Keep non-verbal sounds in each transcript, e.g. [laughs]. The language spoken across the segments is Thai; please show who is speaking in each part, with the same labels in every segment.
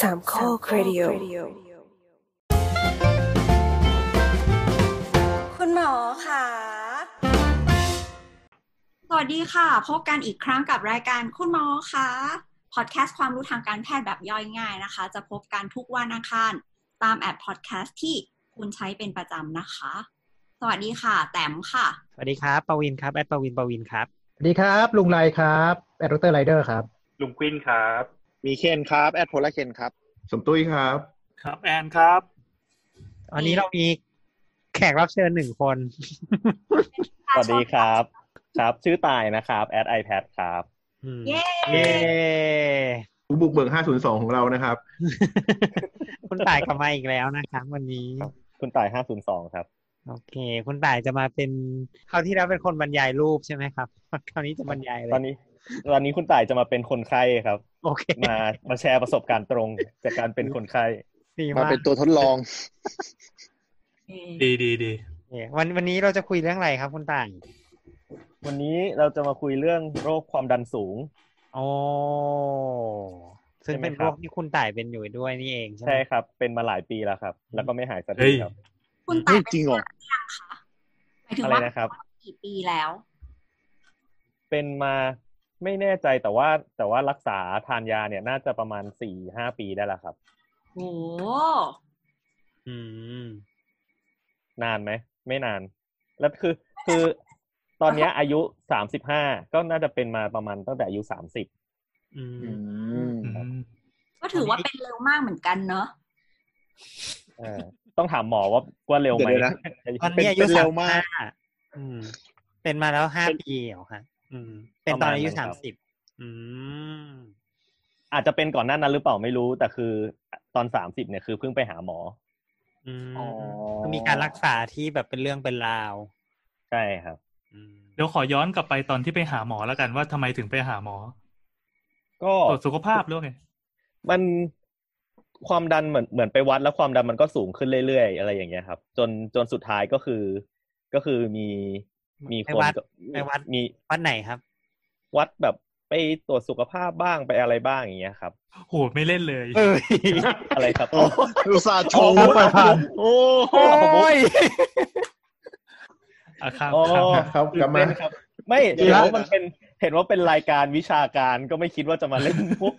Speaker 1: สามข้อครดิโอ
Speaker 2: คุณหมอค่ะ
Speaker 3: สวัสดีค่ะ พบกันอีกครั้งกับรายการคุณหมอคะพอดแคสต์ความรู้ทางการแพทย์แบบย่อยง่ายนะคะ จะพบกันทุกวันอังคารตามแอปพอดแคสต์ที่คุณใช้เป็นประจำนะคะ สวัสดีค่ะ แต้มค่ะ
Speaker 4: สวัสดีครับปวินครับแอดปวินปวินครับ
Speaker 5: สวัสดีครับ ลุงไรครับแอดดรไรเดอร์ครับ
Speaker 6: ลุงกวินครับ
Speaker 7: มีเคนครับ แอดโพลาเคนครับ
Speaker 8: สมตุ้ยครับ
Speaker 6: ครับแอนครับ
Speaker 4: ตอนนี้
Speaker 3: นี่
Speaker 4: เรามีแขกรับเชิญหนึ่งคน
Speaker 9: สวัสดีครับ ครับ ชื่อตายนะครับ แอด iPad ครับ
Speaker 4: อืม
Speaker 3: เย้
Speaker 4: เย้ [laughs]
Speaker 8: ผู้บุกเบิก 502 ของเรานะครับ
Speaker 4: คุณต่ายกลับมาอีกแล้วนะครับวันนี้
Speaker 9: คุณตาย 502 ครับ
Speaker 4: โอเค คุณต่ายจะมาเป็นคราวที่แล้วเป็นคนบรรยายรูปใช่ไหมครับ [laughs] คราวนี้จะบรรยายเลย
Speaker 9: ตอนนี้ ตอนนี้คุณตายจะมาเป็นคนไข้ครับ
Speaker 4: โอเค
Speaker 9: มา มาแชร์ประสบการณ์ตรง จากการเป็นคนไข้
Speaker 4: ดี
Speaker 7: มาม
Speaker 4: าก
Speaker 7: เป็นตัวทดลอง
Speaker 3: เอ่อ
Speaker 6: ดีดีดี
Speaker 4: โอเควันวันนี้เราจะคุยเรื่องอะไรครับคุณต่าย
Speaker 9: วันนี้เราจะมาคุยเรื่องโรคความดันสูง
Speaker 4: โอ้ซึ่งเป็น
Speaker 9: ใช่ไหมค
Speaker 4: โร
Speaker 9: รับ
Speaker 4: คที่คุณต่ายเป็นอยู่ด้วยนี่เองใช่ไหม
Speaker 9: ใช่ครับ เป็นมาหลายปีแล้วครับ แล้วก็ไม่หายสัก
Speaker 6: เฮ้
Speaker 9: ที
Speaker 6: ย
Speaker 9: ครับ
Speaker 3: คุณตาย
Speaker 7: เฮ้ยจริงเหรอ
Speaker 3: ป็นยังคะหมายถึง
Speaker 9: อะไร
Speaker 3: ว่า
Speaker 9: นะครับ
Speaker 3: กี่ปีแล้ว
Speaker 9: เป็นมาไม่แน่ใจแต่ว่า แต่ว่ารักษาทานยาเนี่ยน่าจะประมาณ 4-5 ปีได้แล้วครับ
Speaker 3: โอ้
Speaker 4: อืม
Speaker 9: นานไหมไม่นาน แล้วคือคือตอนเนี้ยอายุสามสิบห้าก็น่าจะเป็นมาประมาณตั้งแต่อายุสามสิบ
Speaker 4: อืม
Speaker 3: ก็ถือว่าเป็นเร็วมากเหมือนกันเนอะ
Speaker 9: ต้องถามหมอว่าว่าเร็วไหม
Speaker 7: เดี๋ยวนะ
Speaker 4: ตอนนี้อายุ
Speaker 7: เป็
Speaker 4: สา
Speaker 7: นเร็
Speaker 4: ม
Speaker 7: วมาก
Speaker 4: อืม เป็นมาแล้วห้าปีเหรอครับอืม เป็นตอนอายุสามสิบอืม
Speaker 9: อาจจะเป็นก่อนหน้านั้นหรือเปล่าไม่รู้ แต่คือตอนสามสิบเนี่ยคือเพิ่งไปหาหมอ
Speaker 4: อืม
Speaker 7: อ๋อ
Speaker 4: คือมีการรักษาที่แบบเป็นเรื่องเป็นราว
Speaker 9: ใช่ครับ
Speaker 4: อืม
Speaker 6: เดี๋ยวขอย้อนกลับไปตอนที่ไปหาหมอแล้วกันว่าทำไมถึงไปหาหมอ
Speaker 9: ก็
Speaker 6: ตรวจสุขภาพหรือไง
Speaker 9: มันความดันเหมือนเหมือนไปวัดแล้วความดันมันก็สูงขึ้นเรื่อยๆอะไรอย่างเงี้ยครับ จนจนสุดท้ายก็คือ ก็คือมีมี
Speaker 4: ไป
Speaker 9: คน
Speaker 4: วัด
Speaker 9: ก็
Speaker 4: ไปวัด
Speaker 9: มี
Speaker 4: วัดไหนครับ
Speaker 9: วัดแบบไปตรวจสุขภาพบ้างไปอะไรบ้างอย่างเงี้ยครับ
Speaker 6: โหไม่เล่นเลย
Speaker 4: เออ
Speaker 9: อะไรครับ
Speaker 7: โอ้อุตส่าห์โชว์
Speaker 5: โอ้ปล่อยผ่าน
Speaker 7: โอ้
Speaker 9: โอ้โห
Speaker 6: อะครับ
Speaker 9: โอ้
Speaker 6: ครับ
Speaker 5: ครับ
Speaker 9: ตื่
Speaker 5: กลับ
Speaker 9: น
Speaker 5: มา
Speaker 9: เต้นครับ ไม่
Speaker 5: ดี
Speaker 9: เห็น
Speaker 5: ละ
Speaker 9: ว่ามันเป็นเห็นว่าเป็นรายการวิชาการก็ไม่คิดว่าจะมาเล่น [laughs] มุก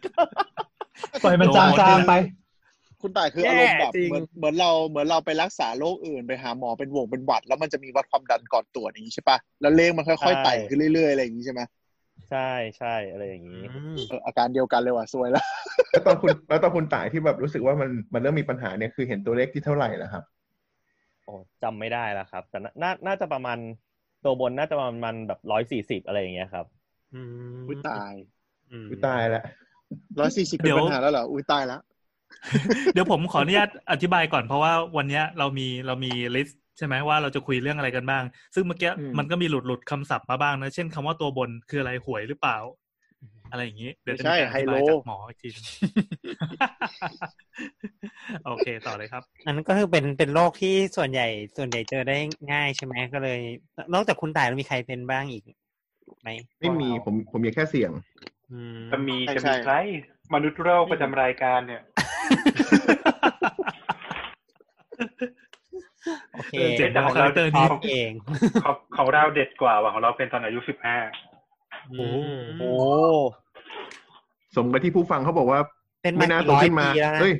Speaker 5: ปล่อยมันจางๆไป
Speaker 7: คุณต่ายคือ
Speaker 9: แย่
Speaker 7: อารมณ์แบบ
Speaker 9: จริง
Speaker 7: เหมือนเหมือนเราเหมือนเราไปรักษาโรคอื่นไปหาหมอเป็นวงเป็นหวัด แล้วมันจะมีวัดความดันก่อนตรวจอย่างนี้ใช่ปะแล้วเลขมันค่อยๆไต่ขึ้นเรื่อยๆอะไรอย่างนี้ใช่ไหม
Speaker 9: ใช่ใช่อะไรอย่างนี้
Speaker 7: เอออาการเดียวกันเลยว่ะซวยแล้ว
Speaker 8: แล้วตอนคุณแล้วตอนคุณต่ายที่แบบรู้สึกว่ามันมันเริ่มมีปัญหาเนี่ยคือเห็นตัวเลขที่เท่าไหร่แล้วครับ
Speaker 9: โอ้จำไม่ได้แล้วครับ แต่น่าน่าน่าจะประมาณตัวบนน่าจะประมาณแบบร้อยสี่สิบอะไรอย่างเงี้ยครับ
Speaker 4: อืม
Speaker 7: อุ้ยตาย
Speaker 4: อืม
Speaker 8: อุ๊ยตายละ
Speaker 7: ร้อยสี่สิบเป็นปัญหาแล้วเหรออุ้ยตายแล้ว
Speaker 6: [laughs] เดี๋ยวผมขออนุญาตอธิบายก่อนเพราะว่าวันเนี้ยเรามีเรามีลิสต์ใช่ไหมว่าเราจะคุยเรื่องอะไรกันบ้าง ซึ่งเมื่อกี้มันก็มีหลุดหลุดๆคำศัพท์มาบ้างนะเช่นคำว่าตัวบนคืออะไรหวยหรือเปล่า อะไรอย่างนี้เดี๋ยวจะมีการอธิบายจากหมออีกทีหนึ่ง [laughs] โอเคต่อเลยครับ
Speaker 4: อันนั้นก็คือเป็นเป็นโรคที่ส่วนใหญ่ส่วนใหญ่เจอได้ง่ายใช่ไหมก็เลย นอกจากคุณต่ายแล้วมีใครเป็นบ้างอีกไหม
Speaker 8: ไม่มีผมผมมีแค่เสียง
Speaker 4: อืม
Speaker 10: จะมีจะมีใครมนุษย์โรคประจำรายการเนี่ย
Speaker 4: โอเค
Speaker 6: เจ็บนะครับ
Speaker 4: ออฟเอง
Speaker 10: ของของเราเด็ดกว่าว่ะของเราเป็นตอนอายุสิบห้า
Speaker 4: โอ้
Speaker 9: โอ้
Speaker 8: สมกับที่ผู้ฟังเขาบอกว่า
Speaker 4: เป็นมา
Speaker 8: ไม่น่า
Speaker 4: กี่
Speaker 8: โต
Speaker 4: ร้อย
Speaker 8: ขึ้นมา
Speaker 4: ปีแล้วนะ
Speaker 8: เฮ้ย
Speaker 4: [laughs]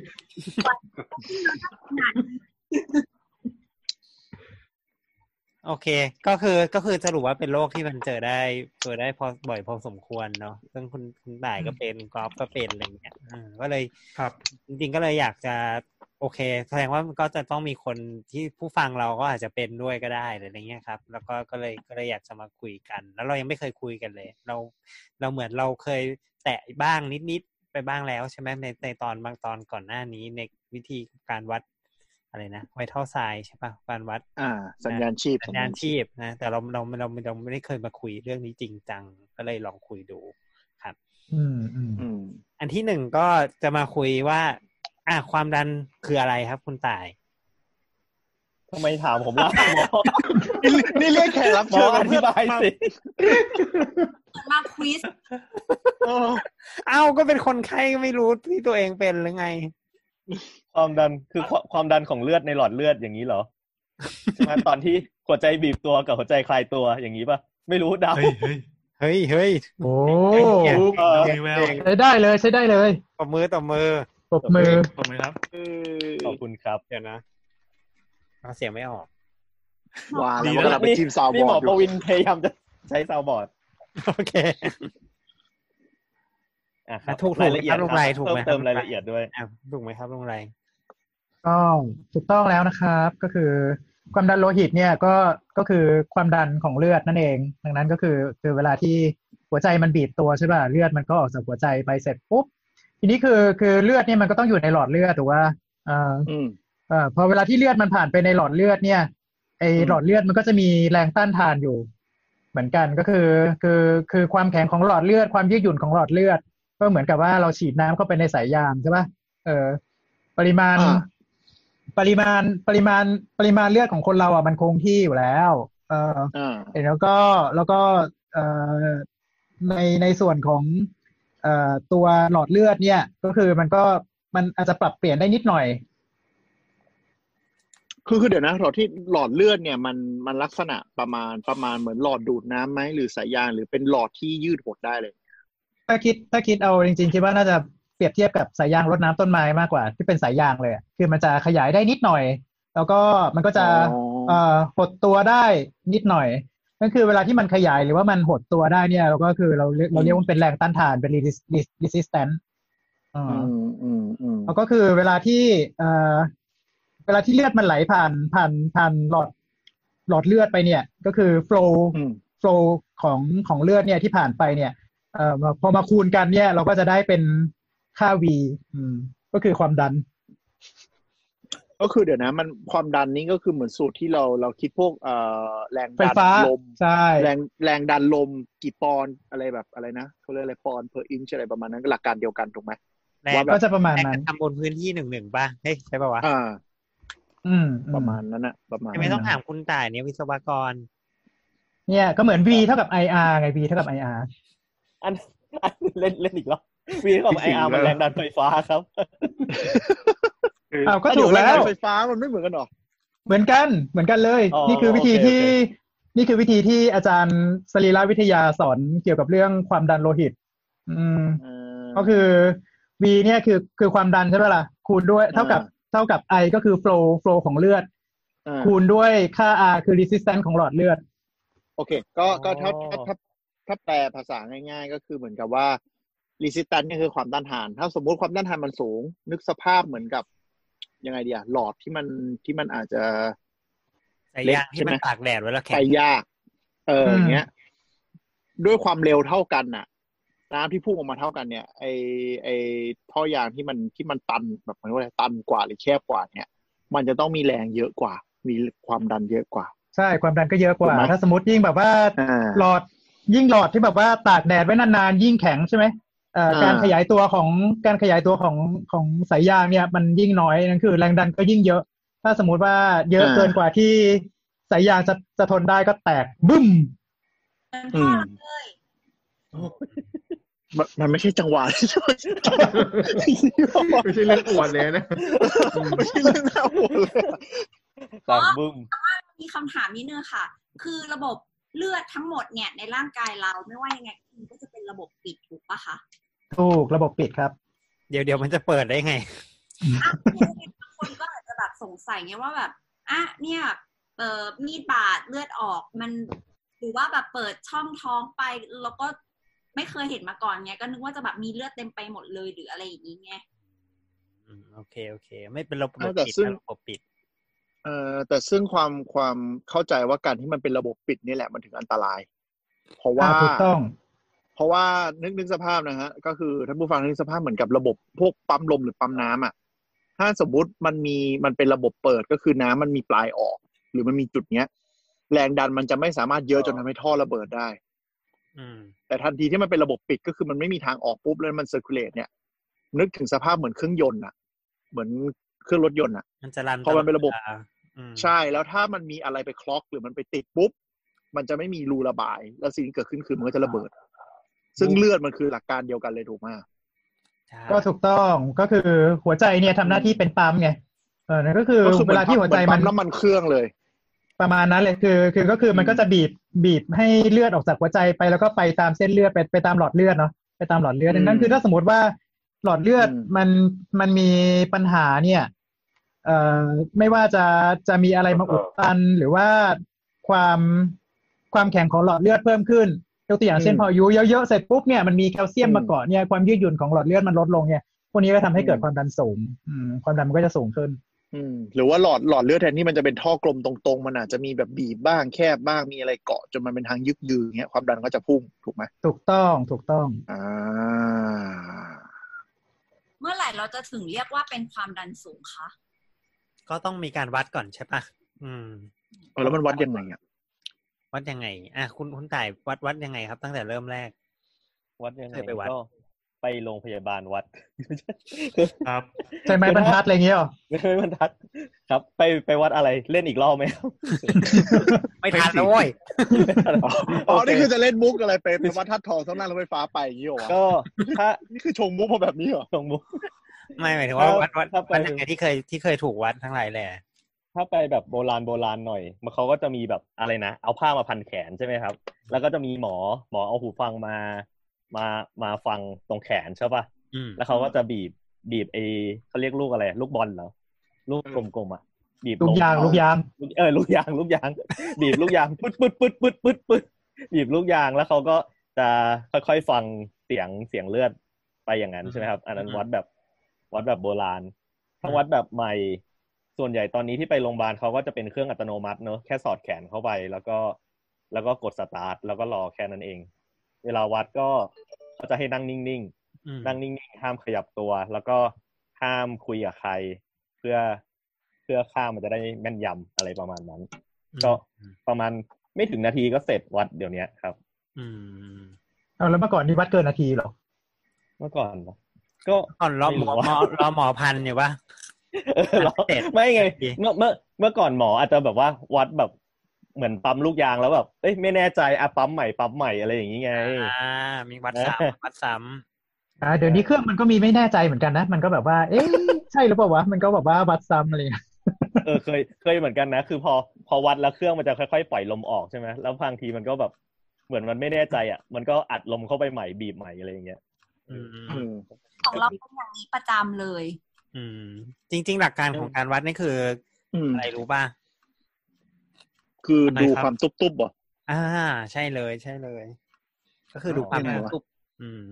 Speaker 4: โอเค ก็คือก็คือสรุปว่าเป็นโรคที่มันเจอได้เจอได้พอบ่อยพอสมควรเนาะซึ่งคุณคุณต่ายก็เป็นกอล์ฟก็เป็นอะไรเงี้ยอ่าก็เลย
Speaker 6: ครับ
Speaker 4: จริงๆก็เลยอยากจะ โอเค แสดงว่ามันก็จะต้องมีคนที่ผู้ฟังเราก็อาจจะเป็นด้วยก็ได้หรืออะไรเงี้ยครับ แล้วก็ก็เลยก็เลยอยากจะมาคุยกัน แล้วเรายังไม่เคยคุยกันเลย เราเราเหมือนเราเคยแตะบ้างนิดๆไปบ้างแล้วใช่ไหมในในตอนบางตอนก่อนหน้านี้ในวิธีการวัดอะไรนะไวท์เท่าไซใช่ปะการวัด
Speaker 7: อ่า สัญญาณชีพ
Speaker 4: สัญญาณชีพนะแต่เราเราเราเราไม่ได้เคยมาคุยเรื่องนี้จริงจัง ก็เลยลองคุยดู
Speaker 5: อืมอืม
Speaker 7: อืม
Speaker 4: อันที่หนึ่งก็จะมาคุยว่า อ่ะความดันคืออะไรครับ คุณต่าย
Speaker 9: ทำไมถามผมล่ะหมอ
Speaker 7: นี่นี่เรียกแขกรับ
Speaker 9: หมอ
Speaker 7: เชิญ
Speaker 9: อ
Speaker 7: มา
Speaker 9: ธิ
Speaker 7: เพื่อบ
Speaker 9: ายสิ
Speaker 3: เหมือนมาควิส
Speaker 7: เออ
Speaker 4: เอ้าก็เป็นคนไข้ไม่รู้ที่ตัวเองเป็นหรือไง
Speaker 9: ความดันคือความความดันของเลือดในหลอดเลือดอย่างนี้เหรอใช่ไหมตอนที่หัวใจบีบตัวกับหัวใจคลายตัวอย่างนี้ปะไม่รู้เดา
Speaker 6: เฮ้ยเฮ้ย
Speaker 4: เฮ้ยเฮ้ย
Speaker 5: โอ้
Speaker 4: เก่ง
Speaker 9: เออ
Speaker 6: มีแวว
Speaker 5: ใช้ได้เลยใช้ได้เลย
Speaker 4: ต่อมือต่อมือ
Speaker 5: ปรบมือ
Speaker 6: ขอบคุณครับ
Speaker 7: เอ
Speaker 9: ขอบคุณครับ
Speaker 4: เดี๋ยวนะเอาเสียงไม่ออก
Speaker 7: อว้า
Speaker 6: ดี
Speaker 7: แล้
Speaker 6: นะ
Speaker 7: วกำลังไปจิ้มซาวบ
Speaker 9: นี่หม
Speaker 7: อ
Speaker 9: อ
Speaker 7: ร์ดอ
Speaker 9: ประ
Speaker 7: ยู่
Speaker 9: วินพยายามจะใช้ซาวบอร์ด
Speaker 4: โอเค
Speaker 9: อ่ะครับ
Speaker 4: ถูกๆ
Speaker 9: รายละเอียด
Speaker 4: ครับ
Speaker 9: ค
Speaker 4: ล
Speaker 9: รับ
Speaker 4: งรายถูกไหม
Speaker 9: เพิ่มเติม
Speaker 4: ครับ
Speaker 9: รายละเอียดด้วย
Speaker 4: อ่ะถูกไหมครับลุงไร
Speaker 5: ต้องถูกต้องแล้วนะครับ ก็คือ ความดันโลหิตเนี่ยก็ก็คือความดันของเลือดนั่นเอง ดังนั้นก็คือคือเวลาที่หัวใจมันบีบตัวใช่ป่ะเลือดมันก็ออกจากหัวใจไปเสร็จปุ๊บทีนี้คือคือเลือดเนี่ยมันก็ต้องอยู่ในหลอดเลือดถูกว่าเอ่อ
Speaker 7: อืม
Speaker 5: เอ่อพอเวลาที่เลือดมันผ่านไปในหลอดเลือดเนี่ยไอ
Speaker 7: อืม
Speaker 5: หลอดเลือดมันก็จะมีแรงต้านทานอยู่ เหมือนกันก็คือคือคือความแข็งของหลอดเลือด ความยืดหยุ่นของหลอดเลือด ก็เหมือนกับว่าเราฉีดน้ำเข้าไปในสายยางใช่ป่ะ เออ ปริมาณ
Speaker 7: อ่า
Speaker 5: ปริมาณ ปริมาณ ปริมาณเลือดของคนเราอ่ะมันคงที่อยู่แล้ว เออ
Speaker 7: อ่า
Speaker 5: แล้วก็แล้วก็เอ่อในในส่วนของเอ่อตัวหลอดเลือดเนี่ย ก็คือมันก็มันอาจจะปรับเปลี่ยนได้นิดหน่อย
Speaker 7: คือคือเดี๋ยวนะหลอดที่หลอดเลือดเนี่ยมันมันลักษณะประมาณประมาณเหมือนหลอดดูดน้ำไหมหรือสายยางหรือเป็นหลอดที่ยืดหดได้เลย
Speaker 5: ถ้าคิดถ้าคิดเอาจริงๆ คิดว่าน่าจะเปรียบเทียบกับสายยางรดน้ำต้นไม้มากกว่า ที่เป็นสายยางเลยอะคือมันจะขยายได้นิดหน่อย แล้วก็มันก็จะ
Speaker 7: อ๋อ
Speaker 5: เอ่อหดตัวได้นิดหน่อยนั่นคือเวลาที่มันขยายหรือว่ามันหดตัวได้เนี่ย เราก็คือเราเรียกเราเรียกว่าเป็นแรงต้านทานเป็น resist- resist- resistance อ่า
Speaker 7: มอืมอืม
Speaker 5: แล้วก็คือเวลาที่เอ่อเวลาที่เลือดมันไหลผ่านผ่านผ่านหลอดหลอดเลือดไปเนี่ย ก็คือ flow
Speaker 7: อืม
Speaker 5: flow ของของเลือดเนี่ยที่ผ่านไปเนี่ยเอ่อมาพอมาคูณกันเนี่ย เราก็จะได้เป็นค่า v อืม ก็คือความดัน
Speaker 7: ก็คือเดี๋ยวนะมันความดันนี้ก็คือเหมือนสูตรที่เราเราคิดพวกเอ่อแรง
Speaker 5: ไฟ
Speaker 7: ดัน
Speaker 5: ฟ้า
Speaker 7: ลม
Speaker 5: ใช่
Speaker 7: แรงแรงดันลมกี่ปอนด์อะไรแบบอะไรนะเขาเรียกอะไรปอนเพอร์อินชอะไรประมาณนั้นก็หลักการเดียวกันถูกไหม
Speaker 4: แร
Speaker 7: ว่าง แบบ
Speaker 5: ก็จะประมาณ
Speaker 4: แรง
Speaker 5: นั้
Speaker 4: ก
Speaker 5: น
Speaker 4: ระทำบนพื้นที่หนึ่งหนึ่งป่ะ เฮ้ย ใช่ป่ะวะ
Speaker 7: อ่า
Speaker 5: อืม
Speaker 7: ประมาณนั้นนะประมาณ
Speaker 4: ไม่
Speaker 7: นั้น
Speaker 4: ต้องถามคุณต่ายเนี่ยวิศวกร
Speaker 5: เนี่ยก็เหมือน v เท่ากับ ir ไง v เท่ากับ ir
Speaker 9: อันอันเล่นเล่นอีกรอบวีของไออาร์มันแรงดันไฟฟ้าครับ
Speaker 10: คือ
Speaker 5: อ้าวก็
Speaker 7: อ่ะ
Speaker 5: ถูก
Speaker 7: เดี๋ย
Speaker 5: แล้ว
Speaker 7: ไฟฟ้ามันไม่เหมือนกันหรอ
Speaker 5: เหมือนกันเหมือนกันเลย
Speaker 9: อ๋อ
Speaker 5: นี่คือวิธี
Speaker 9: โอเค
Speaker 5: ที่ นี่คือวิธีที่อาจารย์สรีรวิทยาสอนเกี่ยวกับเรื่องความดันโลหิต อืม ก็คือ V เนี่ยคือคือความดันใช่ไหมล่ะคูณด้วยเท่ากับ
Speaker 7: อ่
Speaker 5: เท่ากับ I ก็คือ flow flow ของเลือด
Speaker 7: อ่า
Speaker 5: คูณด้วยค่า R คือ resistance ของหลอดเลือด
Speaker 7: โอเค ก็
Speaker 9: อ๋อ
Speaker 7: ก็ถ้าถ้าถ้าถ้าแปลภาษาง่าย ๆ ก็คือเหมือนกับว่า resistance เนี่ยคือความต้านทาน ถ้าสมมุติความต้านทานมันสูง นึกสภาพเหมือนกับ ยังไงเดียหลอดที่มันที่มันอาจจะ
Speaker 4: ใส่
Speaker 7: เล็ก
Speaker 4: ยางที่
Speaker 7: ใช่ไหม
Speaker 4: มันตากแดดไว้แล้วแข็
Speaker 7: ไป
Speaker 4: ง
Speaker 7: ยาก เออ
Speaker 5: อืม
Speaker 7: อย่างเงี้ย ด้วยความเร็วเท่ากันน่ะ น้ำที่พุ่งออกมาเท่ากันเนี่ย ไอไอท่อยางที่มันที่มันตันแบบเหมันว่าอะไรตันกว่าหรือแคบกว่าเนี่ย มันจะต้องมีแรงเยอะกว่า มีความดันเยอะ
Speaker 8: [laughs]
Speaker 7: กว่า
Speaker 5: ใช่ความดันก็เยอะกว่า
Speaker 7: ถูกไหม
Speaker 5: ถ้าสมมติยิ่งแบบว่า
Speaker 7: อ่า
Speaker 5: หลอดยิ่งหลอดที่แบบว่าตากแดดไว้นานๆ ยิ่งแข็งใช่ไหมเอ่อ
Speaker 7: อ่า
Speaker 5: การขยายตัวของการขยายตัวของของสายยางเนี่ย มันยิ่งน้อยนั่นคือแรงดันก็ยิ่งเยอะ ถ้าสมมติว่าเยอะเกินกว่าที่สายยางจะจะทนได้ก็แตกบึ้ม
Speaker 3: เป็น
Speaker 7: อื
Speaker 3: พ่อ
Speaker 7: ม
Speaker 3: เลย
Speaker 7: มันมันไม่ใช่จังหวะ
Speaker 8: ไม่ใช่เรื่องอวดเลยนะ
Speaker 7: ไม่ใช่เรื่องน่าหัวเลย [laughs]
Speaker 9: แต่บึ้ม
Speaker 3: มีคำถามนิดนึงค่ะ คือระบบเลือดทั้งหมดเนี่ยในร่างกายเราไม่ว่ายังไงมันก็จะเป็นระบบปิดถูกปะคะ
Speaker 5: ถูกระบบปิดครับ
Speaker 4: เดี๋ยวเดี๋ยวมันจะเปิดได้ไง
Speaker 3: อ่ะบางคนก็อาจจะแบบสงสัยไงว่าแบบอ่ะเนี่ยเอ่อมีดบาดเลือดออกมันหรือว่าแบบเปิดช่องท้องไปแล้วก็ไม่เคยเห็นมาก่อนไงก็นึกว่าจะแบบมีเลือดเต็มไปหมดเลยหรืออะไรอย่างนี้ไง
Speaker 4: อืมโอเค โอเค ไม่เป็นระบบ
Speaker 7: อ่าแต่
Speaker 4: ปิด
Speaker 7: ซึ่ง
Speaker 4: นะระบบปิด
Speaker 7: เอ่อแต่ซึ่งความความเข้าใจว่าการที่มันเป็นระบบปิดนี่แหละมันถึงอันตราย เพราะว่า
Speaker 5: อ่าถูกต้อง
Speaker 7: เพราะว่านึกนึกสภาพนะฮะ ก็คือท่านผู้ฟังนึกสภาพเหมือนกับระบบพวกปั๊มลมหรือปั๊มน้ำอ่ะ ถ้าสมมติมันมีมันเป็นระบบเปิดก็คือน้ำมันมีปลายออก หรือมันมีจุดเนี้ย แรงดันมันจะไม่สามารถเยอะจนทำให้ท่อระเบิดได้
Speaker 4: อืม
Speaker 7: แต่ทันทีที่มันเป็นระบบปิดก็คือมันไม่มีทางออกปุ๊บแล้วมันเซอร์คูลเลตเนี่ย นึกถึงสภาพเหมือนเครื่องยนต์อ่ะ เหมือนเครื่องรถยนต์อ่ะ
Speaker 4: มันจะรัน
Speaker 7: พอมันเป็นระบบ
Speaker 4: ตลอดวลา อืม
Speaker 7: ใช่แล้วถ้ามันมีอะไรไปคล็อกหรือมันไปติดปุ๊บ มันจะไม่มีรูระบาย แล้วสิ่งที่เกิดขึ้นคือมันก็จะระเบิด ซึ่งเลือดมันคือหลักการเดียวกันเลยถูกไหมย
Speaker 4: ใช่
Speaker 5: ก็ถูกต้องก็คือหัวใจเนี่ยทำหน้าที่เป็นปั๊มไงเออนั่นก็คือ
Speaker 7: ก็คือ
Speaker 5: เวลาที่
Speaker 7: หมื
Speaker 5: หัว
Speaker 7: อ
Speaker 5: น ใจ
Speaker 7: ปั๊
Speaker 5: มัน
Speaker 7: น้ำมันเครื่องเลย
Speaker 5: ประมาณนั้นเลยคือคือก็คือมันก็จะบีบบีบให้เลือดออกจากหัวใจไปแล้วก็ไปตามเส้นเลือดไปไปตามหลอดเลือดเนาะไปตามหลอดเลือด
Speaker 7: อืม
Speaker 5: ดังนั้นคือถ้าสมมติว่าหลอดเลือด
Speaker 7: อืม
Speaker 5: มันมันมีปัญหาเนี่ยเอ่อไม่ว่าจะจะมีอะไรมาอุดตันหรือว่าความความแข็งของหลอดเลือดเพิ่มขึ้นยกตัวอย่างเช่นพออายุเยอะๆเสร็จปุ๊บเนี่ยมันมีแคลเซียมมาเกาะเนี่ยความยืดหยุ่นของหลอดเลือดมันลดลงเนี่ยพวกนี้ก็ทำให้เกิดความดันสูงอืมความดันมันก็จะสูงขึ้น
Speaker 7: อืมหรือว่าหลอดหลอดเลือดแทนที่มันจะเป็นท่อกลมตรงๆ มันอาจจะมีแบบบีบบ้างแคบบ้างมีอะไรเกาะจนมันเป็นทางยึกยืออย่างเงี้ยความดันก็จะพุ่งถูกไหม
Speaker 5: ถูกต้องถูกต้อง
Speaker 7: อ่า
Speaker 3: เมื่อไหร่เราจะถึงเรียกว่าเป็นความดันสูงคะ
Speaker 4: ก็ต้องมีการวัดก่อนใช่ปะอืม
Speaker 7: แล้วมันวัดยังไงอ่ะ
Speaker 4: วัดยังไง อ่ะคุณคุณต่ายวัดวัดยังไงครับ ตั้งแต่เริ่มแรก
Speaker 9: วัดยังไง
Speaker 4: เคยไปวัด
Speaker 9: ก็ไปโรงพยาบาลวัด [laughs]
Speaker 6: ครับ
Speaker 5: ใช่ไหมบรรทัดอะไรเงี้ยหรอ
Speaker 9: ไม่ไม่บรรทัด ครับ ไปไปวัดอะไรเล่นอีกรอบไหมครับ
Speaker 4: ไม่ทันแล้วเว้ย
Speaker 7: อ๋อนี่คือจะเล่นมุกอะไรเป็น [laughs] วัดทัดทองเท่านั้นรถไฟฟ้าไปอย่างนี้เหรอวะ
Speaker 9: ก็ถ้า
Speaker 7: นี่คือชงมุกมาแบบนี้เหรอ
Speaker 9: ลงมุก
Speaker 4: ไม่หมายถึงว่าวัดวัด
Speaker 9: ถ้าไป
Speaker 4: วัดยังไงที่เคยที่เคยถูกวัดทั้งหลายแหละ
Speaker 9: ถ้าไปแบบโบราณโบราณหน่อย มันเขาก็จะมีแบบอะไรนะ เอาผ้ามาพันแขนใช่ไหมครับ แล้วก็จะมีหมอหมอเอาหูฟังมา มามาฟังตรงแขนใช่ปะ
Speaker 4: อืม
Speaker 9: แล้วเขาก็จะบีบบีบไอเขาเรียกลูกอะไร ลูกบอลเหรอลูกกลมๆอ่ะบีบ
Speaker 5: ลูกยางลูกยาง
Speaker 9: ลูกเออลูกยางลูกยาง บีบลูกยางปึ๊ดปึ๊ดปึ๊ดปึ๊ดปึ๊ดปึ๊ดบีบลูกยางแล้วเขาก็จะค่อยๆฟังเสียงเสียงเลือดไปอย่างนั้นใช่ไหมครับ อันนั้นวัดแบบวัดแบบโบราณ ถ้าวัดแบบใหม่ ส่วนใหญ่ตอนนี้ที่ไปโรงพยาบาลเขาก็จะเป็นเครื่องอัตโนมัติเนอะแค่สอดแขนเข้าไปแล้วก็ แล้วก็กดสตาร์ทแล้วก็รอแค่นั้นเอง เวลาวัดก็เขาจะให้นั่งนิ่ง
Speaker 4: อืม
Speaker 9: ๆนั่งนิ่งๆห้ามขยับตัว แล้วก็ห้ามคุยกับใคร เพื่อเพื่อข้ามมันจะได้แม่นยำอะไรประมาณนั้น ก็ ประมาณไม่ถึงนาทีก็เสร็จวัดเดี๋ยวเนี้ยครับ
Speaker 4: อืม
Speaker 5: เอาแล้วเมื่อก่อนนี่วัดเกินนาทีเหรอ
Speaker 9: เมื่อก่อน
Speaker 4: [laughs]
Speaker 9: ก็
Speaker 4: ก่อนรอหมอ
Speaker 9: ไม่
Speaker 4: หม
Speaker 9: รู้
Speaker 4: อ
Speaker 9: ว่า
Speaker 4: รอหมอพันอยู่ปะ
Speaker 9: เออเหรอ
Speaker 4: เจ็ด
Speaker 9: ไม่
Speaker 4: [laughs]
Speaker 9: ไง
Speaker 4: ปี
Speaker 9: เมื่อเมื่อเมื่อก่อนหมออาจจะแบบว่าวัดแบบเหมือนปั๊มลูกยางแล้วแบบเอ้ยไม่แน่ใจอะปั๊มใหม่ปั๊มใหม่อะไรอย่างนี้ไง
Speaker 4: อ่า มีวัดซ้ำวัดซ้
Speaker 5: อ่า เดี๋ยวนี้เครื่องมันก็มีไม่แน่ใจเหมือนกันนะ มันก็แบบว่า เอ๊ะ ใช่หรือเปล่าวะ มันก็แบบว่าวัดซ้ำอะไรอย่างเงี้ย
Speaker 9: เออเคยเคยเหมือนกันนะ คือพอพอวัดแล้วเครื่องมันจะค่อยๆปล่อยลมออกใช่ไหมแล้วบางทีมันก็แบบเหมือนมันไม่แน่ใจอ่ะ มันก็อัดลมเข้าไปใหม่บีบใหม่อะไรอย่างเงี้ย
Speaker 4: ำอืม
Speaker 7: อืม
Speaker 3: ของเราเป็นอย่างนี้ประจำเลย
Speaker 4: อืม จริง ๆ หลักการของการวัดนี่คืออ
Speaker 7: ม
Speaker 4: อะไรรู้ป่ะ
Speaker 7: คือดู
Speaker 4: อะไรครับ
Speaker 7: ความตุ๊บๆเหรอ
Speaker 4: อ่า ใช่เลย ใช่เลย ก็คือดูค
Speaker 9: อ้าว
Speaker 4: วาม
Speaker 7: ยังไงวะ
Speaker 4: ตุ๊บอืม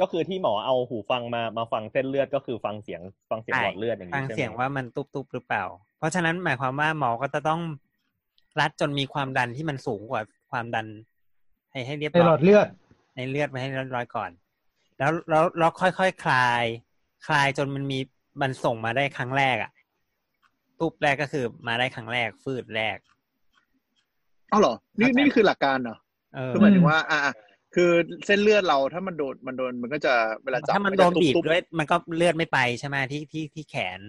Speaker 9: ก็คือที่หมอเอาหูฟังมามาฟังเส้นเลือดก็คือฟังเสียงฟังเสียงหลอดเลือดอย่าง
Speaker 4: ฟัง
Speaker 9: นี้ใช่ไหม
Speaker 4: เสียงว่ามันตุบตุบๆหรือเปล่า เพราะฉะนั้นหมายความว่าหมอก็จะต้องรัดจนมีความดันที่มันสูงกว่าความดัน ให้ให้เรียบ
Speaker 5: ในหล
Speaker 4: ร้
Speaker 5: อ
Speaker 4: อย
Speaker 5: ดเลือด
Speaker 4: ในเลือดไปให้เรียบร้อยก่อน แล้วแล้วเราค่อยค่อยๆคลาย คลายจนมันมีมันส่งมาได้ครั้งแรกอะตุบแรกก็คือมาได้ครั้งแรก ฟืดแรก
Speaker 7: อ้าวเหรอนี่
Speaker 4: เข้าใจ
Speaker 7: นี่คือหลักการเหรอ
Speaker 4: เออ
Speaker 7: คือหมายถึงว่า อ่าคือเส้นเลือดเราถ้ามันโดนมันโดนมันก็จะเวลาจับ
Speaker 4: ถ้ามันโดนบีบ
Speaker 7: ตุ๊ๆ
Speaker 4: ด้วยมันก็เลือดไม่ไปใช่ไหมที่ที่ที่แขน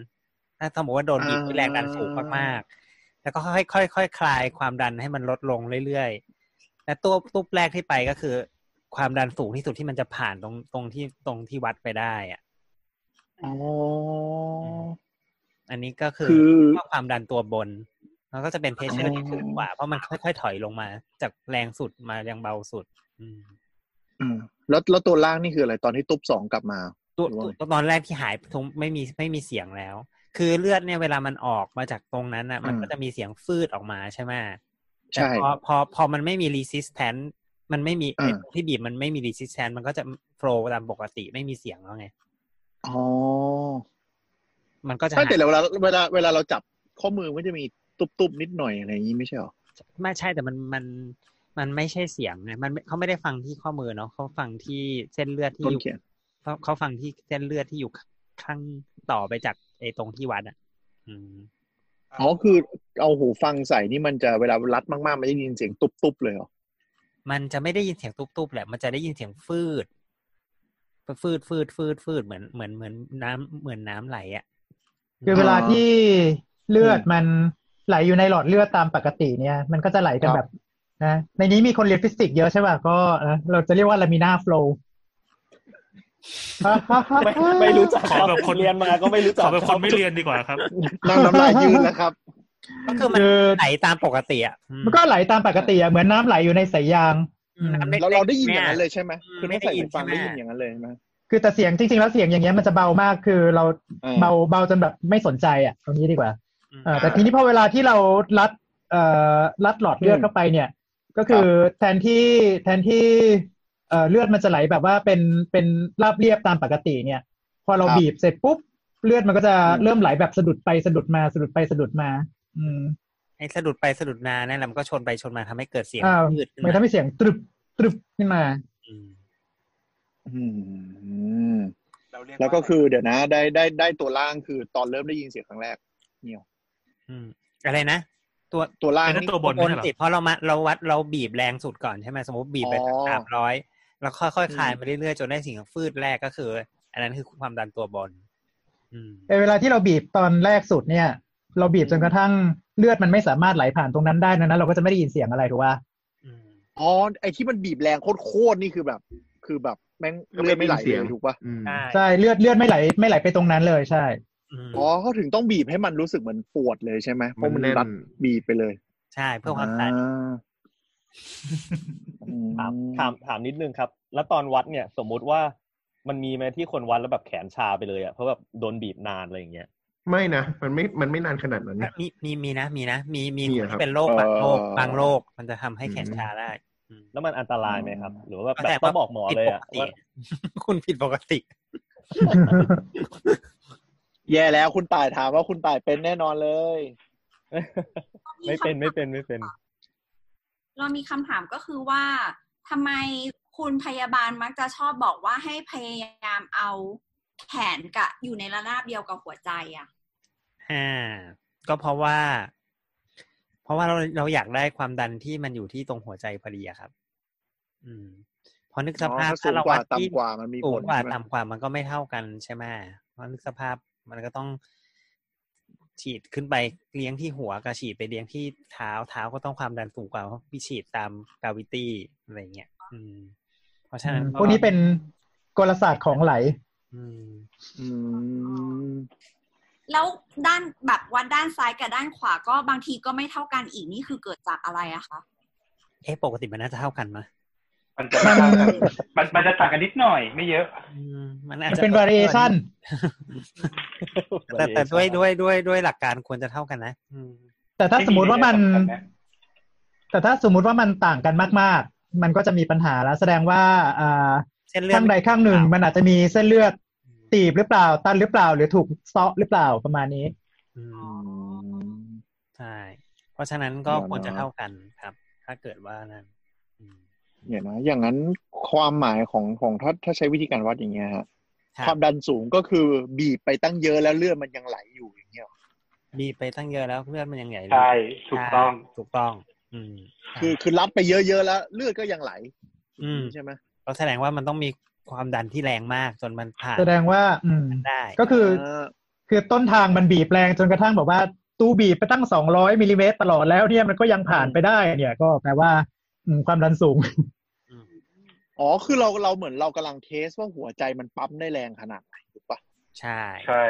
Speaker 4: ถ้าสมมติว่าโดนบีบ
Speaker 7: อ่า
Speaker 4: ด้วยแรงดันสูงมากๆ แล้วก็ค่อยค่อยค่อยคลายความดันให้มันลดลงเรื่อยๆและตัวตุ๊บแรกที่ไปก็คือ ความดันสูงที่สุดที่มันจะผ่านตรงตรงที่ตรงที่วัดไปได้อ่ะ
Speaker 7: อ๋อ
Speaker 4: อันนี้ก็คือ
Speaker 7: คือ
Speaker 4: ว่าความดันตัวบน แล้วก็จะเป็นเพชเชอร์ที่สูงกว่า เพราะมันค่อยๆถอยลงมา จากแรงสุดมายังเบาสุด อืม
Speaker 7: อืมแล้วแล้วตัวล่างนี่คืออะไรตอนที่ตุ๊บสองกลับมา
Speaker 4: ตัว
Speaker 7: หรือว่าไง
Speaker 4: ตัวตอนแรกที่หายทุงไม่มีไม่มีเสียงแล้ว คือเลือดเนี่ยเวลามันออกมาจากตรงนั้นอ่ะ มัน
Speaker 7: อืม
Speaker 4: ก็จะมีเสียงฟืดออกมาใช่ไหม
Speaker 7: ใช่
Speaker 4: แต่พอพอพอมันไม่มี resistance มันไม่มีไอ้
Speaker 7: อ่า
Speaker 4: ตรงที่บีบมันไม่มี resistance มันก็จะ flow ตามปกติไม่มีเสียงแล้วไง
Speaker 7: อ๋อ
Speaker 4: มันก็จะ
Speaker 7: ใช่
Speaker 4: หาย
Speaker 7: แต่เวลาเวลาเวลาเราจับข้อมือมันจะมีตุ๊บๆนิดหน่อยอะไรอย่างนี้ไม่ใช่เหรอ
Speaker 4: ไม่ใช่แต่มันมันมันไม่ใช่เสียงไงมันไม่เขาไม่ได้ฟังที่ข้อมือเนาะเขาฟังที่เส้นเลือดที่
Speaker 7: ต้น
Speaker 4: อยู่
Speaker 7: เขียน
Speaker 4: เขาเขาฟังที่เส้นเลือดที่อยู่ข้างต่อไปจากไอ้ตรงที่วัดอ่ะ อืม
Speaker 7: อ๋อคือเอาหูฟังใส่นี่มันจะเวลารัดมากๆ มันจะได้ยินเสียงตุ๊บๆเลยเหรอ
Speaker 4: มันจะไม่ได้ยินเสียงตุบๆแหละ มันจะได้ยินเสียงฟืด ฟืดฟืดฟืดฟืดเหมือนเหมือนเหมือนน้ำเหมือนน้ำไหลอะ
Speaker 5: คือเวลาที่เลือด
Speaker 7: อืม
Speaker 5: มัน ไหลอยู่ในหลอดเลือดตามปกติเนี่ย มันก็จะไหลกัน
Speaker 8: ครับ
Speaker 5: แบบนะในนี้มีคนเรียนฟิสิกส์เยอะใช่ป่ะก็นะเราจะเรียกว่าลามินาโฟล์
Speaker 9: ไม่ไม่รู้จัก
Speaker 6: ขอแบบคน
Speaker 9: เรียนมาก็ไม่รู้
Speaker 6: ข
Speaker 9: จัก
Speaker 6: อเป็นคนไม่เรียนดีกว่าครับ
Speaker 7: นั่งน้ำลายยืนแล้วครับ
Speaker 4: ก็คือมัน
Speaker 5: คือ
Speaker 4: ไหลตามปกติอ่ะอืม
Speaker 5: มันก็ไหลตามปกติอะเหมือนน้ำไหลอยู่ในสายยาง
Speaker 4: น้ำล็กๆ
Speaker 7: เราเราได้ยินอย่างนั้นเลย
Speaker 4: เ
Speaker 7: ใช่ไหม
Speaker 4: อืม
Speaker 7: คือไม่ใส่หูฟัง
Speaker 4: ไม่
Speaker 7: ได้
Speaker 4: ได้ยิ
Speaker 7: ยิ
Speaker 4: น
Speaker 7: น
Speaker 4: ใช่ไหม
Speaker 7: อย่างนั้นเลยใช่ไหม
Speaker 5: คือแต่เสียงจริงๆแล้วเสียงอย่างเงี้ยมันจะเบามากคือเรา
Speaker 7: อ่
Speaker 5: เบาเบาจนแบบไม่สนใจอ่ะตรงนี้ดีกว่า
Speaker 4: อืม
Speaker 5: เออแต่ทีนี้พอเวลาที่เรารัดเอ่อรัดหลอดเลือดเข้าไปเนี่ย ก็คือแทนที่แทนที่เอ่อเลือดมันจะไหลแบบว่าเป็นเป็นราบเรียบตามปกติเนี่ย พอเรา
Speaker 7: ครับ
Speaker 5: บีบเสร็จปุ๊บเลือดมันก็จะ
Speaker 7: อืม
Speaker 5: เริ่มไหลแบบสะดุดไปสะดุดมาสะดุดไปสะดุดมา อืม
Speaker 4: ไอ้สะดุดไปสะดุดมานั่นแหละมันก็ชนไปชนมาทำให้เกิดเสียง
Speaker 5: อ่า
Speaker 4: ยืดขึ้น
Speaker 5: มันทำ
Speaker 4: มา
Speaker 5: ให้เสียงตรึบตรึบขึ้นมา
Speaker 4: อืม
Speaker 7: อืม
Speaker 10: เราเรีย
Speaker 7: แล้วก็
Speaker 10: าะไร
Speaker 7: คือเดี๋ยวนะ ได้ได้ได้ตัวล่างคือตอนเริ่มได้ยินเสียงครั้งแรก
Speaker 4: อืมอะไรนะ ตัว
Speaker 7: ตัวล่าง
Speaker 6: ไอ้ [laughs] นั่น
Speaker 7: นี่
Speaker 6: ตัวบ
Speaker 4: บ
Speaker 6: นไม่
Speaker 4: น
Speaker 6: ใช่เหรอ
Speaker 4: ติดเพราะเรามาเราวัดเราบีบแรงสุดก่อนใช่ไหมสมมติบีบไป
Speaker 7: อ๋อ
Speaker 4: สามร้อยแล้วค่อยๆค
Speaker 7: อืม
Speaker 4: ลายไปเรื่อยๆจนได้สิ่งฟืดแรกก็คือ อันนั้นคือความดันตัวบนอืม
Speaker 5: เอ่อเวลาที่เราบีบตอนแรกสุดเนี่ย เราบีบจนกระทั่งเลือดมันไม่สามารถไหลผ่านตรงนั้นได้ดังนั้น เราก็จะไม่ได้ยินเสียงอะไรถูกป่ะ
Speaker 4: อืม
Speaker 7: อ๋อไอที่มันบีบแรงโคตรๆนี่คือแบบ คือแบบแม่ง
Speaker 8: ก็ไม่
Speaker 7: เลือดไม่ไหล
Speaker 8: ได้ยินเสียง
Speaker 7: เลยถูกปะ
Speaker 8: อืม
Speaker 4: ใช่
Speaker 5: ใช่เลือดเลือดไม่ไหลไม่ไหลไปตรงนั้นเลยใช่
Speaker 4: อืม
Speaker 7: อ๋อเขาถึงต้องบีบให้มันรู้สึกเหมือนปวดเลยใช่ไหมเพราะมัน
Speaker 8: มันแน่น
Speaker 7: รัดบีบไปเลย
Speaker 4: ใช่เพื่อความตาย
Speaker 7: อ่า
Speaker 9: ถามถามถามนิดนึงครับ แล้วตอนวัดเนี่ย สมมุติว่ามันมีไหมที่คนวัดแล้วแบบแขนชาไปเลยอ่ะเพราะแบบโดนบีบนานอะไรอย่างเงี้ย
Speaker 8: ไม่นะมันไม่มันไม่นานขนาดนั้นนะ
Speaker 4: มีมีมีนะ มีนะ มีมี
Speaker 8: มีเห
Speaker 4: ค
Speaker 8: ร
Speaker 4: น
Speaker 8: อครับ
Speaker 4: ที่เป็นโรคบางโรคบางโรคมันจะทำให้แขนชาได้อืม
Speaker 9: แล้วมันอันตรายไหมครับ หรือว่าแบบ
Speaker 4: ก็สด
Speaker 9: ต้
Speaker 4: ว่า
Speaker 9: องบอกหมอเลยอ่ะ
Speaker 4: ผิดปกติ
Speaker 9: ว่า
Speaker 4: คุณผิดปกติ
Speaker 7: แย่แล้วคุณตายถามว่าคุณตายเป็นแน่นอนเลย
Speaker 9: ไม่เป็นไม่เป็นไม่เป็น
Speaker 3: เรามีคำถามก็คือว่าทำไมคุณพยาบาลมักจะชอบบอกว่าให้พยายามเอาแขนกับอยู่ในระนาบเดียวกับหัวใจอะ
Speaker 4: อ่าก็เพราะว่า เพราะว่าเราเราอยากได้ความดันที่มันอยู่ที่ตรงหัวใจพอดีอะครับ อืมเพอนึกสภาพ
Speaker 7: อ๋อถ้าสูง
Speaker 4: เรา
Speaker 7: กว่า
Speaker 4: ดที่
Speaker 7: ต่ำกว่ามันมีผล
Speaker 4: สูงกว่า
Speaker 7: ใช่ไหม
Speaker 4: ต่ำกว่ามันก็ไม่เท่ากันใช่ไหมเพราะนึกสภาพมันก็ต้อง ฉีดขึ้นไปเลี้ยงที่หัวกับฉีดไปเลี้ยงที่เท้าเท้าก็ต้องความดันสูงกว่าเพราะพี่ฉีดตามกาวิตี้อะไรเงี้ยอืม เพราะฉะนั้น
Speaker 5: พวกนี้เป็นกลศาสตร์ของไหล
Speaker 4: อืม
Speaker 7: อืม
Speaker 3: แล้วด้านแบบวัดด้านซ้ายกับด้านขวาก็บางทีก็ไม่เท่ากันอีกนี่คือเกิดจากอะไรอะคะ
Speaker 4: เอ๊ะปกติมันน่าจะเท่ากันมะ
Speaker 10: มันจะไม่ต่างกันมันมันจะต่างกันนิดหน่อยไม่เยอะ
Speaker 4: อืมมัน
Speaker 5: มั
Speaker 4: อาจ
Speaker 5: น
Speaker 4: จะ
Speaker 5: เป็น variation
Speaker 4: แต่แต่ด้วยด้วยด้วยด้วยหลักการควรจะเท่ากันนะอืม
Speaker 5: แต่ถ้าสมมติว่ามัน
Speaker 10: ไม่มีในระดับนั้นนะ
Speaker 5: แต่ถ้าสมมติว่ามันต่างกันมาก ๆ มันก็จะมีปัญหาแล้ว แสดงว่าอ่า
Speaker 4: เส้นเลือด
Speaker 5: ข้างใดข้างหนึ่ง มันอาจจะมีเส้นเลือดตีบหรือเปล่า ตันหรือเปล่า หรือถูกเซาะหรือเปล่าประมาณนี้
Speaker 4: อืมใช่เพราะฉะนั้นก็ควรจะเท่ากันครับ ถ้าเกิดว่านั้นอืม
Speaker 7: เนี่ยนะอย่างนั้นความหมายของของถ้าถ้าใช้วิธีการวัดอย่างเงี้ยฮะ
Speaker 4: ครับ
Speaker 7: ความดันสูงก็คือบีบไปตั้งเยอะแล้วเลือดมันยังไหลอยู่อย่างเงี้ยหรอ
Speaker 4: บีบไปตั้งเยอะแล้วเลือดมันยังใหญ่เลย
Speaker 10: ใช่ถูกต้อง
Speaker 4: ใช่ถูกต้อง อืม
Speaker 7: คือคือรัดไปเยอะๆแล้วเลือดก็ยังไหล
Speaker 4: อืม
Speaker 7: ใช่ไหม
Speaker 4: ก็แสดงว่ามันต้องมีความดันที่แรงมากจนมันผ่าน
Speaker 5: แสดงว่า อืม
Speaker 4: ได้
Speaker 5: ก็คือ
Speaker 7: า
Speaker 5: คือต้นทางมันบีบแรงจนกระทั่งบอกว่า ตู้บีบไปตั้ง 200มิลลิเมตรตลอดแล้วเนี่ยมันก็ยังผ่านไปได้ เนี่ยก็แปลว่าอืมความดันสูง
Speaker 4: อืม
Speaker 7: อ๋อคือเราเราเหมือนเรากำลังเทสว่าหัวใจมันปั๊มได้แรงขนาดไหนถูกปะ
Speaker 4: ใช่
Speaker 10: ใช่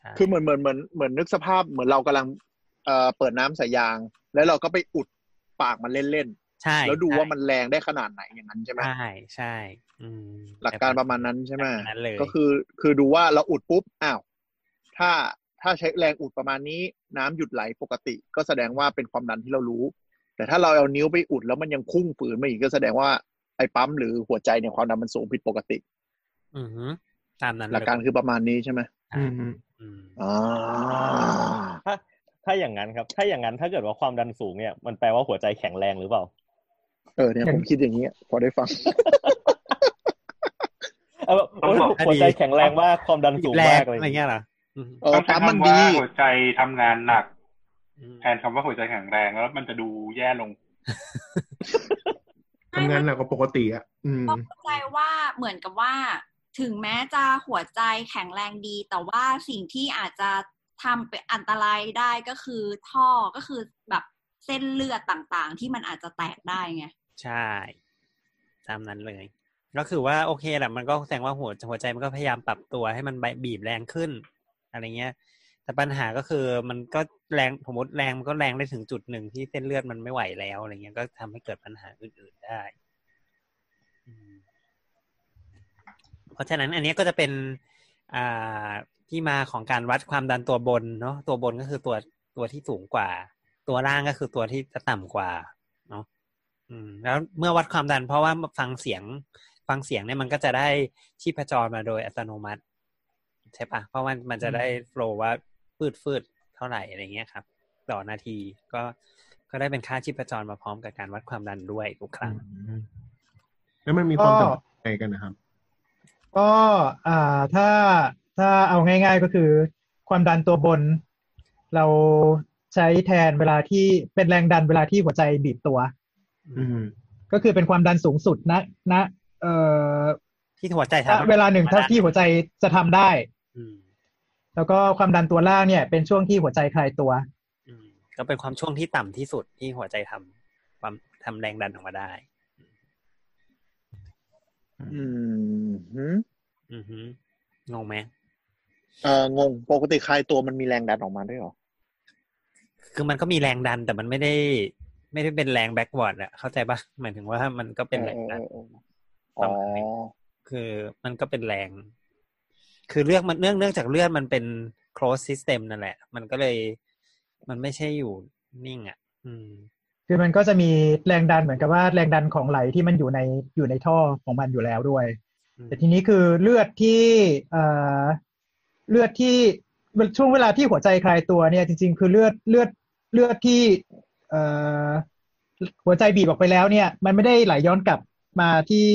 Speaker 4: ใช่
Speaker 7: คือเหมือนเหมือนเหมือนเหมือนนึกสภาพเหมือนเรากำลังเอ่อเปิดน้ำใส่ยาง แล้วเราก็ไปอุดปากมันเล่น
Speaker 4: ใช่
Speaker 7: ๆแล้วดูว่ามันแรงได้ขนาดไหนอย่างนั้นใช่ไหม
Speaker 4: ใช่ใช่อืม
Speaker 7: หลักการประมาณนั้นใช่ไหม
Speaker 4: ลักการนั้นเลย
Speaker 7: ก็คือคือดูว่าเราอุดปุ๊บ อ้าว ถ้าถ้าใช้แรงอุดประมาณนี้ น้ำหยุดไหลปกติ ก็แสดงว่าเป็นความดันที่เรารู้ แต่ถ้าเราเอานิ้วไปอุดแล้วมันยังพุ่งฝืนมาอีกก็แสดงว่าไอ้ปั๊มหรือหัวใจเนี่ยความดันมันสูงผิดปกติ
Speaker 4: อือหือตามนั้นเย
Speaker 7: หลักการคือประมาณนี้ใช่ไหม
Speaker 4: ใช่
Speaker 8: อืมอืม
Speaker 4: อืม
Speaker 7: อ่า
Speaker 9: ถ้าถ้าอย่างนั้นครับ ถ้าอย่างนั้นถ้าเกิดว่าความดันสูงเนี่ย มันแปลว่าหัวใจแข็งแรงหรือเปล่า
Speaker 7: เออเนี่ยผมคิดอย่างนี้ยพอได้ฟัง
Speaker 9: เอาแบบโอ้ย
Speaker 4: ต้องบอกให้ดี
Speaker 9: หัวใจแข็งแรงมากความดันสูง
Speaker 4: แร
Speaker 9: มาง กอะไร
Speaker 4: อะไร
Speaker 9: อย่างเงี้ย
Speaker 4: เงี้ยเหรออืม
Speaker 7: เออ
Speaker 10: ต้องใช้
Speaker 7: ปั๊มมัน
Speaker 10: คำว่า
Speaker 7: ดี
Speaker 10: หัวใจทำงานหนัก
Speaker 4: อืม
Speaker 10: แทนคำว่าหัวใจแข็งแรงแล้วมันจะดูแย่ลง
Speaker 8: ทำงานหนักกว่าปกติอ่ะอืม
Speaker 3: ก็เข้าใจว่าเหมือนกับว่า ถึงแม้จะหัวใจแข็งแรงดี แต่ว่าสิ่งที่อาจจะ ทำเป็นอันตรายได้ก็คือท่อก็คือแบบเส้นเลือดต่างๆ ที่มันอาจจะแตกได้ไง
Speaker 4: ใช่ ตามนั้นเลย ก็คือว่าโอเคแหละมันก็แสดงว่าหัวหัวใจมันก็พยายามปรับตัวให้มันบีบแรงขึ้น อะไรเงี้ย แต่ปัญหาก็คือมันก็แรงสมมติแรงมันก็แรงได้ถึงจุดหนึ่งที่เส้นเลือดมันไม่ไหวแล้วอะไรเงี้ยก็ทำให้เกิดปัญหาอื่นๆได้อืมเพราะฉะนั้นอันเนี้ยก็จะเป็นอ่าที่มาของการวัดความดันตัวบนเนาะตัวบนก็คือตัวตัวที่สูงกว่า ตัวล่างก็คือตัวที่จะต่ำกว่า เนาะอืม แล้วเมื่อวัดความดันเพราะว่าฟังเสียง ฟังเสียงเนี่ยมันก็จะได้ชีพจรมาโดยอัตโนมัติ ใช่ปะเพราะมันมันจะได้โฟลว์ว่าฟืดฟืดเท่าไหร่อะไรเงี้ยครับ ต่อนาทีก็ก็ได้เป็นค่าชีพจรมาพร้อมกับการวัดความดันด้วยทุกครั้ง
Speaker 8: แล้วมันมีความ
Speaker 5: ก็
Speaker 8: สำคัญยังไงกันนะครับ
Speaker 5: ก็อ่าถ้าถ้าเอาง่าย ๆก็คือ ความดันตัวบน เราใช้แทนเวลาที่เป็นแรงดันเวลาที่หัวใจบีบตัว
Speaker 8: อืม
Speaker 5: ก็คือเป็นความดันสูงสุดณณเอ่อ
Speaker 4: ที่หัวใจ
Speaker 5: ณ
Speaker 4: ทำ
Speaker 5: เวลาหนึ่งเท่าที่หัวใจจะทำได้
Speaker 4: อืม
Speaker 5: แล้วก็ความดันตัวล่างเนี่ยเป็นช่วงที่หัวใจคลายตัว
Speaker 4: อืมก็เป็นความช่วงที่ต่ำที่สุดที่หัวใจทำความทำแรงดันออกมาได้
Speaker 7: อืมหืม
Speaker 4: อือฮึงงไหม
Speaker 7: เอ่องงปกติคลายตัวมันมีแรงดันออกมาด้วยเหรอ
Speaker 4: คือมันก็มีแรงดันแต่มันไม่ได้ ไม่ได้เป็นแรงแบ็กวอร์ดอะเข้าใจปะหมายถึงว่ามันก็เป็นแรงดัน
Speaker 7: เออเออเออเอออ๋อ
Speaker 4: คือมันก็เป็นแรง คือเรื่องมันเนื่องเนื่องจากเลือดมันเป็น closed system นั่นแหละ มันก็เลย มันไม่ใช่อยู่นิ่ง อ่ะ อืม
Speaker 5: คือมันก็จะมีแรงดันเหมือนกับว่าแรงดันของไหลที่มันอยู่ในอยู่ในท่อของมันอยู่แล้วด้วย
Speaker 4: อืม
Speaker 5: แต่ทีนี้คือเลือดที่เอ่อเลือดที่ช่วงเวลาที่หัวใจคลายตัวเนี่ย จริง ๆ คือเลือดเลือดเลือดที่เอ่อหัวใจบีบออกไปแล้วเนี่ย มันไม่ได้ไหลย้อนกลับมาที่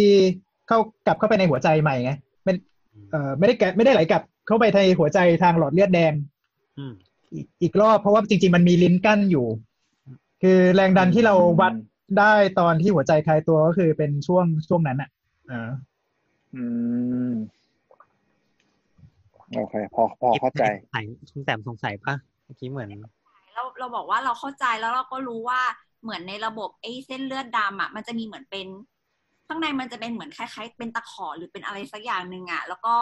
Speaker 5: เข้ากลับเข้าไปในหัวใจใหม่ไงมันเอ่อไม่ได้แกะไม่ได้ไหลกลับเข้าไปในหัวใจทางหลอดเลือดแดง
Speaker 4: อืม
Speaker 5: อีกอีกรอบเพราะว่าจริง ๆ มันมีลิ้นกั้นอยู่ คือแรงดันที่เราวัดได้ตอนที่หัวใจคลายตัวก็คือเป็นช่วงช่วงนั้นอ่ะอ่า
Speaker 7: อืม โอเค พอพอเข้าใจ
Speaker 4: สงสัยคุณแต้มสงสัยปะเมื่อกี้เหมือน
Speaker 3: เราเราบอกว่าเราเข้าใจแล้วเราก็รู้ว่าเหมือนในระบบไอ้เส้นเลือดดำอ่ะมันจะมีเหมือนเป็น ข้างในมันจะเป็นเหมือนคล้ายๆ เป็นตะขอหรือเป็นอะไรสักอย่างหนึ่งอ่ะ แล้วก็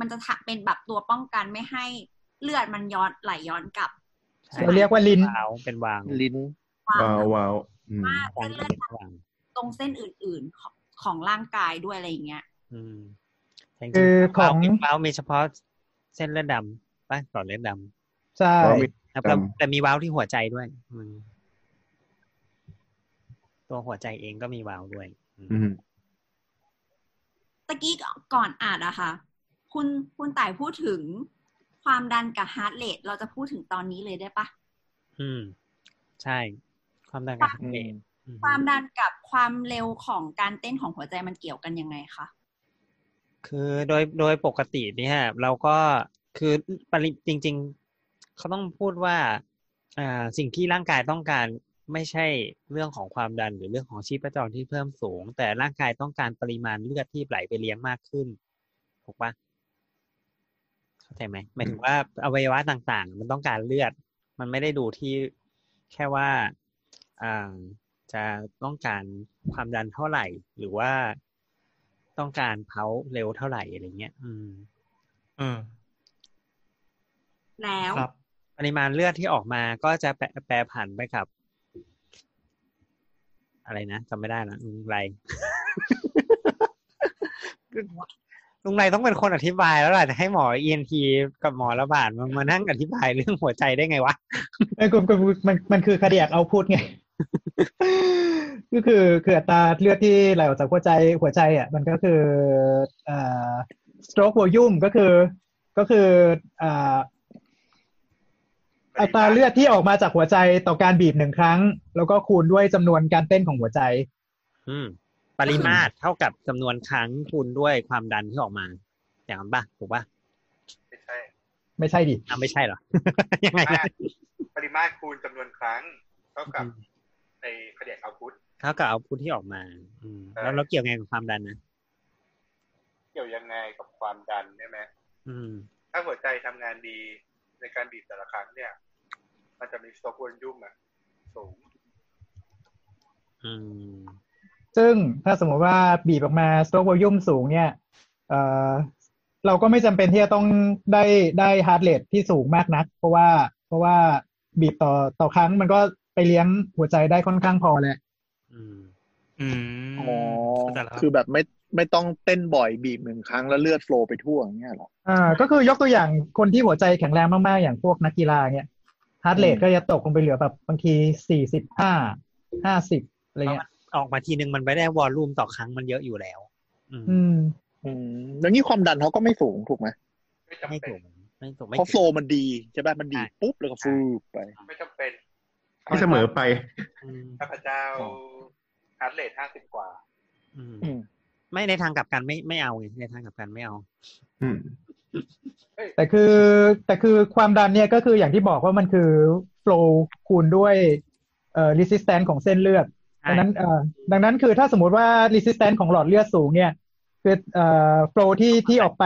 Speaker 3: มันจะทะเป็นแบบตัวป้องกันไม่ให้เลือดมันย้อนไหลย้อนกลับ
Speaker 4: ใช่
Speaker 5: เราเรียกว่าลิ้น
Speaker 4: วาวเป็นวาง
Speaker 7: ลิ้น
Speaker 3: ความ
Speaker 8: ว้าวว้าวอืม
Speaker 3: มาก
Speaker 4: วาง
Speaker 3: เส้น
Speaker 4: เป็
Speaker 3: เลือด
Speaker 4: นวาง
Speaker 3: ตรงเส้นอื่น ๆ ของของร่างกายด้วยอะไรอย่างเงี้ย
Speaker 4: อืมแต่จริงๆ
Speaker 5: คือของ
Speaker 4: วาวมีเฉพาะเส้นเลือดดำปะหลอดเลือดดำ
Speaker 5: ใช่
Speaker 8: ว่ามี
Speaker 4: แล้ว
Speaker 8: ด
Speaker 4: แต่มีวาวที่หัวใจด้วย อืม ตัวหัวใจเองก็มีวาวด้วย อืม
Speaker 8: อืม
Speaker 3: ตะกี้ก่อนอ่านอะค่ะคุณคุณต่ายพูดถึงความดันกับฮาร์ดเรทเราจะพูดถึงตอนนี้เลยได้ปะ
Speaker 4: อืม ใช่ ความดันกับฮาร์
Speaker 7: อื
Speaker 4: ดเร
Speaker 7: ม
Speaker 4: ทอือฮึ
Speaker 3: ความดันกับความเร็วของการเต้นของหัวใจมันเกี่ยวกันยังไงคะ
Speaker 4: คือโดยโดยปกติเนี่ยเราก็คือปริจริง ๆ เขาต้องพูดว่าอ่าสิ่งที่ร่างกายต้องการไม่ใช่เรื่องของความดันหรือเรื่องของชีพจรที่เพิ่มสูง แต่ร่างกายต้องการปริมาณเลือดที่ไหลไปเลี้ยงมากขึ้นถูกปะเข้าใจไหมหมายถึงว่าอวัยวะต่างๆ มันต้องการเลือด มันไม่ได้ดูที่แค่ว่าอ่า จะต้องการความดันเท่าไหร่ หรือว่าต้องการเผาเร็วเท่าไหร่อะไรเงี้ย อืม
Speaker 6: เออ
Speaker 3: แล้ว
Speaker 6: ครับ
Speaker 4: ปริมาณเลือดที่ออกมาก็จะแปรแปรผันไปกับ อะไรนะจำไม่ได้นะลุงไร [laughs] ลุงไรต้องเป็นคนอธิบายแล้วแหละจะให้หมอ ENT กับหมอระบาดมามานั่งอธิบายเรื่องหัวใจได้ไงวะ
Speaker 5: ไอ้กลุ่มกลุ่มมันมันคือคาเดียกเอาพุทไง [laughs] ก็คือคืออัตราเลือดที่ไหลออกจากหัวใจหัวใจอ่ะมันก็คืออ่า stroke volume ก็คือ ก็คืออ่า อัตราเลือดที่ออกมาจากหัวใจต่อการบีบหนึ่งครั้ง แล้วก็คูณด้วยจำนวนการเต้นของหัวใจ
Speaker 4: อืม ปริมาตรเท่ากับจำนวนครั้งคูณด้วยความดันที่ออกมา อย่างนั้นปะถูกปะ
Speaker 5: ไม่ใช่ดิ
Speaker 4: อ้าวไม่ใช่เหรอ ยังไงนะ
Speaker 1: ปริมาตรคูณจำนวนครั้ง เท่ากับ
Speaker 4: อืม
Speaker 1: ในคดีเอาพุท
Speaker 4: เท่ากับเอาพุทที่ออกมา อืม
Speaker 1: ใช่
Speaker 4: แล้วเราเกี่ยวไงกับความดันนะ
Speaker 1: เกี่ยวยังไงกับความดันใช่ไหม
Speaker 4: อืม
Speaker 1: ถ้าหัวใจทำงานดี ในการบีบแต่ละครั้งเนี่ย มันจะมีสโตรกวนยุ่มอะสูง
Speaker 4: อืม
Speaker 5: ซึ่งถ้าสมมติว่าบีบออกมา stroke volume สูงเนี่ยเอ่อเราก็ไม่จำเป็นที่จะต้องได้ได้ heart rate ที่สูงมากนัก เพราะว่าเพราะว่าบีบต่อต่อครั้งมันก็ไปเลี้ยงหัวใจได้ค่อนข้างพอแหละ
Speaker 4: อืม
Speaker 6: อืม
Speaker 7: อ๋อ
Speaker 6: เข้าใจแล้วรับ
Speaker 7: คือแบบไม่ไม่ต้องเต้นบ่อยบีบหนึ่งครั้งแล้วเลือดโฟลว์ไปทั่วอย่างเงี้ยเหรอ
Speaker 5: อ่าก็คือยกตัวอย่างคนที่หัวใจแข็งแรงมาก ๆ อย่างพวกนักกีฬาเนี่ยฮาร์ดเรท
Speaker 7: อืม
Speaker 5: ก็จะตกลงไปเหลือแบบบางทีสี่สิบห้าห้าสิบอะไรเงี้ย
Speaker 4: ออกมาทีนึงมันไม่ได้วอลลุ่มต่อครั้งมันเยอะอยู่แล้ว อืม
Speaker 5: อืม
Speaker 7: อืมแล้วนี่ความดันเขาก็ไม่สูงถูกไหม
Speaker 1: ไม่จำ
Speaker 4: ไม่
Speaker 1: เป็
Speaker 4: ถู
Speaker 1: น
Speaker 4: กไม่ถูกไม่
Speaker 7: เพราะโฟ
Speaker 4: ถู
Speaker 7: ล
Speaker 4: ก
Speaker 7: ว์มันดีใช่ป่ะมันดี
Speaker 4: ใช่
Speaker 7: ปุ๊บแล้วก็ฟูบไป
Speaker 1: ไม่จำเป็น
Speaker 8: ไม่เสมอไป
Speaker 4: อืม
Speaker 1: ข้าพเจ้าฮาร์ดเรทห้าสิบกว่า
Speaker 4: อืม
Speaker 7: อืม
Speaker 4: ไม่ในทางกลับกันไม่ไม่เอาไงในทางกลับกันไม่เอา
Speaker 8: อืม
Speaker 5: แต่คือแต่คือความดันเนี่ยก็คืออย่างที่บอกว่ามันคือโฟล w คูณด้วยเอ่อ resistance ของเส้นเลือด
Speaker 4: ใช่
Speaker 5: ดังนั้นเอ่อดังนั้นคือถ้าสมมติว่า resistance ของหลอดเลือดสูงเนี่ยคือเอ่อโฟลที่ที่ออกไป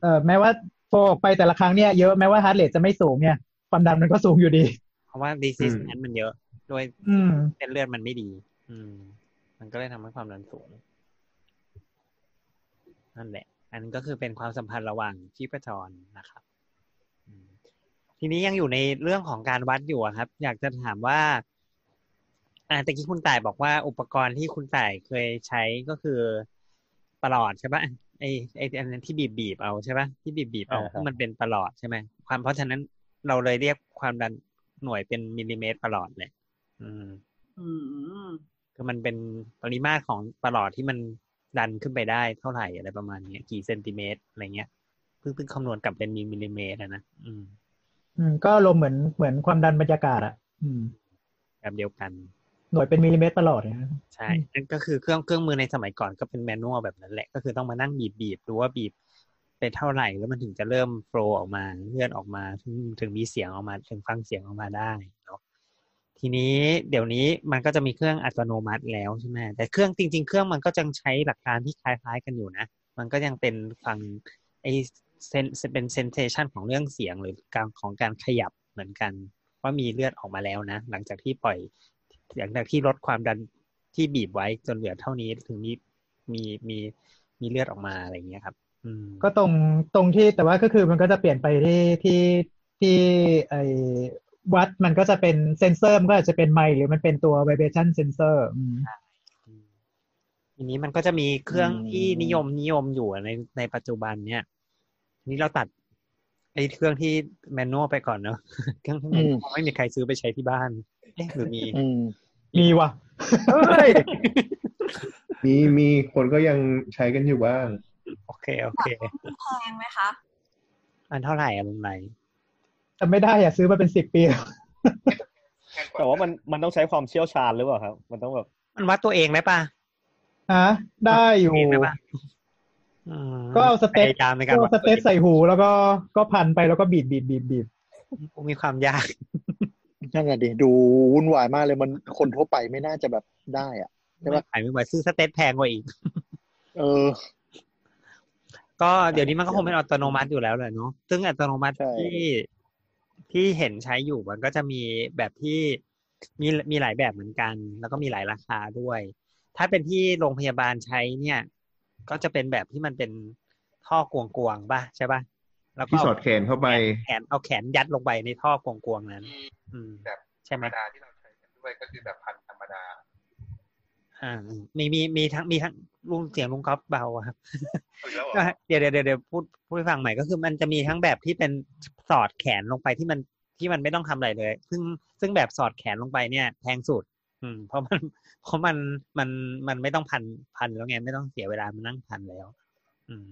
Speaker 5: เอ่อแม้ว่าโฟลออกไปแต่ละครั้งเนี่ยเยอะแม้ว่าฮาร์ดเรทจะไม่สูงเนี่ยความดันมันก็สูงอยู่ดี
Speaker 4: เพราะว่าดีซีสนั้นมันเยอะด้วย
Speaker 5: อืม
Speaker 4: เส้นเลือดมันไม่ดี อืม มันก็เลยทำให้ความดันสูง นั่นแหละ อันก็คือเป็นความสัมพันธ์ระหว่างชีพจรนะครับอืมทีนี้ยังอยู่ในเรื่องของการวัดอยู่อะครับ อยากจะถามว่า อ่าแต่กี้คุณต่ายบอกว่าอุปกรณ์ที่คุณต่ายเคยใช้ก็คือประหลอดใช่ปะไอไออันนั้นที่บีบบีบๆเอาใช่ปะที่บีบบีบๆเอา
Speaker 9: อ่าครับ
Speaker 4: ที่มันเป็นประหลอดใช่ไหมความเพราะฉะนั้นเราเลยเรียกความดันหน่วยเป็นมิลลิเมตรประหลอดเลยอืม
Speaker 3: อืม
Speaker 4: คือมันเป็นปริมาตรของประหลอดที่มันดันขึ้นไปได้เท่าไหร่อะไรประมาณเนี้ยกี่เซนติเมตรอะไรเงี้ยเพิ่งเพิ่งคำนวณกลับเป็นมิลลิเมตรอะนะอืม
Speaker 5: อืมก็ลมณ์เหมือนเหมือนความดันบรรยากาศอ่ะอืม
Speaker 4: แบบเดียวกัน
Speaker 5: หน่วยเป็นมิลลิเมตรตลอดนะ
Speaker 4: ใช่นั่นก็คือเครื่องเครื่องมือในสมัยก่อนก็เป็นแมนนวลแบบนั้นแหละ ก็คือต้องมานั่งบีบบีบดูว่าบีบไปเท่าไหร่แล้วมันถึงจะเริ่มโฟลออกมาเลื่อนออกมาถึงถึงมีเสียงออกมาถึงฟังเสียงออกมาได้เนาะทีนี้เดี๋ยวนี้มันก็จะมีเครื่องอัตโนมัติแล้วใช่ไหมแต่เครื่องจริง ๆ เครื่องมันก็ยังใช้หลักการที่คล้าย ๆ กันอยู่นะ มันก็ยังเป็นฟังไอเซนเป็นเซนเซชันของเรื่องเสียงหรือการของการขยับเหมือนกัน ว่ามีเลือดออกมาแล้วนะ หลังจากที่ปล่อยหลังจากที่ลดความดันที่บีบไว้จนเหลือเท่านี้ถึงมีมีมีมีเลือดออกมาอะไรอย่างเงี้ยครับ อืม
Speaker 5: ก็ตรงตรงที่แต่ว่าก็คือมันก็จะเปลี่ยนไปที่ที่ที่ไอวัดมันก็จะเป็นเซนเซอร์มันก็อาจจะเป็นไมค์หรือมันเป็นตัว vibration sensor อืม
Speaker 4: อืมทีนี้มันก็จะมีเครื่อง
Speaker 7: อืม
Speaker 4: ที่นิยมนิยมอยู่ในในปัจจุบันเนี่ยทีนี้เราตัดไอ้เครื่องที่แมนนวลไปก่อนเนอะ [laughs] เครื่องที่แมนนวลไม่มีใครซื้อไปใช้ที่บ้านเอ๊ะหรือมี
Speaker 7: อืม
Speaker 5: มีว่ะ
Speaker 8: มีมีคนก็ยังใช้กันอยู่บ้าง
Speaker 4: โอเคโอเค
Speaker 3: แพงไหมคะ
Speaker 4: อันเท่าไหร่อะลุงไหน
Speaker 5: แต่ไม่ได้อะซื้อมาเป็นสิบปีแล้ว
Speaker 9: แต่ว่ามันมันต้องใช้ความเชี่ยวชาญหรือเปล่าครับ มันต้องแบบ
Speaker 4: มันวัดตัวเองได้ปะ
Speaker 5: ฮะได้อยู่
Speaker 4: เองได้ปะอืม
Speaker 5: ก็เอาสเต็ป
Speaker 4: พยายามในการ
Speaker 5: ก็
Speaker 4: วัด
Speaker 5: ส
Speaker 4: ตัว
Speaker 5: เต
Speaker 4: อ
Speaker 5: ป
Speaker 4: ง
Speaker 5: ใส่หูแล้วก็ก็พันไปแล้วก็บีบบีบบีบบีบ
Speaker 4: กูมีความยาก
Speaker 7: นั่นแหละดิดูวุ่นวายมากเลยมันคนทั่วไปไม่น่าจะแบบได้อ่ะ ใช่
Speaker 4: ไม่
Speaker 7: ปะ
Speaker 4: ขายไม่ไหวซื้อสเต็ปแพงกว่าอีก
Speaker 7: เออ
Speaker 4: ก็เดี๋ยวนี้มันก็คงเป็นอัตโนมัติอยู่แล้วแหละเนาะซึ่งอัตโนมัติ
Speaker 7: ใช่
Speaker 4: ที่ที่เห็นใช้อยู่มันก็จะมีแบบที่มีมีหลายแบบเหมือนกัน แล้วก็มีหลายราคาด้วย ถ้าเป็นที่โรงพยาบาลใช้เนี่ย ก็จะเป็นแบบที่มันเป็นท่อกวงๆป่ะใช่ป่ะแล้วก็
Speaker 8: ที่สอดแขนเข้าไป
Speaker 4: แขนเอาแขนยัดลงไปในท่อกวงๆนั้น อืม
Speaker 1: แบบ
Speaker 4: ใช่
Speaker 1: ธร
Speaker 4: ไห
Speaker 1: ร
Speaker 4: ม
Speaker 1: มดาที่เราใช้กันด้วยก็คือแบบพันธรรมดา
Speaker 4: อ่ามีมีมีทั้งมีทั้งลุงเสียงลุงก๊อฟเบาอะครับ
Speaker 1: เอาอีกแล้วเหรอ
Speaker 4: ก็เดี๋ยวเดี๋ยวเดี๋ยวเดี๋ยวพูดพูดให้ฟังใหม่ก็คือมันจะมีทั้งแบบที่เป็นสอดแขนลงไปที่มันที่มันไม่ต้องทำอะไรเลย ซึ่งซึ่งแบบสอดแขนลงไปเนี่ยแพงสุด อืม เพราะมันเพราะมันมันมันไม่ต้องพันพันแล้วไงไม่ต้องเสียเวลามานั่งพันแล้ว อืม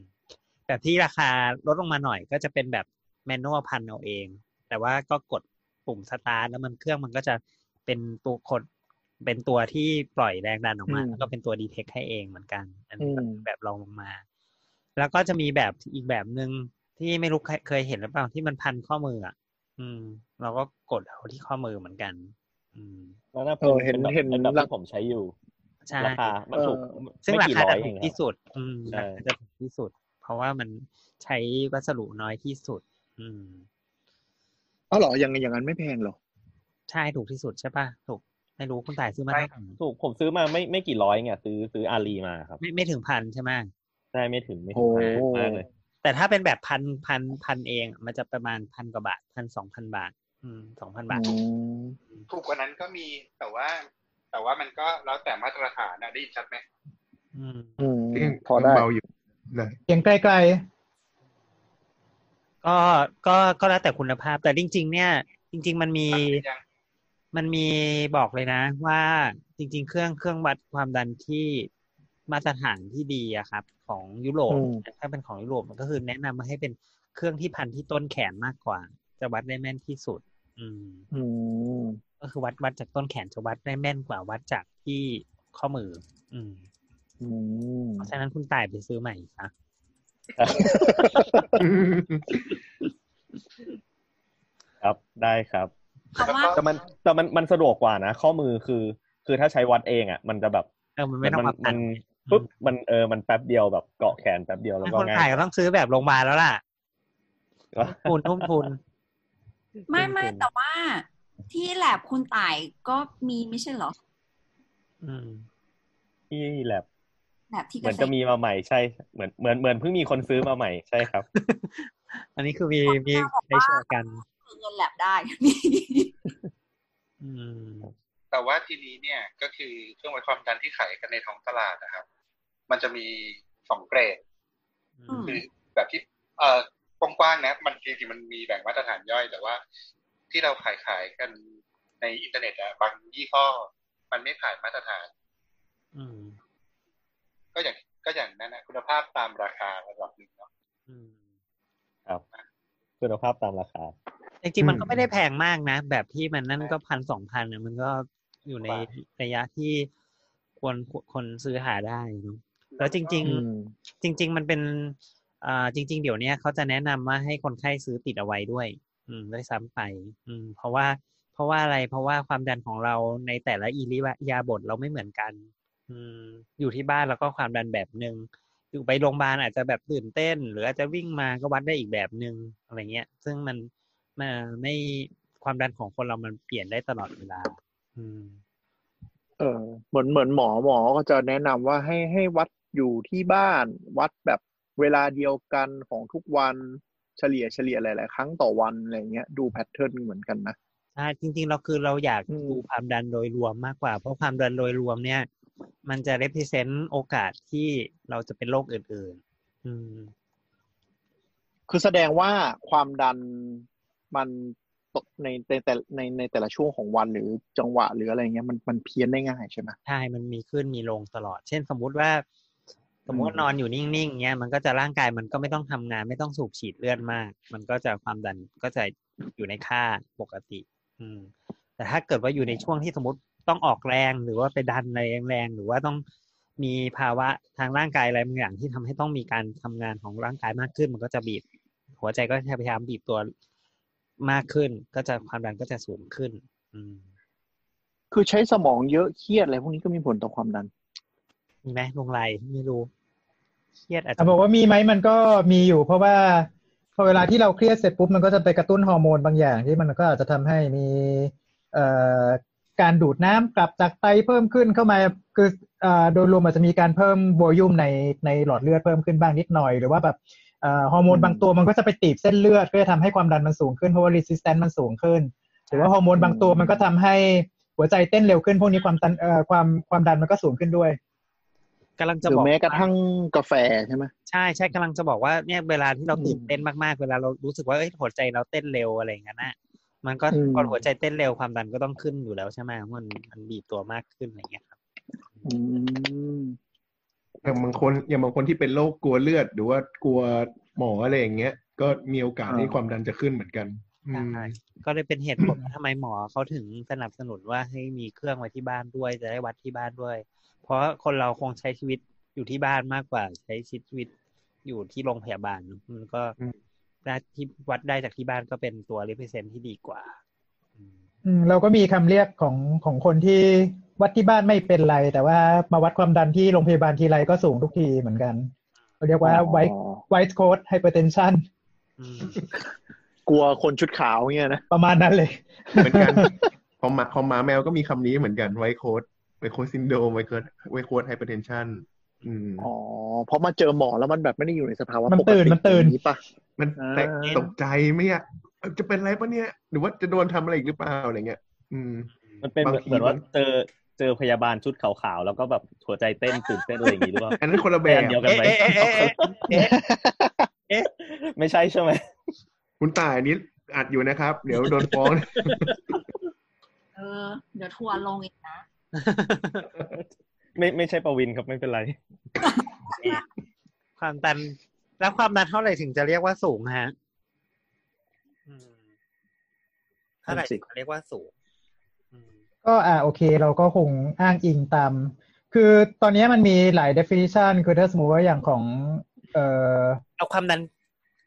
Speaker 4: แบบที่ราคาลดลงมาหน่อยก็จะเป็นแบบแมนนวลพันเอาเอง แต่ว่าก็กดปุ่มสตาร์ทแล้วมันเครื่องมันก็จะเป็นตัวกดเป็นตัวที่ปล่อยแรงดันออกมา
Speaker 7: อืม
Speaker 4: แล้วก็เป็นตัวดีเทคให้เองเหมือนกัน อันนี้ก็
Speaker 7: อืม
Speaker 4: คือแบบรองลงมา แล้วก็จะมีแบบอีกแบบหนึ่งที่ไม่รู้เคยเคยเห็นหรือเปล่าที่มันพันข้อมืออ่ะอืม เราก็กดเอาที่ข้อมือเหมือนกัน อืม
Speaker 9: แล้วน่า
Speaker 7: เออเห็น
Speaker 9: แบบ
Speaker 7: เห็น
Speaker 9: ป็แบบ
Speaker 7: หลัก
Speaker 9: ที่ผมใช้อยู่
Speaker 4: ใช่
Speaker 9: ราคามันถูก
Speaker 4: ซึ่ง
Speaker 9: ไม่
Speaker 4: รา
Speaker 9: กี่
Speaker 4: คา
Speaker 9: ร้อ
Speaker 4: จะ
Speaker 9: ยเอ
Speaker 4: ถู
Speaker 9: ง
Speaker 4: ก
Speaker 9: นะค
Speaker 4: ที่
Speaker 9: รับ
Speaker 4: สุด อืม
Speaker 9: ใช่
Speaker 4: ราคาจะถูกที่สุด เพราะว่ามันใช้วัสดุน้อยที่สุด อืม
Speaker 7: อ๋อเหรออย่างอย่างนั้นไม่แพงเหรอ
Speaker 4: ใช่ถูกที่สุดใช่ป่ะถูกไม่รู้คุณต่ายซื้อมา
Speaker 1: ใช่
Speaker 4: เท่าไหร่
Speaker 9: ถูกผมซื้อมาไม่ไม่กี่ร้อยไงซื้อซื้ออารีมาครับ
Speaker 4: ไม่ไม่ถึงพันใช่ไหม
Speaker 9: ได้ไม่ถึงไม่ถึง
Speaker 7: โอ้
Speaker 9: มากมากเลย
Speaker 4: แต่ถ้าเป็นแบบพันพันพันเองอะมันจะประมาณพันกว่าบาทพันสองพันบาท อืมสองพันบาท
Speaker 7: อืม
Speaker 1: ถูกกว่านั้นก็มีแต่ว่า แต่ว่ามันก็แล้วแต่มาตรฐานนะได้ยินชัดไหม
Speaker 4: อืม
Speaker 7: อืม
Speaker 8: ยัง
Speaker 7: พอได้
Speaker 8: เบาอยู่นะ
Speaker 5: เสียงไกล
Speaker 4: ก็ก็ก็แล้วแต่คุณภาพ แต่จริง ๆ เนี่ย จริง ๆ มันมี
Speaker 1: ตัดหรือยัง
Speaker 4: มันมีบอกเลยนะว่าจริง ๆ เครื่องเครื่องวัดความดันที่มาตรฐานที่ดีอะครับ ของยุโรป
Speaker 7: อืม
Speaker 4: ถ้าเป็นของยุโรปมันก็คือแนะนำมาให้เป็นเครื่องที่พันที่ต้นแขนมากกว่า จะวัดได้แม่นที่สุด อืม
Speaker 7: อืม
Speaker 4: ก็คือวัดวัดจากต้นแขนจะวัดได้แม่นกว่าวัดจากที่ข้อมือ อืม
Speaker 7: อืม
Speaker 4: เพราะฉะนั้นคุณต่ายไปซื้อใหม่ซะ
Speaker 9: ครับได้ครับ
Speaker 3: เพราะว่า
Speaker 9: แต่มันแต่มันมันสะดวกกว่านะ ข้อมือคือ คือถ้าใช้วัดเองอ่ะ มันจะแบบ
Speaker 4: เออมันไม่ต้อง
Speaker 9: มั
Speaker 4: มาพั
Speaker 9: มัน นปุ๊บมันเออมันแป๊บเดียวแบบเกาะแขนแป๊บเดียวแล้ว
Speaker 4: ถ้า
Speaker 9: ก็
Speaker 4: คน
Speaker 9: ง่า
Speaker 4: ต่าย
Speaker 9: ย
Speaker 4: ก็ต้องซื้อแบบลงมาลแล้วล่ะ
Speaker 9: ก็
Speaker 4: ทุนทุ่มทุน
Speaker 3: ไม่ไม่
Speaker 9: จริงๆ
Speaker 3: แต่ว่าที่แลบคุณต่ายก็มีไม่ใช่เหรอ
Speaker 4: อืม
Speaker 9: ที่แลบ
Speaker 3: แลบที่
Speaker 9: เห
Speaker 3: เก
Speaker 9: มือน
Speaker 3: ษ
Speaker 9: จะ
Speaker 3: ตร
Speaker 9: มีมาใหม่ใช่ เหมือนเหมือนเหมือนเพิ่งมีคนซื้อมาใหม่ใช่
Speaker 4: [laughs]
Speaker 9: ครับ
Speaker 4: อันนี้คือมีมีได้โชว์กัน
Speaker 3: เงินแลบได้
Speaker 4: อืม
Speaker 1: แต่ว่าทีนี้เนี่ยก็คือเครื่องวัดความดันที่ขายกันในท้องตลาดนะครับ มันจะมีสองเกรด
Speaker 3: อืม
Speaker 1: คือแบบที่เออกว้างๆนะ มันจริงๆมันมีแบ่งมาตรฐานย่อย แต่ว่า ที่เราขายขายๆกันในอินเทอร์เน็ตอะบางยี่ห้อ มันไม่ผ่านมาตรฐาน
Speaker 4: อืม
Speaker 1: ก็อย่างก็อย่างนั้นนะคุณภาพตามราคาระดับหนึ่งเนาะ
Speaker 4: อืม
Speaker 9: ครับคุณภาพตามราคา
Speaker 4: จริงๆมันก็ไม่ได้แพงมากนะ แบบที่มันนั่นก็พันสองพันเนี่ยมันก็อยู่ในระยะที่ควรคนซื้อหาได้เนอะแล้วจริง
Speaker 7: อืม
Speaker 4: ๆ จริง ๆ มันเป็นอ่าจริง ๆ เดี๋ยวเนี้ยเขาจะแนะนำว่าให้คนไข้ซื้อติดเอาไว้ด้วย อืมด้วยซ้ำไป อืม เพราะว่าเพราะว่าอะไรเพราะว่าความดันของเราในแต่ละอิริยาบถเราไม่เหมือนกัน อืมอยู่ที่บ้านแล้วก็ความดันแบบหนึ่งอยู่ไปโรงพยาบาลอาจจะแบบตื่นเต้น หรืออาจจะวิ่งมาก็วัดได้อีกแบบหนึ่งอะไรเงี้ย ซึ่งมันมันไม่ความดันของคนเรามันเปลี่ยนได้ตลอดเวลา อืม
Speaker 7: เออเหมือนเหมือนหมอหมอก็จะแนะนำว่าให้ให้วัดอยู่ที่บ้าน วัดแบบเวลาเดียวกันของทุกวันเฉลี่ยเฉลี่ยหลาย ๆ ครั้งต่อวันอะไรเงี้ยดูแพทเทิร์นเหมือนกันนะ
Speaker 4: ใช่จริงๆ เราคือเราอยาก
Speaker 7: อืม
Speaker 4: ดูความดันโดยรวมมากกว่า เพราะความดันโดยรวมเนี่ย มันจะ represent โอกาสที่เราจะเป็นโรคอื่น ๆ อืม
Speaker 7: คือแสดงว่าความดันมันตกในในแต่ในในแต่ละช่วงของวันหรือจังหวะหรืออะไรเงี้ยมันมันเพี้ยนได้ง่ายใช่ไหม
Speaker 4: ใช่ มันมีขึ้นมีลงตลอด เช่นสมมุติว่า สมมติว่า
Speaker 7: อืม
Speaker 4: นอนอยู่นิ่งๆเงี้ย มันก็จะร่างกายมันก็ไม่ต้องทำงาน ไม่ต้องสูบฉีดเลือดมาก มันก็จะความดันก็จะอยู่ในค่าปกติ อืม แต่ถ้าเกิดว่าอยู่ในช่วงที่สมมติต้องออกแรงหรือว่าไปดันอะไรแรงๆหรือว่าต้องมีภาวะทางร่างกายอะไรบางอย่างที่ทำให้ต้องมีการทำงานของร่างกายมากขึ้น มันก็จะบีบ หัวใจก็จะพยายามบีบตัวมากขึ้น ก็จะความดันก็จะสูงขึ้น อืม
Speaker 7: คือใช้สมองเยอะเครียดอะไรพวกนี้ก็มีผลต่อความดัน
Speaker 4: มีไหมลงไลน์ไม่รู้เครียดอาจ
Speaker 5: ๆอ่ะ
Speaker 4: จะ
Speaker 5: บอกว่ามีไหมมันก็มีอยู่ เพราะว่าพอเวลาที่เราเครียดเสร็จปุ๊บมันก็จะไปกระตุ้นฮอร์โมนบางอย่าง ที่มันก็อาจจะทำให้มีเอ่อการดูดน้ำกลับจากไตเพิ่มขึ้นเข้ามาคือเอ่อโดยรวมอาจจะมีการเพิ่มโวลูมในในหลอดเลือดเพิ่มขึ้นบ้างนิดหน่อย หรือว่าแบบเอ่อฮอร์โมน
Speaker 7: อืม
Speaker 5: บางตัวมันก็จะไปตีบเส้นเลือดก็จะทำให้ความดันมันสูงขึ้นเพราะว่ารีสิสแตนมันสูงขึ้น หรือว่าฮอร์โมนบางตัวมันก็ทำให้หัวใจเต้นเร็วขึ้นพวกนี้ความดันเอ่อความความดันมันก็สูงขึ้นด้วย
Speaker 4: กำลัง
Speaker 7: ห
Speaker 4: จะ
Speaker 7: รือ
Speaker 4: บอก
Speaker 7: แม้กระ
Speaker 4: ว่า
Speaker 7: ทั่งกาแฟใช่ไหม
Speaker 4: ใช่ใช่กำลังจะบอกว่าเนี่ยเวลาที่เรา
Speaker 7: อืม
Speaker 4: ตื่นเต้นมากๆ เวลาเรารู้สึกว่าเอ้ยหัวใจเราเต้นเร็วอะไรอย่างนั้นน่ะมันก็
Speaker 7: อืม
Speaker 4: พอหัวใจเต้นเร็วความดันก็ต้องขึ้นอยู่แล้วใช่ไหมมันมันบีบตัวมากขึ้นอะไรอย่างเงี้ยครับ
Speaker 7: อืม
Speaker 8: อย่างบางคนอย่างบางคนที่เป็นโรคกลัวเลือด หรือว่ากลัวหมออะไรอย่างเงี้ย ก็มีโอกาส
Speaker 7: อ่า
Speaker 8: ที่ความดันจะขึ้นเหมือนกันอืม
Speaker 4: ใช่ก็เลยเป็นเหตุผล
Speaker 8: [coughs]
Speaker 4: ว่าทำไมหมอเขาถึงสนับสนุนว่าให้มีเครื่องไว้ที่บ้านด้วยจะได้วัดที่บ้านด้วย เพราะคนเราคงใช้ชีวิตอยู่ที่บ้านมากกว่า ใช้ชีวิตอยู่ที่โรงพยาบาลเนอะมันก็ได้ที่วัดได้จากที่บ้านก็เป็นตัว represent ที่ดีกว่าอืม
Speaker 5: อืมเราก็มีคำเรียกของของคนที่วัดที่บ้านไม่เป็นไร แต่ว่ามาวัดความดันที่โรงพยาบาลทีไรก็สูงทุกทีเหมือนกันเราเรียกว่าไวท์ไวท์โค้ดไฮเปอร์เทนชัน
Speaker 4: อืม
Speaker 7: กลัวคนชุดขาวเงี้ยนะ
Speaker 5: ประมาณนั้นเลย
Speaker 8: เหมือนกันพอหมาพอหมาแมวก็มีคำนี้เหมือนกันไวโคดไวโคดซินโดมไวโคดไวโคดไฮเปอร์เทนชันอืม
Speaker 7: อ๋อเพราะมาเจอหมอแล้วมันแบบไม่ได้อยู่ในสภาวะ
Speaker 5: มัน
Speaker 7: ปก
Speaker 5: ตื่นมันตื่น
Speaker 7: อย่างนี้ปะ
Speaker 8: มัน
Speaker 7: อ่า
Speaker 8: แตกตกใจไหมอ่ะจะเป็นอะไรปะเนี่ย หรือว่าจะโดนทำอะไรอีกหรือเปล่าอะไรเงี้ย อืม
Speaker 9: มันเป็นเหมือน
Speaker 8: บางที
Speaker 9: เหมือนว่า
Speaker 8: บาง
Speaker 9: เจอเจอพยาบาลชุดขาวๆแล้วก็แบบหัวใจเต้นตื่นเต้นอะไรอย่างงี้หรือเปล่า
Speaker 8: อันนั้นคนละแบ
Speaker 9: เป็
Speaker 8: บ
Speaker 9: นเดียวกันไหมไม่ใช่ใช่ไหม
Speaker 8: คุณตายอันนี้อัดอยู่นะครับ เดี๋ยวโดนฟ้อง [laughs]
Speaker 3: เออ เดี๋ยวทัวร์ลงอีกนะ
Speaker 9: ไม่ไม่ใช่ประวินครับไม่เป็นไร
Speaker 4: ความดัน แล้วความดันเท่าไหร่ถึงจะเรียกว่าสูงฮะอืมเท่าไหร่ถึงจะเรียกว่าสูงอืม
Speaker 5: ก็อ่าโอเค เราก็คงอ้างอิงตาม คือตอนนี้มันมีหลาย definition คือถ้าสมมติว่าอย่างของเอ่อ
Speaker 4: เอาความดัน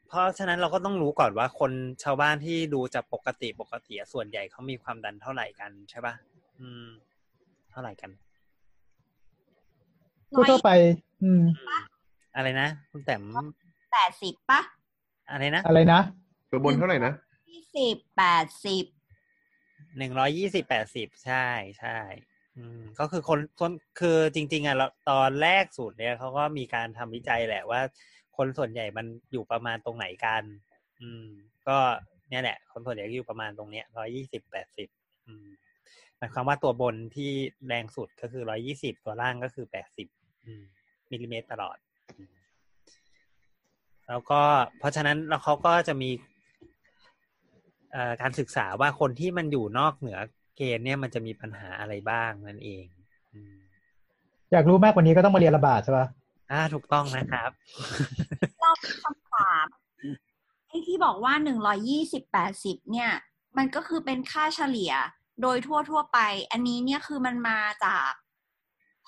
Speaker 4: เพราะฉะนั้นเราก็ต้องรู้ก่อนว่าคนชาวบ้านที่ดูจะปกติปกติอะส่วนใหญ่เขามีความดันเท่าไหร่กันใช่ปะ่ะอืม เท่าไหร่กัน
Speaker 5: ผู้ทั่วไป อืม
Speaker 4: อะไรนะคุณแต้ม
Speaker 3: แปดสิบปะ
Speaker 4: อะไรนะ
Speaker 5: อะไรนะ
Speaker 8: ตัวบนเท่าไหร่นะ
Speaker 3: ยี่สิบแปดสิบ
Speaker 4: หนึ่งร้อยยี่สิบแปดสิบใช่ใช่อืม ก็คือคนคนคือจริง ๆอ่ะเราตอนแรกสุดเนี่ยเขาก็มีการทำวิจัยแหละว่า คนส่วนใหญ่มันอยู่ประมาณตรงไหนกัน อืม ก็เนี่ยแหละ คนส่วนใหญ่ก็อยู่ประมาณตรงเนี้ยร้อยยี่สิบแปดสิบอืมหมายความว่าตัวบนที่แรงสุดก็คือร้อยี่สิบตัวล่างก็คือแปดสิบมิลลิเมตรตลอดอืมแล้วก็เพราะฉะนั้นแล้วเขาก็จะมีเอ่อการศึกษาว่าคนที่มันอยู่นอกเหนือเกณฑ์เนี่ยมันจะมีปัญหาอะไรบ้างนั่นเองอืม
Speaker 5: อยากรู้มากกว่านี้ก็ต้องมาเรียนระบาดใช่ป่ะ
Speaker 4: อ่าถูกต้องนะครับ
Speaker 3: เรามีคำถามไอ้ที่บอกว่าหนึ่งร้อยี่สิบแปดสิบเนี่ย มันก็คือเป็นค่าเฉลี่ยโดยทั่วทั่วๆไป อันนี้เนี่ยคือมันมาจาก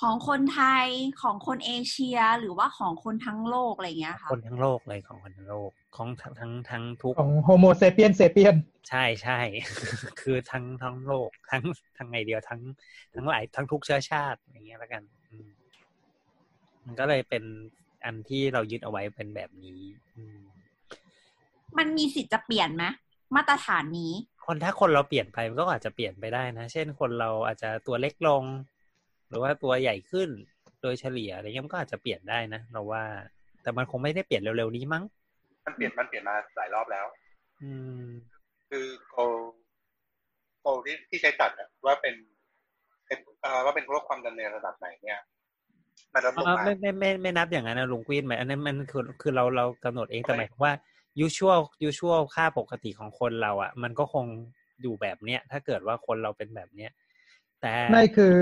Speaker 3: ของคนไทยของคนเอเชียหรือว่าของคนทั้งโลกอะไรอย่างเงี้ยค่ะ
Speaker 4: คนทั้งโลกเลยของคนทั้งโลกของทั้งทั้งทั้งทุก
Speaker 5: ของ Homo sapien sapien
Speaker 4: ใช่ใช่ [laughs] คือทั้งทั้งโลกทั้งทั้งไงเดียวทั้งทั้งหลายทั้งทุกเชื้อชาติอย่างเงี้ยแล้วกันอืมมันก็เลยเป็นอันที่เรายึดเอาไว้เป็นแบบนี้อืม
Speaker 3: มันมีสิทธิ์จะเปลี่ยนไหมมาตรฐานนี้
Speaker 4: คนถ้าคนเราเปลี่ยนไปมันก็อาจจะเปลี่ยนไปได้นะ เช่นคนเราอาจจะตัวเล็กลง หรือว่าตัวใหญ่ขึ้นโดยเฉลี่ยอะไรเงี้ยมันก็อาจจะเปลี่ยนได้นะเราว่า แต่มันคงไม่ได้เปลี่ยนเร็วๆนี้มั้ง
Speaker 1: มันเปลี่ยนมันเปลี่ยนมาหลายรอบแล้ว
Speaker 4: อืม
Speaker 1: คือโกลโกลที่ที่ใช้ตัดอะว่าเป็นเป็นเอ่อว่าเป็นโรคความดันในระดับไหนเนี่ยมันลดลง
Speaker 4: อ่า
Speaker 1: มา
Speaker 4: ไม่ไม่ไม่ไม่นับอย่างนั้นนะลุงกวินหมายอันนั้นมันคือคือเราเรากำหนดเองแต่
Speaker 1: ไม่
Speaker 4: หมายความว่า usual usual ค่าปกติของคนเราอ่ะ มันก็คงอยู่แบบเนี้ย ถ้าเกิดว่าคนเราเป็นแบบเนี้ย แต่
Speaker 5: ไม่คือ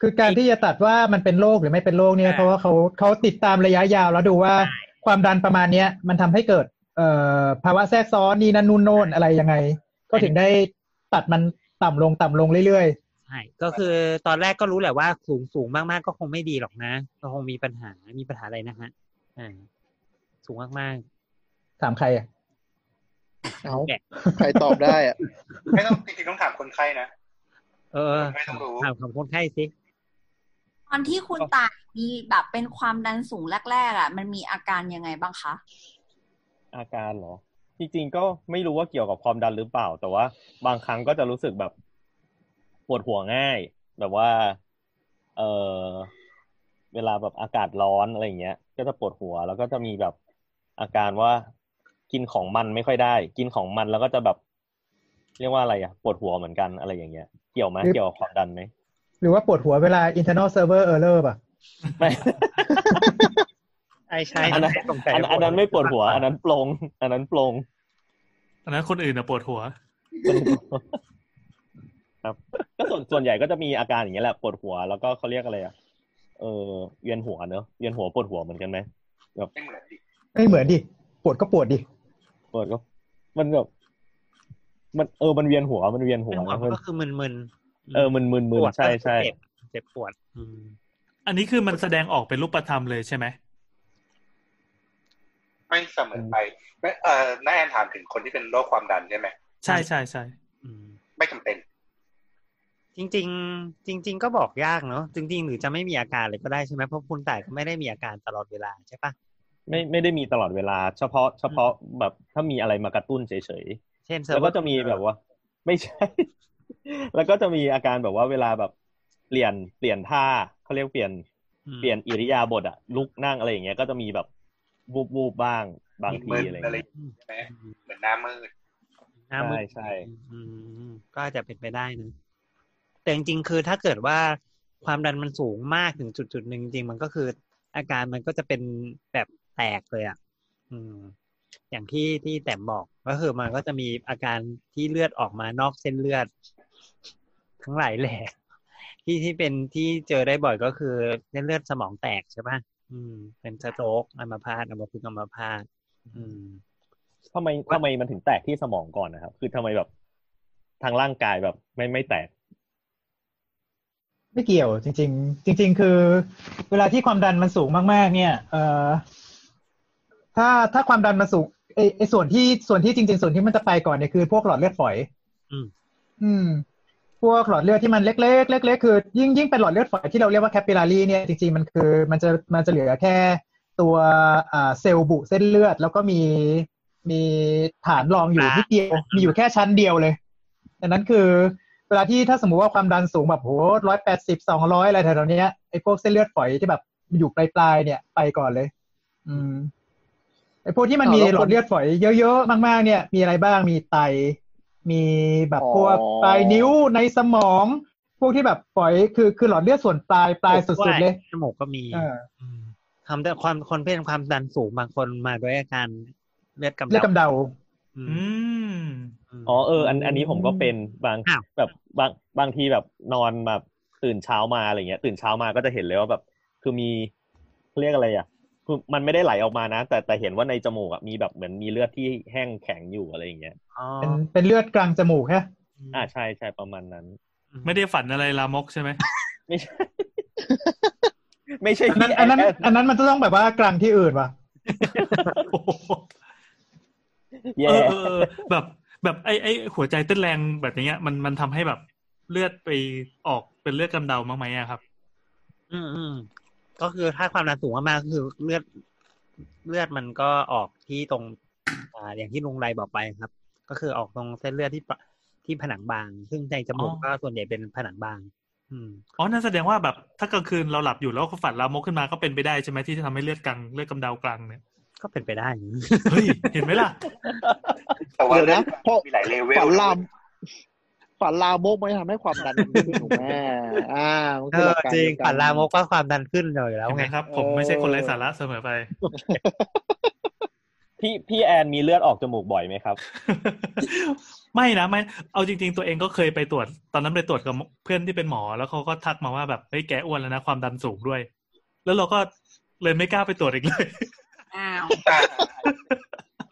Speaker 5: คือการที่จะตัดว่ามันเป็นโรคหรือไม่เป็นโรคเนี่ย
Speaker 4: อ่า
Speaker 5: เพราะว่าเขาเขาติดตามระยะยาวแล้วดูว่าความดันประมาณเนี้ย มันทำให้เกิด เอ่อภาวะแทรกซ้อนนี่นั่นนู่นโน่นอะไรยังไง ก็ถึงได้ตัดมันต่ำลงต่ำลงเรื่อย
Speaker 4: ใช่ก็คือตอนแรกก็รู้แหละว่าสูงสูงมากๆ ก็คงไม่ดีหรอกนะ ก็คงมีปัญหามีปัญหาอะไรนะฮะอ่าสูงมาก
Speaker 5: ๆ ถามใครอ่ะ
Speaker 7: เอาใครตอบได้อะ
Speaker 1: ไม่ต้องจริงๆต้องถามคนไข้นะ
Speaker 4: ๆ เออ
Speaker 1: ไม่ต้องรู้
Speaker 4: ถามของคนไข้สิ
Speaker 3: ตอนที่คุณตายมีแบบเป็นความดันสูงแรกๆอ่ะ มันมีอาการยังไงบ้างคะ
Speaker 9: อาการเหรอ จริงๆก็ไม่รู้ว่าเกี่ยวกับความดันหรือเปล่า แต่ว่า บางครั้งก็จะรู้สึกแบบปวดหัวง่าย แบบว่า เออเวลาแบบอากาศร้อนอะไรอย่างเงี้ย ก็จะปวดหัว แล้วก็จะมีแบบอาการว่า กินของมันไม่ค่อยได้ กินของมันแล้วก็จะแบบ เรียกว่าอะไรอะปวดหัวเหมือนกันอะไรอย่างเงี้ย เกี่ยวไหมเกี่ยวกับความดันไหม
Speaker 5: หรือว่าปวดหัวเวลา internal server error ป่ะ
Speaker 9: [laughs] ไม่
Speaker 4: ใช่ใช่
Speaker 9: อันนั้น
Speaker 4: สงสัย
Speaker 9: อันอันนั้นไม่ปวดหัว อันนั้นปลง อันนั้นปลง
Speaker 6: อันนั้นคนอื่นอะปวดหัว
Speaker 9: ครับก็ส่วนส่วนใหญ่ก็จะมีอาการอย่างเงี้ยแหละปวดหัวแล้วก็เขาเรียกอะไรอ่ะเออเวียนหัวเนอะเวียนหัวปวดหัวเหมือนกันไหม
Speaker 1: ไม่เหมือนดิ
Speaker 5: ไม่เหมือนดิ ปวดก็ปวดดิ
Speaker 9: ปวดก็มันแบบมันเออมันเวียนหัวมันเวียนหัวนะมัน
Speaker 4: ก็คือมึนๆ
Speaker 9: เออมันมึนมึน
Speaker 4: ปวด
Speaker 9: ใช่
Speaker 4: ก็คือ
Speaker 9: ใช่
Speaker 4: เจ็บเจ็บปวด อืม
Speaker 6: อันนี้คือมันแสดงออกเป็นรูปธรรมเลยใช่ไหม
Speaker 1: ไม่เสมอไปไม่เอ่อน้าแอนถามถึงคนที่เป็นโรคความดันใช่ไหม
Speaker 6: ใช่ใช่ใช่
Speaker 4: อืม
Speaker 1: ไม่จำเป็น
Speaker 4: จริง ๆ จริง ๆ ก็บอกยากเนาะจริง ๆ หรือจะไม่มีอาการเลยก็ได้ใช่ไหมเพราะคุณแต่ายก็ไม่ได้มีอาการตลอดเวลาใช่ปะ
Speaker 9: ไม่ไม่ได้มีตลอดเวลา เฉพาะเฉพาะแบบถ้ามีอะไรมากระตุ้นเฉย
Speaker 4: เช่น
Speaker 9: แล้วก็จะมีแบบว่า ไม่ใช่ [laughs] แล้วก็จะมีอาการแบบว่าเวลาแบบเปลี่ยนเปลี่ยนท่าเขาเรียกเปลี่ยน
Speaker 4: อืม
Speaker 9: เปลี่ยนอิริยาบถอะลุกนั่งอะไรอย่างเงี้ยก็จะมีแบบวูบวูบบ้างบางทีอะไร
Speaker 1: อะไร
Speaker 9: เงี้ย
Speaker 1: ใช่ไหมเหมือนหน้ามืด
Speaker 4: หน้ามืด
Speaker 9: ใช่
Speaker 4: อืมก็อาจจะเป็นไปได้นะแต่จริงๆคือถ้าเกิดว่าความดันมันสูงมากถึงจุดจุดๆหนึ่งจริงๆมันก็คืออาการมันก็จะเป็นแบบแตกเลยอ่ะอืม อย่างที่ที่แต้มบอกก็คือมันก็จะมีอาการที่เลือดออกมานอกเส้นเลือด ทั้งหลายแหล่ที่ที่เป็นที่เจอได้บ่อยก็คือเส้นเลือดสมองแตกใช่ปะอืม เป็นสโตรกอัมพาตอัมพฤกษ์อัมพาตอืม
Speaker 9: ทำไมทำไมมันถึงแตกที่สมองก่อนนะครับ คือทำไมแบบทางร่างกายแบบไม่ไม่แตก
Speaker 5: ไม่เกี่ยวจริง ๆ จริง ๆ คือ เวลาที่ความดันมันสูงมากๆ เนี่ย เอ่อถ้าถ้าความดันมันสูงไอไอส่วนที่ส่วนที่จริง ๆ ส่วนที่มันจะไปก่อนเนี่ยคือพวกหลอดเลือดฝอย
Speaker 4: อืม
Speaker 5: อืม พวกหลอดเลือดที่มันเล็กๆเล็กๆคือยิ่งยิ่งเป็นหลอดเลือดฝอยที่เราเรียกว่าแคปปิลารีเนี่ยจริงๆมันคือมันจะมันจะเหลือแค่ตัวอ่าเซลล์บุเส้นเลือด แล้วก็มีมีฐานรองอยู่นิดเดียวมีอยู่แค่ชั้นเดียวเลยดังนั้นคือ เวลาที่ถ้าสมมุติว่าความดันสูงแบบโหร้อยแปดสิบสองร้อยอะไรแถวๆเนี้ยไอ้พวกเส้นเลือดฝอยที่แบบอยู่ปลายๆเนี่ยไปก่อนเลย อืมไอ้พวกที่มันมี
Speaker 7: อ้าว
Speaker 5: ห
Speaker 7: แล้ว
Speaker 5: ลอ
Speaker 7: ค
Speaker 5: ด
Speaker 7: น
Speaker 5: เลือดฝอยเยอะๆมากๆ เนี่ย มีอะไรบ้างมีไต มีแบบพวกปลายนิ้วในสมอง พวกที่แบบฝอยคือคือหลอดเลือดส่วนปลายปลายสุดๆเลย
Speaker 4: จมูกก็มี
Speaker 5: เออ
Speaker 4: ทำแต่ความคนเป็นความดันสูงบางคนมาด้วยอาการเลือดกำ
Speaker 5: เลือ
Speaker 4: เดา
Speaker 5: ดกำเดา
Speaker 4: อื
Speaker 6: อื
Speaker 4: ม
Speaker 6: ม
Speaker 4: ม
Speaker 9: อ๋อเอออันอันนี้ผมก็เป็นบาง
Speaker 4: อ้าว
Speaker 9: แบบบางบางทีแบบนอนแบบตื่นเช้ามาอะไรเงี้ย ตื่นเช้ามาก็จะเห็นเลยว่าแบบ คือมีเขาเรียกอะไรอ่ะคือมันไม่ได้ไหลออกมานะ แต่แต่เห็นว่าในจมูกอ่ะมีแบบเหมือนมีเลือดที่แห้งแข็งอยู่อะไรอย่างเงี้ย
Speaker 4: อ๋อ
Speaker 5: เป็นเป็นเลือดกลางจมูกฮะ
Speaker 9: อ่าใช่ใช่ประมาณนั้น
Speaker 6: ไม่ได้ฝันอะไรลามกใช่ไหม
Speaker 9: ไม่ใช่ ไม่ใช่
Speaker 5: อันนั้นอันนั้นอันนั้นมันจะต้องแบบว่ากลางที่อื่นว่ะ
Speaker 6: โอ้โห
Speaker 9: แย่
Speaker 6: เออเออเออแบบแบบไอ้ไอ้หัวใจเต้นแรงแบบเนี้ย มันมันทำให้แบบเลือดไปออกเป็นเลือดกำเดามั้างไหมอะครับ
Speaker 4: อืมอืมก็คือถ้าความดันสูงมากๆก็คือเลือด เลือดมันก็ออกที่ตรง อ่า อย่างที่ลุงไรบอกไปครับ ก็คือออกตรงเส้นเลือดที่ปะที่ผนังบาง ซึ่งในจมูก
Speaker 6: อ๋อ
Speaker 4: ก็ส่วนใหญ่เป็นผนังบาง อืม
Speaker 6: อ๋อนั่นแสดงว่าแบบถ้ากลางคืนเราหลับอยู่แล้วก็ฝันลามกขึ้นมาก็เป็นไปได้ใช่ไหมที่จะทำให้เลือดกลางเลือดกำเดากลางเนี่ย
Speaker 4: ก็เป็นไปได้
Speaker 6: เฮ้ยเห็นไหมล่ะ
Speaker 1: แต่ว่า
Speaker 7: เดี๋ยวนะเพราะ
Speaker 1: มีหลายเลเวล
Speaker 7: ฝันลามฝันลามกมันจะทำให้ความดันมันขึ้นถูกไหมอ่ามัน
Speaker 4: เอ
Speaker 7: คือห
Speaker 4: อ
Speaker 7: ลักการ
Speaker 4: จริง
Speaker 7: เดียวกั
Speaker 4: ฝันลามกก็ความดันขึ้นอยู่แล้ว
Speaker 6: เห็นไห
Speaker 4: ไง
Speaker 6: มครับ ผมไม่ใช่คนไร้สาระเสมอไป
Speaker 9: พี่พี่แอนมีเลือดออกจมูกบ่อยไหมครับ
Speaker 6: [laughs] ไม่นะไม่เอาจริง ๆ ตัวเองก็เคยไปตรวจ ตอนนั้นไปตรวจกับเพื่อนที่เป็นหมอแล้วเขาก็ทักมาว่าแบบเฮ้ยแกอ้วนแล้วนะความดันสูงด้วย แล้วเราก็เลยไม่กล้าไปตรวจอีกเลย
Speaker 3: อ้าว
Speaker 1: อ่า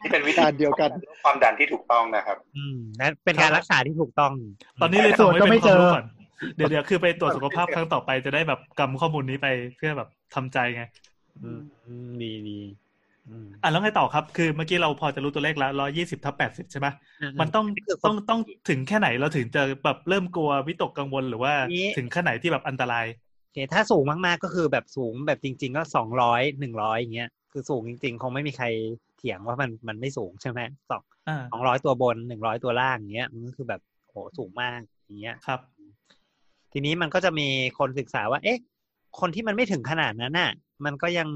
Speaker 1: นี่เป็นวิธี
Speaker 7: การเดียวกัน
Speaker 1: ความดันที่ถูกต้องนะครับ
Speaker 4: อืมนั่นเป็นการรักษาที่ถูกต้อง
Speaker 6: ตอนนี้เลย
Speaker 5: ต
Speaker 6: ส่
Speaker 5: รง วจ
Speaker 6: ไว้
Speaker 5: ก็
Speaker 6: เป็น
Speaker 5: ไม่
Speaker 6: ค
Speaker 5: เจ
Speaker 6: วาม
Speaker 5: อ
Speaker 6: รู้ก่อนเดี๋ยวเดี๋ยวคือไปตรวจสุขภาพครั้งต่อไปจะได้แบบกำข้อมูลนี้ไปเพื่อแบบทำใจไง
Speaker 4: อืมอืมดีดีอืม
Speaker 6: อ่ะแล้วไงต่อครับ คือเมื่อกี้เราพอจะรู้ตัวเลขละร้อยี่สิบทับแปดสิบใช่ไหมมันต้อง
Speaker 4: คือค
Speaker 6: ต้
Speaker 4: น
Speaker 6: องต้องถึงแค่ไหนเราถึงจะแบบเริ่มกลัววิตกกังวลหรือว่า
Speaker 4: นี้
Speaker 6: ถึงแค่ไหนที่แบบอันตราย
Speaker 4: โอเคถ้าสูงมากๆก็คือแบบสูงแบบจริง ๆ ก็สองร้อยหนึ่งร้อยอย่างเงี้ยคือสูงจริง ๆ คงไม่มีใครเถียงว่ามันมันไม่สูงใช่ไหมสอง
Speaker 6: อ่า
Speaker 4: สองร้อยตัวบนหนึ่งร้อยตัวล่างอย่างเงี้ยมันก็คือแบบโหสูงมากอย่างเงี้ย
Speaker 6: ครับ
Speaker 4: ทีนี้มันก็จะมีคนศึกษาว่า เอ๊ะ คนที่มันไม่ถึงขนาดนั้นน่ะ มันก็ยัง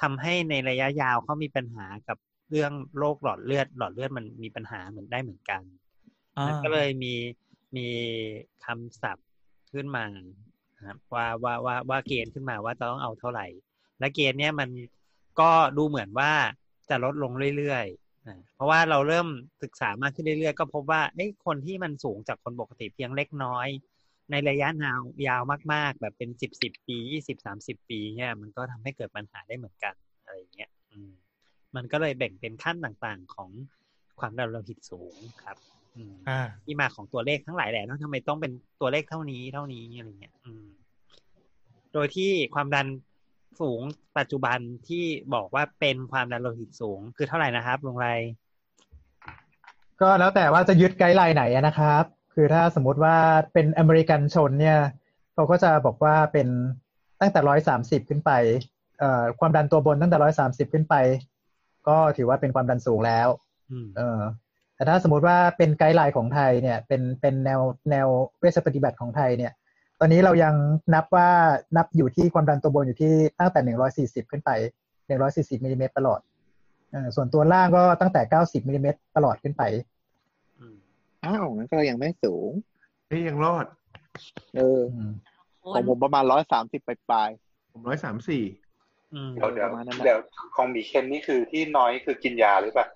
Speaker 4: ทำให้ในระยะยาวเขามีปัญหากับเรื่องโรคหลอดเลือด หลอดเลือดมันมีปัญหาเหมือนได้เหมือนกัน
Speaker 6: อ่า
Speaker 4: มันก็เลยมีมีคำศัพท์ขึ้นมานะครับว่าว่าว่าว่าเกณฑ์ขึ้นมาว่าจะต้องเอาเท่าไหร่ และเกณฑ์เนี้ยมันก็ดูเหมือนว่าจะลดลงเรื่อยๆนะเพราะว่าเราเริ่มศึกษามากขึ้นเรื่อยๆ ก็พบว่าเอ้ยคนที่มันสูงจากคนปกติเพียงเล็กน้อย ในระยะยาวยาวมากๆ แบบเป็นสิบสิบปียี่สิบสามสิบปีเนี่ยมันก็ทำให้เกิดปัญหาได้เหมือนกันอะไรอย่างเงี้ยอืมมันก็เลยแบ่งเป็นขั้นต่างๆของความดันโลหิตสูงครับ อืม
Speaker 6: อ่า
Speaker 4: ที่มาของตัวเลขทั้งหลายแหละแล้วทำไมต้องเป็นตัวเลขเท่านี้เท่านี้อะไรเงี้ย อืม โดยที่ความดันสูงปัจจุบันที่บอกว่าเป็นความดันโลหิตสูง คือเท่าไหร่นะครับลุงไร
Speaker 5: ก็แล้วแต่ว่าจะยึดไกด์ไลน์ไหนอะนะครับ คือถ้าสมมติว่าเป็นอเมริกันชนเนี่ยเขาก็จะบอกว่าเป็นตั้งแต่ร้อยสามสิบขึ้นไปเอ่อความดันตัวบนตั้งแต่ร้อยสามสิบขึ้นไป ก็ถือว่าเป็นความดันสูงแล้ว
Speaker 4: อืม
Speaker 5: เออ แต่ถ้าสมมติว่าเป็นไกด์ไลน์ของไทยเนี่ย เป็นเป็นแนวแนวเวชปฏิบัติของไทยเนี่ย ตอนนี้เรายังนับว่านับอยู่ที่ความดันตัวบนอยู่ที่ตั้งแต่หนึ่งร้อยสี่สิบขึ้นไปหนึ่งร้อยสี่สิบมิลลิเมตรตลอดเอ่อส่วนตัวล่างก็ตั้งแต่เก้าสิบมิลลิเมตรตลอดขึ้นไป
Speaker 7: อ้าวงั้นก็ยังไม่สูง
Speaker 8: เฮ้ยยังรอด
Speaker 7: เออ
Speaker 5: อืม
Speaker 3: ค
Speaker 7: ของ
Speaker 3: น
Speaker 7: ผมประมาณร้อยสามสิบปลาย
Speaker 8: ผมร้อยสามสี่
Speaker 4: อืม
Speaker 1: เดี๋ยวเดี๋ยวเดี๋ยวของหมีเคนนี่คือที่น้อยคือกินยาหรือเปล่า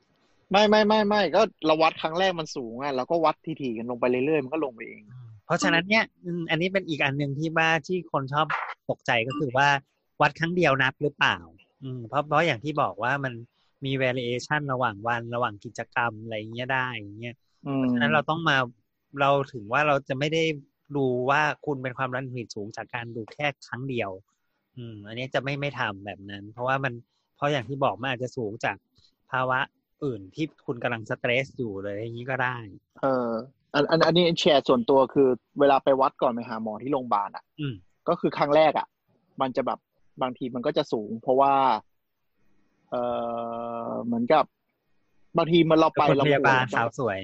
Speaker 7: ๆไม่ไม่ไม่ไม่ก็เราวัดครั้งแรกมันสูงอ่ะเราก็วัดทีๆกันลงไปเรื่อยๆมันก็ลงไปเอง
Speaker 4: เพราะฉะนั้นเนี่ยอืมอันนี้เป็นอีกอันหนึ่งที่ว่าที่คนชอบตกใจก็คือว่าวัดครั้งเดียวนับหรือเปล่า อืมเพราะเพราะอย่างที่บอกว่ามันมี variation ระหว่างวันระหว่างกิจกรรมอะไรอย่างเงี้ยได้อย่างเงี้ย
Speaker 7: อืม
Speaker 4: เพราะฉะนั้นเราต้องมาเราถึงว่าเราจะไม่ได้ดูว่าคุณเป็นความรันหิดสูงจากการดูแค่ครั้งเดียว อืม อันนี้จะไม่ไม่ทำแบบนั้น เพราะว่ามันเพราะอย่างที่บอกมันอาจจะสูงจากภาวะอื่นที่คุณกำลังสเตรสอยู่เลยอย่างนี้ก็ได้
Speaker 7: เอออันอันอันนี้แชร์ส่วนตัวคือเวลาไปวัดก่อนไปหาหมอที่โรงพยาบาลอ่ะ
Speaker 4: อืม
Speaker 7: ก็คือครั้งแรกอ่ะ มันจะแบบบางทีมันก็จะสูง เพราะว่า เออเหมือนกับ บางทีมันเราไป
Speaker 4: คน
Speaker 7: เรา
Speaker 4: พยาบาล
Speaker 7: ป่วย
Speaker 4: สาวสวย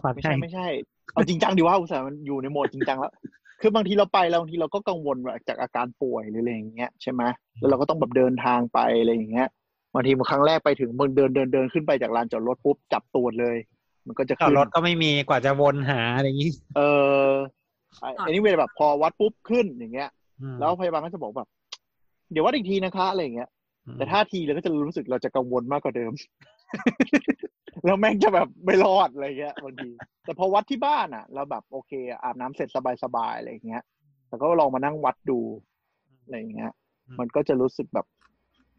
Speaker 5: ความ
Speaker 7: ไม่
Speaker 5: ใช่
Speaker 7: ใช่ไม่ใช่ เอาจริงจังดีว่าอุตส่าห์มันอยู่ในโหมดจริงจังแล้ว คือบางทีเราไปแล้วบางทีเราก็กังวลว่าจากอาการป่วยหรืออะไรอย่างเงี้ยใช่ไหมแล้วเราก็ต้องแบบเดินทางไปอะไรอย่างเงี้ย บางทีมันครั้งแรกไปถึงมึงเดินเดินเดินขึ้นไปจากลานจอดรถปุ๊บจับตูดเลย มันก็จะ
Speaker 4: จอด
Speaker 7: ขึ้น
Speaker 4: รถก็ไม่มีกว่าจะวนหาอะไรอย่างนี้
Speaker 7: เออไอ้ไอันนี้เวลาแบบพอวัดปุ๊บขึ้นอย่างเงี้ย
Speaker 4: อืม
Speaker 7: แล้วพยาบาลก็จะบอกแบบ เดี๋ยววัดอีกทีนะคะอะไรอย่างเงี้ย แต่ท่าทีเราก็จะรู้สึกเราจะกังวลมากกว่าเดิม [laughs] แล้วแม่งจะแบบไม่รอดอะไรเงี้ยบางที แต่พอวัดที่บ้านอ่ะ เราแบบโอเค อาบน้ำเสร็จสบายๆอะไรอย่างเงี้ยแล้วก็ลองมานั่งวัดดูอะไรอย่างเงี้ย มันก็จะรู้สึกแบบ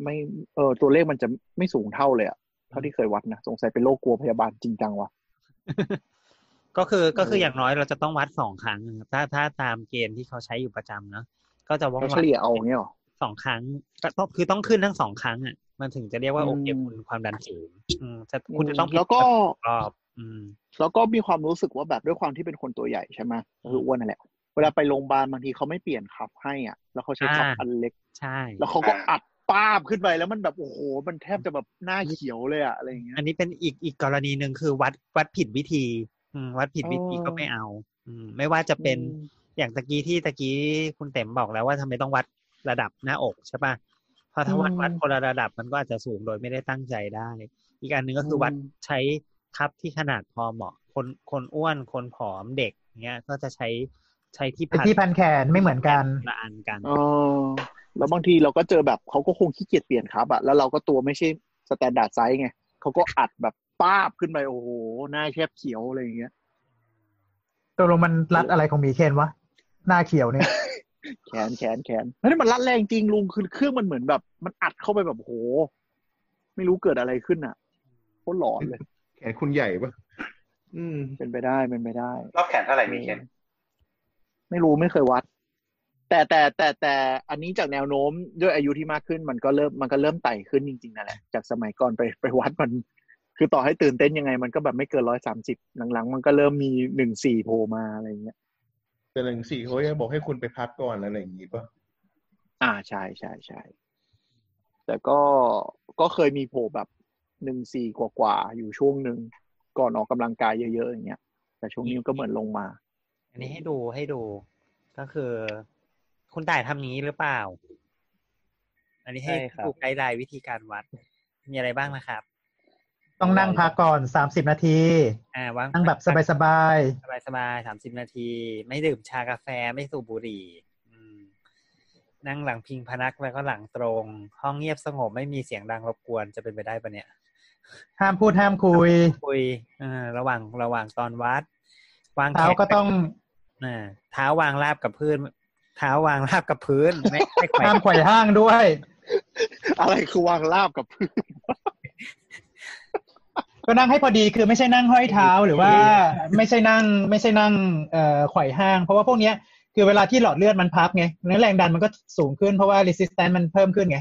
Speaker 7: ไม่เออตัวเลขมันจะไม่สูงเท่าเลยอ่ะเท่าที่เคยวัดนะสงสัยเป็นโรคกลัวพยาบาลจริงจังวะ
Speaker 4: [laughs] ก็คือก็คือ
Speaker 7: เออ
Speaker 4: อ
Speaker 7: อ
Speaker 4: ย่างน้อยเราจะต้องวัดสองครั้งนะครับถ้าถ้าตามเกณฑ์ที่เขาใช้อยู่ประจำเนาะก็จะว่า
Speaker 7: เราเฉลี่ยเอาอย่างเงี้ยหรอ
Speaker 4: สองครั้งก็ต้องคือต้องขึ้นทั้งสองครั้งอ่ะมันถึงจะเรียกว่า
Speaker 7: อืม
Speaker 4: โอเคคุณความดันสูงอืมจะคุณจะต้อง
Speaker 7: แล้วก็
Speaker 4: ผิดปติรอบ อืม
Speaker 7: แล้วก็มีความรู้สึกว่าแบบด้วยความที่เป็นคนตัวใหญ่ใช่ไหมก็คืออ้วนนั่นแหละ เวลาไปโรงพยาบาลบางทีเขาไม่เปลี่ยนคับให้อ่ะ แล้วเขาใช้คับ
Speaker 4: อ่า
Speaker 7: อันเล็ก
Speaker 4: ใช่
Speaker 7: แล้วเขาก็อัดป้าบขึ้นไปแล้วมันแบบโอ้โห มันแทบจะแบบหน้าเขียวเลยอะอะไรอย่างเงี้ย
Speaker 4: อันนี้เป็นอีกอีกกรณีหนึ่งคือวัดวัดผิดวิธี อืมวัดผิดวิธี
Speaker 7: อ๋อ
Speaker 4: ก็ไม่เอา อืมไม่ว่าจะเป็นอย่างตะกี้ที่ตะกี้คุณเต็มบอกแล้วว่าทำไมต้องวัดระดับหน้าอกใช่ป่ะเพราะถ้าวัด
Speaker 7: อืม
Speaker 4: วัดคนละระดับมันก็อาจจะสูงโดยไม่ได้ตั้งใจได้ อีกอันหนึ่งก็คืออ
Speaker 7: ม
Speaker 4: วัดใช้คับที่ขนาดพอเหมาะ คนคนอ้วนคนผอมเด็กเนี้ยก็จะใช้ใช้ที่
Speaker 5: ไอ้ที่พันแขนไม่เหมือนกัน
Speaker 4: ละอันกัน
Speaker 7: เออแล้วบางทีเราก็เจอแบบเขาก็คงขี้เกียจเปลี่ยนครับอะแล้วเราก็ตัวไม่ใช่สแตนดาร์ดไซส์ไงเขาก็อัดแบบป้าบขึ้นไปโอ้โห หน้าแคบเขียวอะไรอย่างเงี้ย
Speaker 5: ตัวลงมันรัดอะไรของหมีเคนวะ หน้าเขียวเนี่ย
Speaker 7: แขนแขนแขนเฮ้ยมันรัดแรงจริงลุงคือเครื่องมันเหมือนแบบ มันอัดเข้าไปแบบโอ้โห ไม่รู้เกิดอะไรขึ้นอะโคตรหลอนเลย
Speaker 8: แขนคุณใหญ่ปะอืม
Speaker 7: เป็นไปได้เป็นไปได้
Speaker 1: รอบแขนเท่าไหร่หมีเคน
Speaker 7: ไม่รู้ไม่เคยวัด แต่แต่แต่แต่อันนี้จากแนวโน้มด้วยอายุที่มากขึ้นมันก็เริ่มมันก็เริ่มไต่ขึ้นจริงๆนั่นแหละจากสมัยก่อนไปไปวัดมัน คือต่อให้ตื่นเต้นยังไง มันก็แบบไม่เกินร้อยสามสิบหลังๆ มันก็เริ่มมีหนึ่งสี่โผล่มาอะไรอย่างเงี้ย
Speaker 8: แต่หนึ่งสี่เขาจะบอกให้คุณไปพักก่อนอะไรอย่างงี้ปะ
Speaker 7: อ่าใช่ใช่ใช่แต่ก็ก็เคยมีโผล่แบบหนึ่งสี่กว่าๆอยู่ช่วงหนึ่งก่อนออกกำลังกายเยอะๆอย่างเงี้ย แต่ช่วงนี้มันก็เหมือนลงมา
Speaker 4: อันนี้ให้ดูให้ดูก็คือ คุณต่ายทำนี้หรือเปล่า อันนี้ให้
Speaker 9: ใช่ครับ
Speaker 4: ดูไกด์ไลน์วิธีการวัด มีอะไรบ้างนะครับ
Speaker 5: ต้องนั่งพักก่อนสามสิบนาที
Speaker 4: อ่าวาง
Speaker 5: นั่งแบบสบายๆ
Speaker 4: สบายสบายสามสิบนาที ไม่ดื่มชากาแฟไม่สูบบุหรี่ อืม นั่งหลังพิงพนักแล้วก็หลังตรง ห้องเงียบสงบไม่มีเสียงดังรบกวนจะเป็นไปได้ปะเนี่ย
Speaker 5: ห้ามพูดห้ามคุย
Speaker 4: คุยอ่าระหว่างระหว่างตอนวัด วางแข
Speaker 5: เท้านก็ต้อง
Speaker 4: อ่าเท้าวางราบกับพื้น เท้าวางราบกับพื้นไม่ไม่ไขว่
Speaker 5: ห้ามไขว่ห้างด้วย
Speaker 7: [laughs] อะไรคือวางลาบกับพื้น
Speaker 5: ก็นั่งให้พอดีคือไม่ใช่นั่งห้อยเท้าหรือว่าไม่ใช่นั่งไม่ใช่นั่งเอ่อไขว่ห้าง เพราะว่าพวกเนี้ยคือเวลาที่หลอดเลือดมันพับไงเนื้อแรงดันมันก็สูงขึ้นเพราะว่า resistance มันเพิ่มขึ้นไง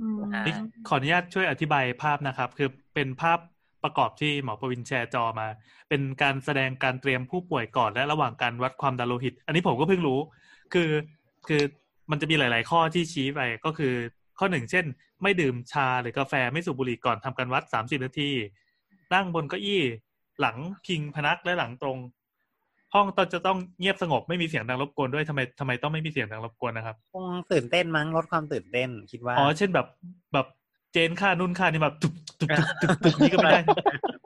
Speaker 3: อืม
Speaker 6: นี่ขออนุญาตช่วยอธิบายภาพนะครับ คือเป็นภาพประกอบที่หมอประวินแชร์จอมา เป็นการแสดงการเตรียมผู้ป่วยก่อนและระหว่างการวัดความดันโลหิต อันนี้ผมก็เพิ่งรู้ คือคือมันจะมีหลาย ๆ ข้อที่ชี้ไปก็คือ ข้อหนึ่งเช่น ไม่ดื่มชาหรือกาแฟไม่สูบบุหรี่ก่อนทำการวัด 30 นาที นั่งบนเก้าอี้ หลังพิงพนักและหลังตรง ห้องต้องจะต้องเงียบสงบไม่มีเสียงดังรบกวนด้วยทำไมทำไมต้องไม่มีเสียงดังรบกวนนะครับ
Speaker 4: คงตื่นเต้นมั้งลดความตื่นเต้นคิดว่า
Speaker 6: อ๋อ เช่นแบบแบบเจนค่านุ่นค่านี่แบบตุบตุบตุบตุบตุบนี่ก็ [laughs] ไม่ได้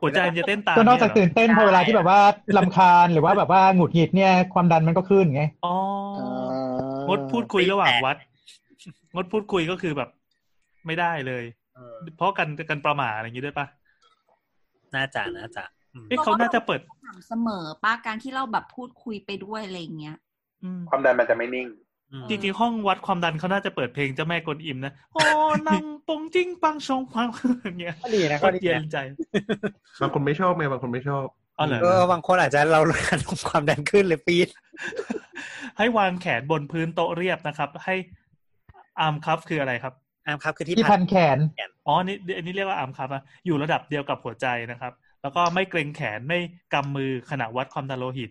Speaker 6: หัวใจมันจะเต้นตาม
Speaker 5: ก็นอกจาก
Speaker 6: เย
Speaker 5: ตื่นเต้นพอเวลาที่แบบว่าลำคาญหรือว่าแบบว่าหงุดหงิดเนี่ยความดันมันก็ขึ้นไง
Speaker 6: เหรออ๋อ
Speaker 7: อ่
Speaker 6: อา งดพูดคุยระหว่างวัด งดพูดคุยก็คือแบบไม่ได้เลย
Speaker 4: เออ
Speaker 6: เพราะกันกันประหมาอะไรอย่างนี้ด้วยปะ
Speaker 4: น่าจะน่าจะอืม
Speaker 6: เอ๊ะเขาน่าจะเปิด
Speaker 3: ถามเสมอป้าการที่เราแบบพูดคุยไปด้วยอะไรอย่างเงี้ย
Speaker 6: อืม
Speaker 1: ความดันมันจะไม่นิ่ง
Speaker 4: อืม
Speaker 6: จริงๆ ห้องวัดความดันเขาน่าจะเปิดเพลงเจ้าแม่กวนอิม [laughs] นะ โอ้ นังปงจิ้งปังชงพัง [laughs] อย่างเงี้ย
Speaker 4: ก็ดีนะ
Speaker 6: ก็
Speaker 4: ก็ดี
Speaker 6: เย็น
Speaker 4: นะ
Speaker 6: ใจ [laughs]
Speaker 8: บางคนไม่ชอบไงบางคนไม่ชอบ
Speaker 6: อ๋อเหร
Speaker 4: เออ
Speaker 6: อบ
Speaker 4: าง [laughs] คนอาจจะเราลดการความดันขึ้นเลยปีด
Speaker 6: [laughs] ให้วางแขนบนพื้นโต๊ะเรียบนะครับ ให้อาร์มคัฟคืออะไรครับ
Speaker 4: อ่ะครับคือที่
Speaker 5: ที่พันแขน
Speaker 6: อ๋อนี่อันนี้เรียกว่าอาร์มคัฟนะอยู่ระดับเดียวกับหัวใจนะครับ แล้วก็ไม่เกรงแขนไม่กำมือขณะวัดความดันโลหิต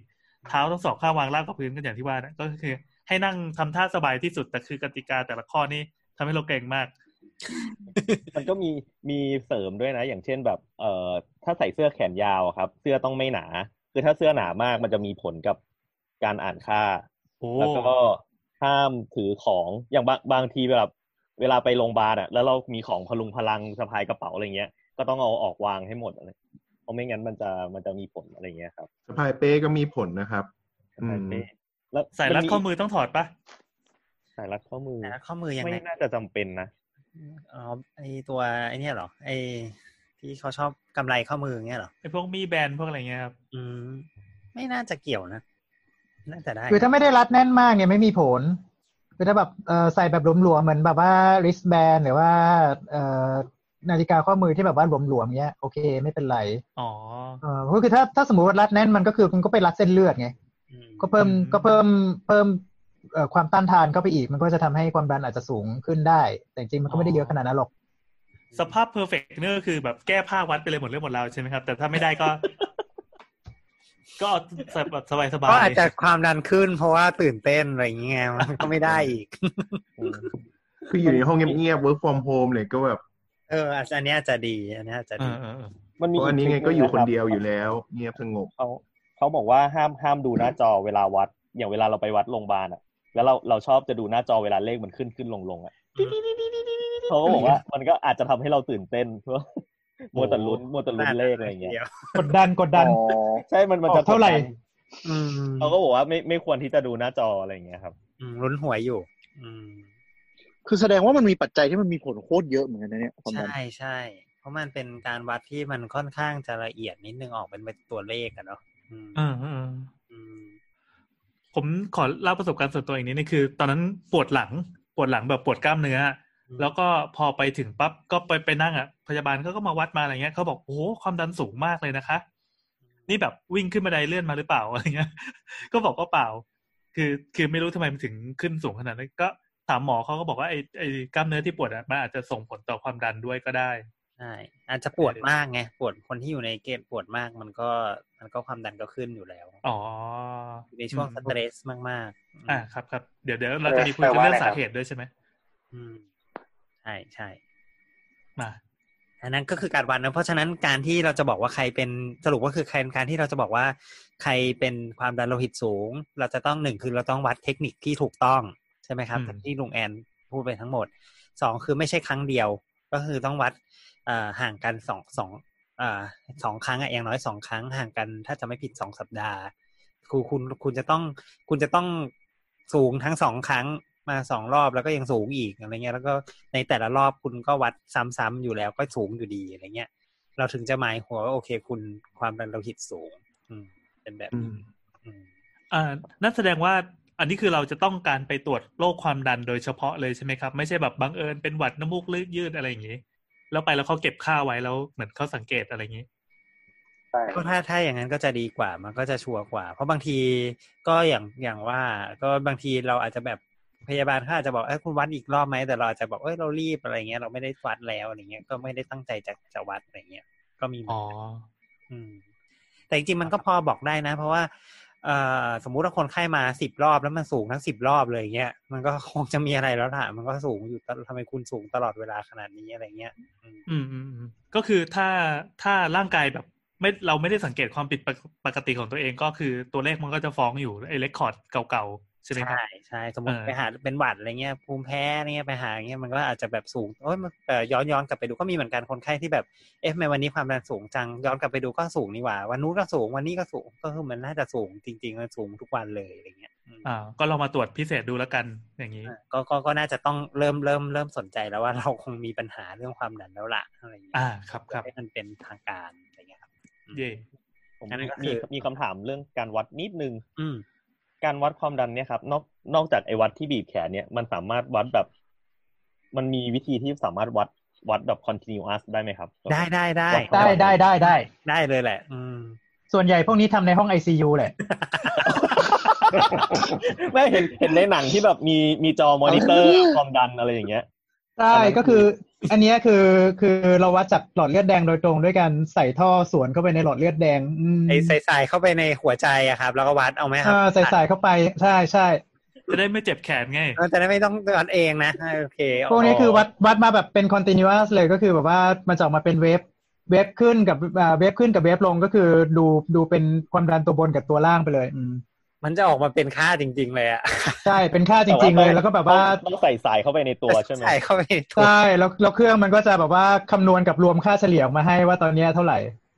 Speaker 6: เท้าทั้งสองข้างวางราบกับพื้นกันอย่างที่ว่านะก็คือ ให้นั่งทำท่าสบายที่สุดแต่คือกติกาแต่ละข้อนี่ทำให้เราเกรงมาก
Speaker 9: มันก็มีมีเสริมด้วยนะ อย่างเช่นแบบ เอ่อถ้าใส่เสื้อแขนยาวอะครับ เสื้อต้องไม่หนา คือถ้าเสื้อหนามากมันจะมีผลกับการอ่านค่า
Speaker 6: โอ้
Speaker 9: แล้วก็ห้ามถือของอย่างบางบางทีแบบเวลาไปโรงพยาบาลอ่ะ แล้วเรามีของพลุงพลังสะพายกระเป๋าอะไรเงี้ย ก็ต้องเอาออกวางให้หมดอะไรเพราะไม่งั้นมันจะมันจะมีผลอะไรเงี้ยครับ
Speaker 8: สะพายเป้ก็มีผลนะครับ อืม
Speaker 9: แล้ว
Speaker 6: ใส่รัดข้อมือต้องถอดปะ
Speaker 9: สายรัดข้อมือ
Speaker 4: อ่ะข้อมือยัง
Speaker 9: ไม่
Speaker 4: ไง
Speaker 9: น่าจะจำเป็นนะ
Speaker 4: อ๋อไอตัวไอเนี่ยเหรอไอที่เขาชอบกำไรข้อมืออย่างเงี้ยเหรอ
Speaker 6: ไอพวกมีแบนพวกอะไรเงี้ยครับ
Speaker 4: อืม ไม่น่าจะเกี่ยวนะน่าจะได้
Speaker 5: คือถ้าไม่ได้รัดแน่นมากเนี่ยไม่มีผล คือถ้าแบบเอ่อใส่แบบหลวมๆเหมือนแบบว่า wristband หรือว่าเอ่อนาฬิกาข้อมือที่แบบว่าหลวมๆเงี้ยโอเคไม่เป็นไร
Speaker 6: อ๋อ
Speaker 5: เออก็คือถ้าถ้าสมมติว่ารัดแน่นมันก็คือมันก็ไปรัดเส้นเลือดไง
Speaker 4: อืม
Speaker 5: ก็เพิ่ม
Speaker 6: อืม
Speaker 5: ก็เพิ่มเพิ่มเอ่อความต้านทานเข้าไปอีก มันก็จะทำให้ความดันอาจจะสูงขึ้นได้ แต่จริงๆมันก็ไม่ได้เยอะขนาดนั้นหรอก
Speaker 6: สภาพเพอร์เฟกต์เนี่ยก็คือแบบแก้ผ้าวัดไปเลยหมดเรื่องหมดราวใช่ไหมครับ แต่ถ้าไม่ได้ก็
Speaker 4: [laughs]
Speaker 6: ก็เอาแบบสบายสบาย
Speaker 4: ก็อาจจะความดันขึ้น เพราะว่าตื่นเต้นอะไรอย่างเงี้ยมันก็ไม่ได้อีก
Speaker 9: อืม
Speaker 8: คืออยู่ในห้องเงียบๆ work from home เลยก็แบบ
Speaker 4: เอออาจจะอันเนี้ยอาจจะดีอันเนี้ยอาจจะ
Speaker 6: เอ
Speaker 4: ดี
Speaker 6: อเออเออ
Speaker 9: มัน
Speaker 8: เพ
Speaker 9: มี
Speaker 8: ราะอันนี้ไง
Speaker 9: ทริห
Speaker 8: ก็อยู่คน
Speaker 9: รับ
Speaker 8: เดียวอยู่แล้ว เงียบสงบ
Speaker 9: เขาเขาบอกว่าห้ามห้ามดูหน้าจอเวลาวัด อย่างเวลาเราไปวัดโรงพยาบาลอ่ะ แล้วเราเราชอบจะดูหน้าจอเวลาเลขมันขึ้นขึ้นลงลงอ่ะเขาก็บอกว่ามันก็อาจจะทำให้เราตื่นเต้นเพราะมัวแต่ลุ้นมัวแต่ลุ้นเลขอะไรอย่างเงี้ย
Speaker 4: ดี๋ว
Speaker 5: กดดันกดดัน
Speaker 7: อ๋อ
Speaker 9: ใช่มันมัน
Speaker 5: อ
Speaker 9: จะ
Speaker 5: อกเท่าไหร่
Speaker 4: อืม
Speaker 9: เขาก็บอกว่าไม่ไม่ควรที่จะดูหน้าจออะไรอย่างเงี้ยครับ
Speaker 4: อืมลุ้นหวยอยู่ อืม
Speaker 7: คือแสดงว่ามันมีปัจจัยที่มันมีผลโคตรเยอะเหมือนกันนะเนี่ยความดัน
Speaker 4: ใช่ใช่ เพราะมันเป็นการวัดที่มันค่อนข้างจะละเอียดนิดนึงออกเป็นตัวเลขอะเนาะอืม
Speaker 6: เออเออ
Speaker 4: อืม
Speaker 6: ผมขอเล่าประสบการณ์ส่วนตัวอีกนิดนึงคือ ตอนนั้นปวดหลังปวดหลังแบบปวดกล้ามเนื้อ แล้วก็พอไปถึงปั๊บก็ไปไปนั่งอ่ะพยาบาลเขาก็มาวัดมาอะไรเงี้ยเขาบอกโอ้โหความดันสูงมากเลยนะคะ นี่แบบวิ่งขึ้นบันไดเลื่อนมาหรือเปล่า [laughs] อะไรเงี้ย ก็บอกว่าเปล่า คือคือไม่รู้ทำไมมันถึงขึ้นสูงขนาดนั้นก็ถามหมอเขาก็บอกว่าไอ้ไอ้กล้ามเนื้อที่ปวดอ่ะมันอาจจะส่งผลต่อความดันด้วยก็ได้
Speaker 4: ใช่ อาจจะปวดมากไงปวดคนที่อยู่ในเกณฑ์ปวดมากมันก็มันก็ความดันก็ขึ้นอยู่แล้ว
Speaker 6: อ๋อ
Speaker 4: อยู่ในช่วงสเตรสมากๆ
Speaker 6: อ่า
Speaker 4: อ่า
Speaker 6: ครับครับเดี๋ยวเดี๋ยวเราจะมีคุยกันเรื่องสาเหตุด้วยใช่ไหม
Speaker 4: อืมใช่ใช่
Speaker 6: มา
Speaker 4: อันนั้นก็คือการวัดนะเพราะฉะนั้นการที่เราจะบอกว่าใครเป็นสรุปก็คือใครการที่เราจะบอกว่า ใครเป็นความดันโลหิตสูง เราจะต้องหนึ่งคือเราต้องวัดเทคนิคที่ถูกต้องใช่ไหมครับ
Speaker 6: อืม
Speaker 4: อย่างที่ลุงแอนพูดไปทั้งหมดสองคือไม่ใช่ครั้งเดียว ก็คือต้องวัดเอ่อห่างกันสองสองเอ่อสองครั้งอะอย่างน้อยสองครั้งห่างกัน ถ้าจะไม่ผิดสองสัปดาห์ คือคุณคุณจะต้องคุณจะต้องสูงทั้งสองครั้งมาสองรอบแล้วก็ยังสูงอีกอะไรเงี้ยแล้วก็ในแต่ละรอบคุณก็วัดซ้ำๆอยู่แล้วก็สูงอยู่ดีอะไรเงี้ย เราถึงจะหมายหัวว่าโอเคคุณความดันโลหิตสูง อืม เป็นแบบนี้อืม
Speaker 6: อ่านั่นแสดงว่าอันนี้คือเราจะต้องการไปตรวจโรคความดันโดยเฉพาะเลยใช่ไหมครับ ไม่ใช่แบบบังเอิญเป็นหวัดน้ำมูกลืดยืดอะไรอย่างนี้ แล้วไปแล้วเขาเก็บค่าไว้แล้วเหมือนเขาสังเกตอะไรอย่างนี้
Speaker 1: ใช่
Speaker 4: ก็ถ้าถ้าอย่างนั้นก็จะดีกว่ามันก็จะชัวร์กว่า เพราะบางทีก็อย่างอย่างว่า ก็บางทีเราอาจจะแบบพยาบาลเขาอาจจะบอกเอ้ยคุณวัดอีกรอบไหมแต่เราอาจจะบอกเอ้ยเรารีบอะไรเงี้ยเราไม่ได้วัดแล้วอะไรเงี้ยก็ไม่ได้ตั้งใจจะจะวัดอะไรเงี้ยก็มีเหมืน
Speaker 6: อ๋อ
Speaker 4: กัน อืมแต่จริงๆมันก็พอบอกได้นะ เพราะว่า เอ่อสมมุติว่าคนไข้มาสิบรอบแล้วมันสูงทั้งสิบรอบเลยอย่างเงี้ยมันก็คงจะมีอะไรแล้วล่ะมันก็สูงอยู่ตลอดทำไมคุณสูงตลอดเวลาขนาดนี้อะไรเงี้ยอืม
Speaker 6: อืมอืมอืมก็คือถ้าถ้าร่างกายแบบ ไม่เราไม่ได้สังเกตความผิดปกปกติของตัวเองก็คือตัวเลขมันก็จะฟ้องอยู่ไอ้เรคคอร์ดเก่าๆใช่ไหมครับ
Speaker 4: ใช่ใช่สมมติ
Speaker 6: เออ
Speaker 4: ไปหาเป็นหวัดอะไรเงี้ยภูมิแพ้อะไรเงี้ยไปหาอย่างเงี้ยมันก็อาจจะแบบสูงโอ้ยมันเอ่อย้อนย้อนกลับไปดูก็มีเหมือนกันคนไข้ที่แบบเอ๊ะทำไมวันนี้ความดันสูงจังย้อนกลับไปดูก็สูงนี่หว่า วันนู้นก็สูงวันนี้ก็สูงก็คือมันน่าจะสูงจริงๆมันสูงทุกวันเลยอะไรเงี้ยอืม
Speaker 6: อ่าก็ลองมาตรวจพิเศษดูแล้วกันอย่างนี้
Speaker 4: ก็ก็ก็น่าจะต้องเริ่มเริ่มเริ่มสนใจแล้วว่าเราคงมีปัญหาเรื่องความดันแล้วล่ะอะไรเงี้ย
Speaker 6: อ่าครับครับ
Speaker 4: ให้มันเป็นทางการอะไรเงี้ยครับ
Speaker 6: เย่
Speaker 9: ผม
Speaker 4: อันนั้นก็คือ
Speaker 9: มีมีคำถามเรื่องการวัดนิดนึง
Speaker 4: อืม
Speaker 9: การวัดความดันเนี่ยครับนอกนอกจากไอ้วัดที่บีบแขนเนี่ยมันสามารถวัดแบบ มันมีวิธีที่สามารถวัดวัดแบบ continuous ได้ไหมครับ
Speaker 4: ได้ได้ได้
Speaker 9: วัด
Speaker 5: ได้ได้ได้ได้
Speaker 4: ได้เลยแหละ อืม
Speaker 5: ส่วนใหญ่พวกนี้ทำในห้องไอซียูแหละ
Speaker 9: [laughs] ไม่เห็นเห็นในหนังที่แบบมีมีจอมอนิเตอร์
Speaker 5: [laughs]
Speaker 9: ความดันอะไรอย่างเงี้ย
Speaker 5: ใช่
Speaker 9: อันนั้น
Speaker 5: ก็คือ อันเนี้ยคือคือเราวัดจากหลอดเลือดแดงโดยตรงด้วยการใส่ท่อสวนเข้าไปในหลอดเลือดแดงอืม
Speaker 4: ไอ้ใส่ๆเข้าไปในหัวใจอะครับ แล้วก็วัดเอาไหมครั
Speaker 5: เอบ อใส่ใส่เข้าไปใช่ใช่
Speaker 6: จะได้ไม่เจ็บแขนไง
Speaker 4: เออแต่ไม่ต้องวัดเองนะเออโอเค
Speaker 5: พวกนี้คือวัดวัดมาแบบเป็น continuous เลยก็คือแบบว่ามันจะออกมาเป็นเวฟเวฟขึ้นกับอ่าเวฟขึ้นกับเวฟลงก็คือดูดูเป็นความดันตัวบนกับตัวล่างไปเลยอืม
Speaker 4: มันจะออกมาเป็นค่าจริง ๆ เลยอะ
Speaker 5: ใช่เป็นค่าจริง ๆ เลย แล้วก็แบบว่า
Speaker 9: ต้องต้องใส่สายเข้าไปใน
Speaker 5: [laughs]
Speaker 9: ตัวใช่ไหม
Speaker 4: [laughs] ใส่เข้าไปในถุง
Speaker 5: ใช่แล้วแล้วเครื่องมันก็จะแบบว่าคำนวณกับรวมค่าเฉลี่ยออกมาให้ว่าตอนเนี้ยเท่าไหร่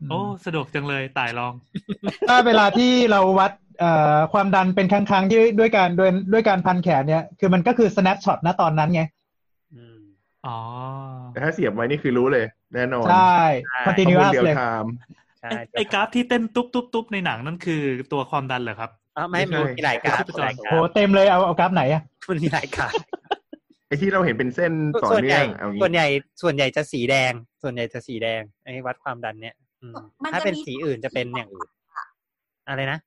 Speaker 6: โอ้สะดวกจังเลยตายลอง
Speaker 5: ถ้าเวลาที่เราวัดเอ่อความดันเป็นครั้งๆที่ด้วยการด้วยด้วยการพันแขนเนี่ยคือมันก็คือ snapshot ณตอนนั้นไง
Speaker 4: อืม
Speaker 6: อ๋อ
Speaker 8: แต่ถ้าเสียบไว้นี่คือรู้เลย แน่นอน
Speaker 5: ใช่
Speaker 8: ข้อมูล
Speaker 5: continuous
Speaker 8: เดียว
Speaker 5: เลย
Speaker 8: ไทม์
Speaker 4: ใช่
Speaker 6: ไอ้ไอ้กราฟที่เต้นตุ๊บตุ๊บตุ๊บในหนังนั่นคือตัวความดันเหรอครับ
Speaker 4: อ่ะไม่มีมีหลายกราฟมีหลายกรา
Speaker 5: โห
Speaker 4: ฟ
Speaker 5: เต็มเลยเอาเอากราฟไหนอะ
Speaker 4: มันมีหลายกราฟ
Speaker 8: ไอ้ที่เราเห็นเป็นเส้นต่อ
Speaker 4: ส่วนให
Speaker 8: เนื่อ
Speaker 4: ญ่
Speaker 8: งเอางี้
Speaker 4: ส่วนใหญ่ส่วนใหญ่จะสีแดง ส่วนใหญ่จะสีแดงไอ้วัดความดันเนี่ยอืม
Speaker 3: มันจะ
Speaker 4: ถ้าเป็น
Speaker 3: มี
Speaker 4: สีอื่นจะเป็นอย่างอื่นอะไรนะ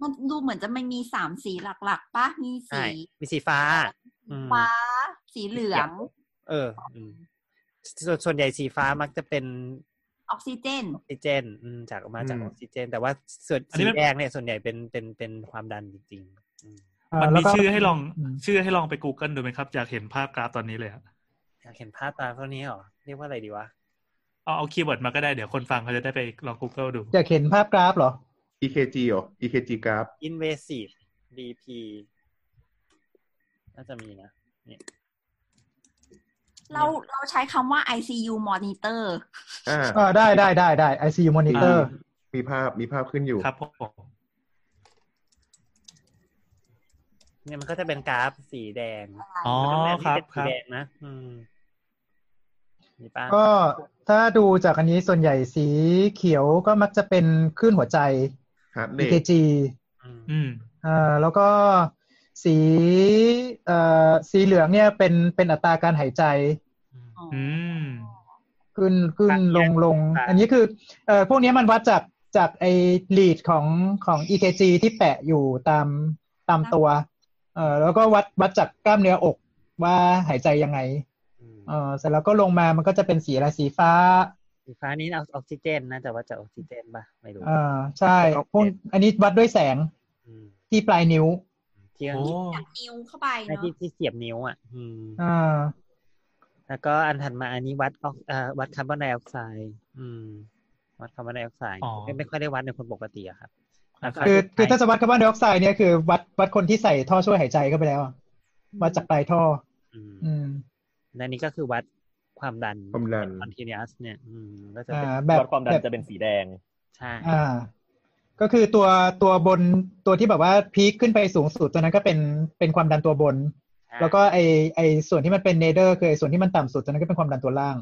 Speaker 3: มันดูเหมือนจะมันมีสามสีหลักๆปะมี
Speaker 4: ใช่
Speaker 3: สี
Speaker 4: มีสีฟ้า อืม
Speaker 3: ฟ้า สีเหลือง
Speaker 4: เอออืมส่วนส่วนใหญ่สีฟ้ามักจะเป็น
Speaker 3: ออกซิเจน
Speaker 4: ออกซิเจนอืมจากมาจากออกซิเจน แต่ว่าส่วน
Speaker 6: อันนี้
Speaker 4: สี
Speaker 6: มัน
Speaker 4: แดงเนี่ยส่วนใหญ่เป็นเป็นเป็นความดันจริงๆอืม
Speaker 5: เอ่อ
Speaker 6: มัน
Speaker 5: แล้
Speaker 6: มี
Speaker 5: วก็
Speaker 6: ชื่อให้ลอง
Speaker 5: อืม
Speaker 6: ชื่อให้ลองไป Google ดูไหมครับ อยากเห็นภาพกราฟตอนนี้เลยอะ
Speaker 4: อยากเห็นภาพตามเท่านี้เหรอ เรียกว่าอะไรดีวะ
Speaker 6: เอาเอาคีย์เวิร์ดมาก็ได้เดี๋ยวคนฟังเขาจะได้ไปลอง Google ดู
Speaker 5: อยากเห็นภาพกราฟเหรอ
Speaker 8: EKG เหรอ EKG กราฟ
Speaker 4: invasive DP น่าจะมีนะ
Speaker 3: เราเราใช้คำว่า ICU monitor
Speaker 8: อ่า
Speaker 5: เออได้ได้ได้ได้ ICU monitor
Speaker 6: อ่า
Speaker 8: มีภาพมีภาพขึ้นอยู่
Speaker 6: ครับผม
Speaker 4: เนี่ยมันก็จะเป็นกราฟสีแดง
Speaker 6: อ๋อค
Speaker 4: แต่
Speaker 6: รับ
Speaker 4: เป็น
Speaker 6: ค
Speaker 4: สี
Speaker 6: รับ
Speaker 4: แดงนะ อืมมีป้า
Speaker 5: ก็ถ้าดูจากอันนี้ส่วนใหญ่สีเขียวก็มักจะเป็นคลื่นหัวใจ
Speaker 8: Heart rate
Speaker 5: EKG
Speaker 6: อืม
Speaker 5: เอ่อแล้วก็สีเอ่อสีเหลืองเนี่ยเป็นเป็นอัตราการหายใจ
Speaker 6: อืม
Speaker 5: ขึ้นขึ้นลงลง อันนี้คือเอ่อพวกเนี้ยมันวัดจากจากไอ้ลีดของของ EKG ที่แปะอยู่ตามตามตัวเอ่อแล้วก็วัดวัดจากกล้ามเนื้ออกว่าหายใจยังไงเอ่อเสร็จแล้วก็ลงมามันก็จะเป็นสีอะไรสีฟ้า
Speaker 4: สีฟ้านี้เอาออกซิเจนน่าจะวัดจากออกซิเจนป่ะ ไม่รู้
Speaker 5: เอ่อใช่พวกอันนี้วัดด้วยแสง
Speaker 4: ม
Speaker 5: ที่ปลายนิ้ว
Speaker 4: ที่
Speaker 6: โอ้
Speaker 3: อยากนิวเข้าไปเนาะ
Speaker 4: ที่ที่เสียบนิ้วอ่ะ อืม
Speaker 5: อ่า
Speaker 4: แล้วก็อันถัดมาอันนี้วัดออกเอ่อวัดคาร์บอนไดออกไซด์อืม วัดคาร์บอนไดออกไซด์
Speaker 6: อ๋อ
Speaker 4: ไม่ไม่ค่อยได้วัดในคนปกติอะครับแล้วก็
Speaker 5: คือคือถ้า
Speaker 4: สุดท้ย
Speaker 5: จะวัดคาร์บอนไดออกไซด์เนี่ยคือวัดวัดคนที่ใส่ท่อช่วยหายใจเข้าไปแล้วอะวัดจากปลายท่อ
Speaker 4: อืม
Speaker 5: อืม
Speaker 4: และนี่ก็คือวัดความดัน
Speaker 8: ความดัน
Speaker 4: คอนทิเนียสเนี่ยอืมก็จะ
Speaker 5: อ่า
Speaker 4: เป็น
Speaker 5: แบบ
Speaker 9: วัดความดัน
Speaker 5: แบ
Speaker 9: จะ
Speaker 5: บ
Speaker 9: เป็นสีแดง
Speaker 4: ใช่
Speaker 5: อ่า ก็คือตัวตัวบนตัวที่แบบว่าพีคขึ้นไปสูงสุดตัวนั้นก็เป็นเป็นความดันตัวบน แล้วก็ไอไอส่วนที่มันเป็นเนเดอร์คือไอส่วนที่มันต่ำสุดตัวนั้นก็เป็นความดันตัวล่าง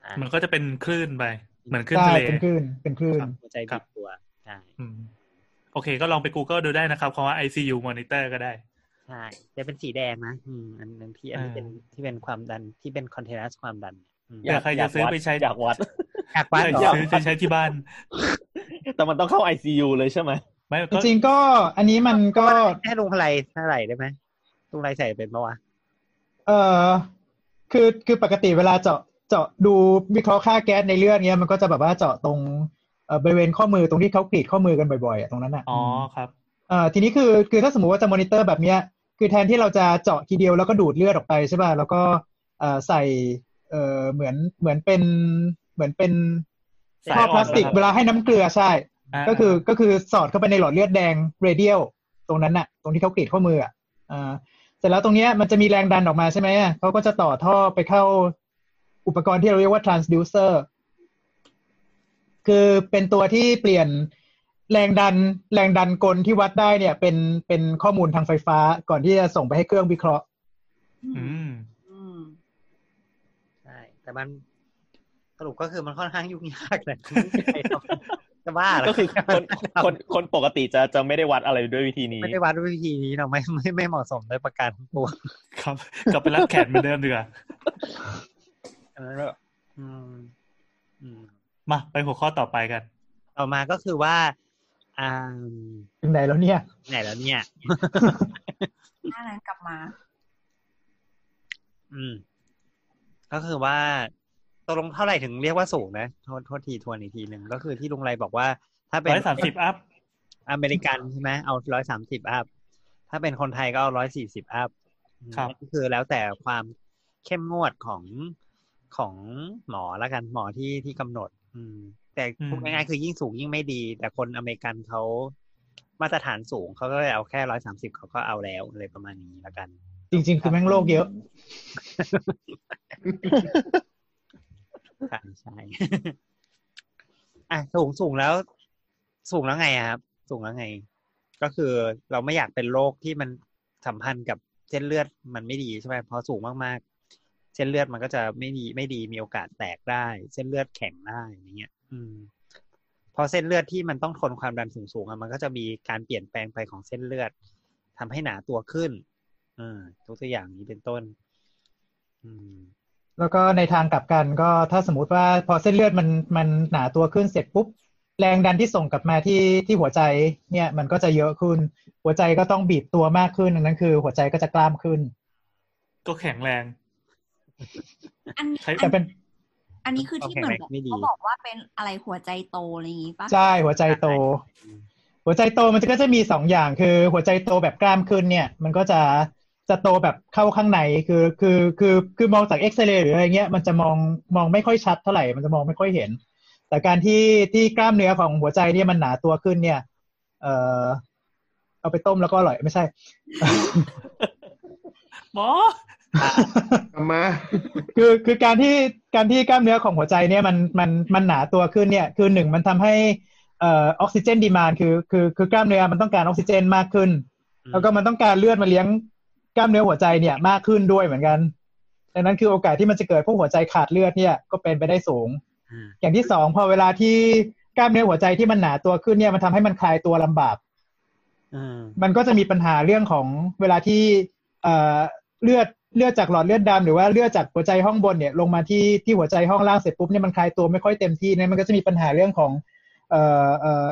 Speaker 4: ใช่
Speaker 6: มันก็จะเป็นคลื่นไป เหมือนคลื่น
Speaker 5: ใช่
Speaker 6: ทะเล
Speaker 5: เป็นคลื่นเป็นคลื่น
Speaker 4: ครับหัวใจ
Speaker 6: ครั
Speaker 4: บี
Speaker 6: บ
Speaker 4: บตัวใช่
Speaker 6: อืมโอเค ก็ลองไป Google ดูได้นะครับคำว่า ICU monitor ก็ได้
Speaker 4: ใช่จะเป็นสีแดงนะอืมอันนั้นที่อันนี้
Speaker 6: อ่า
Speaker 4: เป็นที่เป็นความดันที่เป็นคอนทิเนียสความดันอืม
Speaker 9: อยาก
Speaker 6: เผื่อใครจะซื้อไปใช้
Speaker 9: อยากวัด
Speaker 4: อยากวัด
Speaker 6: ใคร
Speaker 4: เหร
Speaker 6: จะ
Speaker 4: อ
Speaker 6: ซื้อไปใช้ที่บ้าน
Speaker 9: แต่มันต้องเข้า ICU เลยใช่ไหม
Speaker 6: ไม่
Speaker 5: จ
Speaker 6: ก็
Speaker 5: ริงๆก็อันนี้มันก็
Speaker 4: ให้ลุงพลัยเท่าไหร่ได้ไหมลุงพลัยใส่เป็นปะวะ
Speaker 5: เออคือคือปกติเวลาเจาะเจาะดูวิเคราะห์ค่าแก๊สในเลือดเงี้ยมันก็จะแบบว่าเจาะตรงเอ่อบริเวณข้อมือตรงที่เขากรีดข้อมือกันบ่อยๆอะตรงนั้นอ่ะ
Speaker 6: อ๋อครับ
Speaker 5: เอ่อทีนี้คือคือถ้าสมมติว่าจะมอนิเตอร์แบบเนี้ย คือแทนที่เราจะเจาะทีเดียวแล้วก็ดูดเลือดออกไปใช่ป่ะแล้วก็เอ่อใส่เอ่อเหมือนเหมือนเป็นเหมือนเป็น
Speaker 9: สาย
Speaker 5: ท่อพลาสติก
Speaker 9: ออกนะครับ
Speaker 5: เวลาให้น้ำเกลือใช่ ก็คือก็คือสอดเข้าไปในหลอดเลือดแดงเรเดียลตรงนั้นน่ะ ตรงที่เขากรีดข้อมืออ่ะอ่าเสร็จแล้วตรงเนี้ยมันจะมีแรงดันออกมาใช่ไหมอ่ะเขาก็จะต่อท่อไปเข้าอุปกรณ์ที่เราเรียกว่า transducer คือเป็นตัวที่เปลี่ยนแรงดันแรงดันกลที่วัดได้เนี่ย เป็นเป็นข้อมูลทางไฟฟ้าก่อนที่จะส่งไปให้เครื่องวิเคราะห์
Speaker 6: อืม
Speaker 3: อืม
Speaker 4: ใช่แต่มันสรุปก็คือมันค่อนข้างยุ่งยากเลยจะบ้าเหรอ
Speaker 9: ก็คือคนคนคนปกติจะจะไม่ได้วัดอะไรด้วยวิธีนี้
Speaker 4: ไม่ได้วัดด้วยวิธีนี้เราไม่ไม่ไม่เหมาะสมด้วยประการทั้งปวง
Speaker 6: ครับ [laughs] กลับไปรับแขกเหมือนเดิมดีกว่า
Speaker 4: อันนั้นแบบอืมอืม
Speaker 6: มาไปหัวข้อต่อไปกัน
Speaker 4: ต่อมาก็คือว่าอ่า
Speaker 5: ถึงไหนแล้วเนี่ย
Speaker 4: ไหนแล้วเนี่ย
Speaker 3: หน้านั้นกลับมา
Speaker 4: อืม ก็คือว่าตกลงเท่าไหร่ถึงเรียกว่าสูงนะโทษโทษทีทวนอีกทีหนึ่งก็คือที่ลุงไรบอกว่า ถ้าเป็น
Speaker 6: ร้อยสามสิบอัพ
Speaker 4: อเมริกันใช่ไหมเอาร้อยสามสิบอัพถ้าเป็นคนไทยก็เอาร้อยสี่สิบอัพ
Speaker 6: ครับ
Speaker 4: ก็คือแล้วแต่ความเข้มงวดของของหมอละกันหมอที่ที่กำหนด อืม แต่พูดง่ายๆคือยิ่งสูงยิ่งไม่ดี แต่คนอเมริกันเขามาตรฐานสูงเขาก็เลยเอาแค่ร้อยสามสิบเขาก็เอาแล้วอะไรประมาณนี้ละกัน
Speaker 5: จริง ๆ คือแม่งโลกเยอะ
Speaker 4: ใช่ใช่ [laughs] อ่ะสูงสูงแล้ว สูงแล้วไงอะครับ สูงแล้วไง ก็คือเราไม่อยากเป็นโรคที่มันสัมพันธ์กับเส้นเลือดมันไม่ดีใช่ไหมพอสูงมากๆ เส้นเลือดมันก็จะไม่ดีไม่ดีมีโอกาสแตกได้ เส้นเลือดแข็งได้อย่างเงี้ย อืม พอเส้นเลือดที่มันต้องทนความดันสูงๆอะมันก็จะมีการเปลี่ยนแปลงไปของเส้นเลือดทำให้หนาตัวขึ้นอ่ายกตัวอย่างนี้เป็นต้น อืม
Speaker 5: แล้วก็ในทางกลับกันก็ถ้าสมมติว่าพอเส้นเลือดมันมันหนาตัวขึ้นเสร็จปุ๊บ แรงดันที่ส่งกลับมาที่ที่หัวใจเนี่ยมันก็จะเยอะขึ้น หัวใจก็ต้องบีบตัวมากขึ้นดังนั้นคือ หัวใจก็จะกล้ามขึ้น
Speaker 6: ก็แข็งแรง
Speaker 3: อันนี้
Speaker 6: ใช้
Speaker 5: แต่เป็น
Speaker 3: อันนี้คือที่เหมือนแบบ
Speaker 4: ไม่ดี
Speaker 3: เขาบอกว่าเป็นอะไรหัวใจโตอะไรอย่างงี้ปะ
Speaker 5: ใช่หัวใจโต หัวใจโตมันก็จะมีสองอย่างคือ หัวใจโตแบบกล้ามขึ้นเนี่ย มันก็จะจะโตแบบเข้าข้างในคือคือคือคือมองจากเอ็กซเรย์หรืออะไรเงี้ยมันจะมองมองไม่ค่อยชัดเท่าไหร่มันจะมองไม่ค่อยเห็น แต่การที่ที่กล้ามเนื้อของหัวใจเนี่ยมันหนาตัวขึ้นเนี่ย เออเอาไปต้มแล้วก็อร่อยไม่ใช่ [laughs]
Speaker 6: หมอ
Speaker 8: กลับมา
Speaker 5: คือคือการที่การที่กล้ามเนื้อของหัวใจเนี่ยมันมันมันหนาตัวขึ้นเนี่ยคือหนึ่งมันทำให้เอ่อออกซิเจนดีมานคือคือคือกล้ามเนื้อมันต้องการออกซิเจนมากขึ้น
Speaker 4: อืม
Speaker 5: แล้วก็มันต้องการเลือดมาเลี้ยงกล้ามเนื้อหัวใจเนี่ยมากขึ้นด้วยเหมือนกันดังนั้นคือโอกาสที่มันจะเกิดพวกหัวใจขาดเลือดเนี่ยก็เป็นไปได้สูง
Speaker 4: อ่า
Speaker 5: อย่างที่สองพอเวลาที่กล้ามเนื้อหัวใจที่มันหนาตัวขึ้นเนี่ยมันทำให้มันคลายตัวลำบาก
Speaker 4: อืม
Speaker 5: มันก็จะมีปัญหาเรื่องของเวลาที่เอ่อเลือดเลือดจากหลอดเลือดดำหรือว่าเลือดจากหัวใจห้องบนเนี่ยลงมาที่ที่หัวใจห้องล่างเสร็จปุ๊บเนี่ยมันคลายตัวไม่ค่อยเต็มที่เนี่ยมันก็จะมีปัญหาเรื่องของเอ่อเอ่อ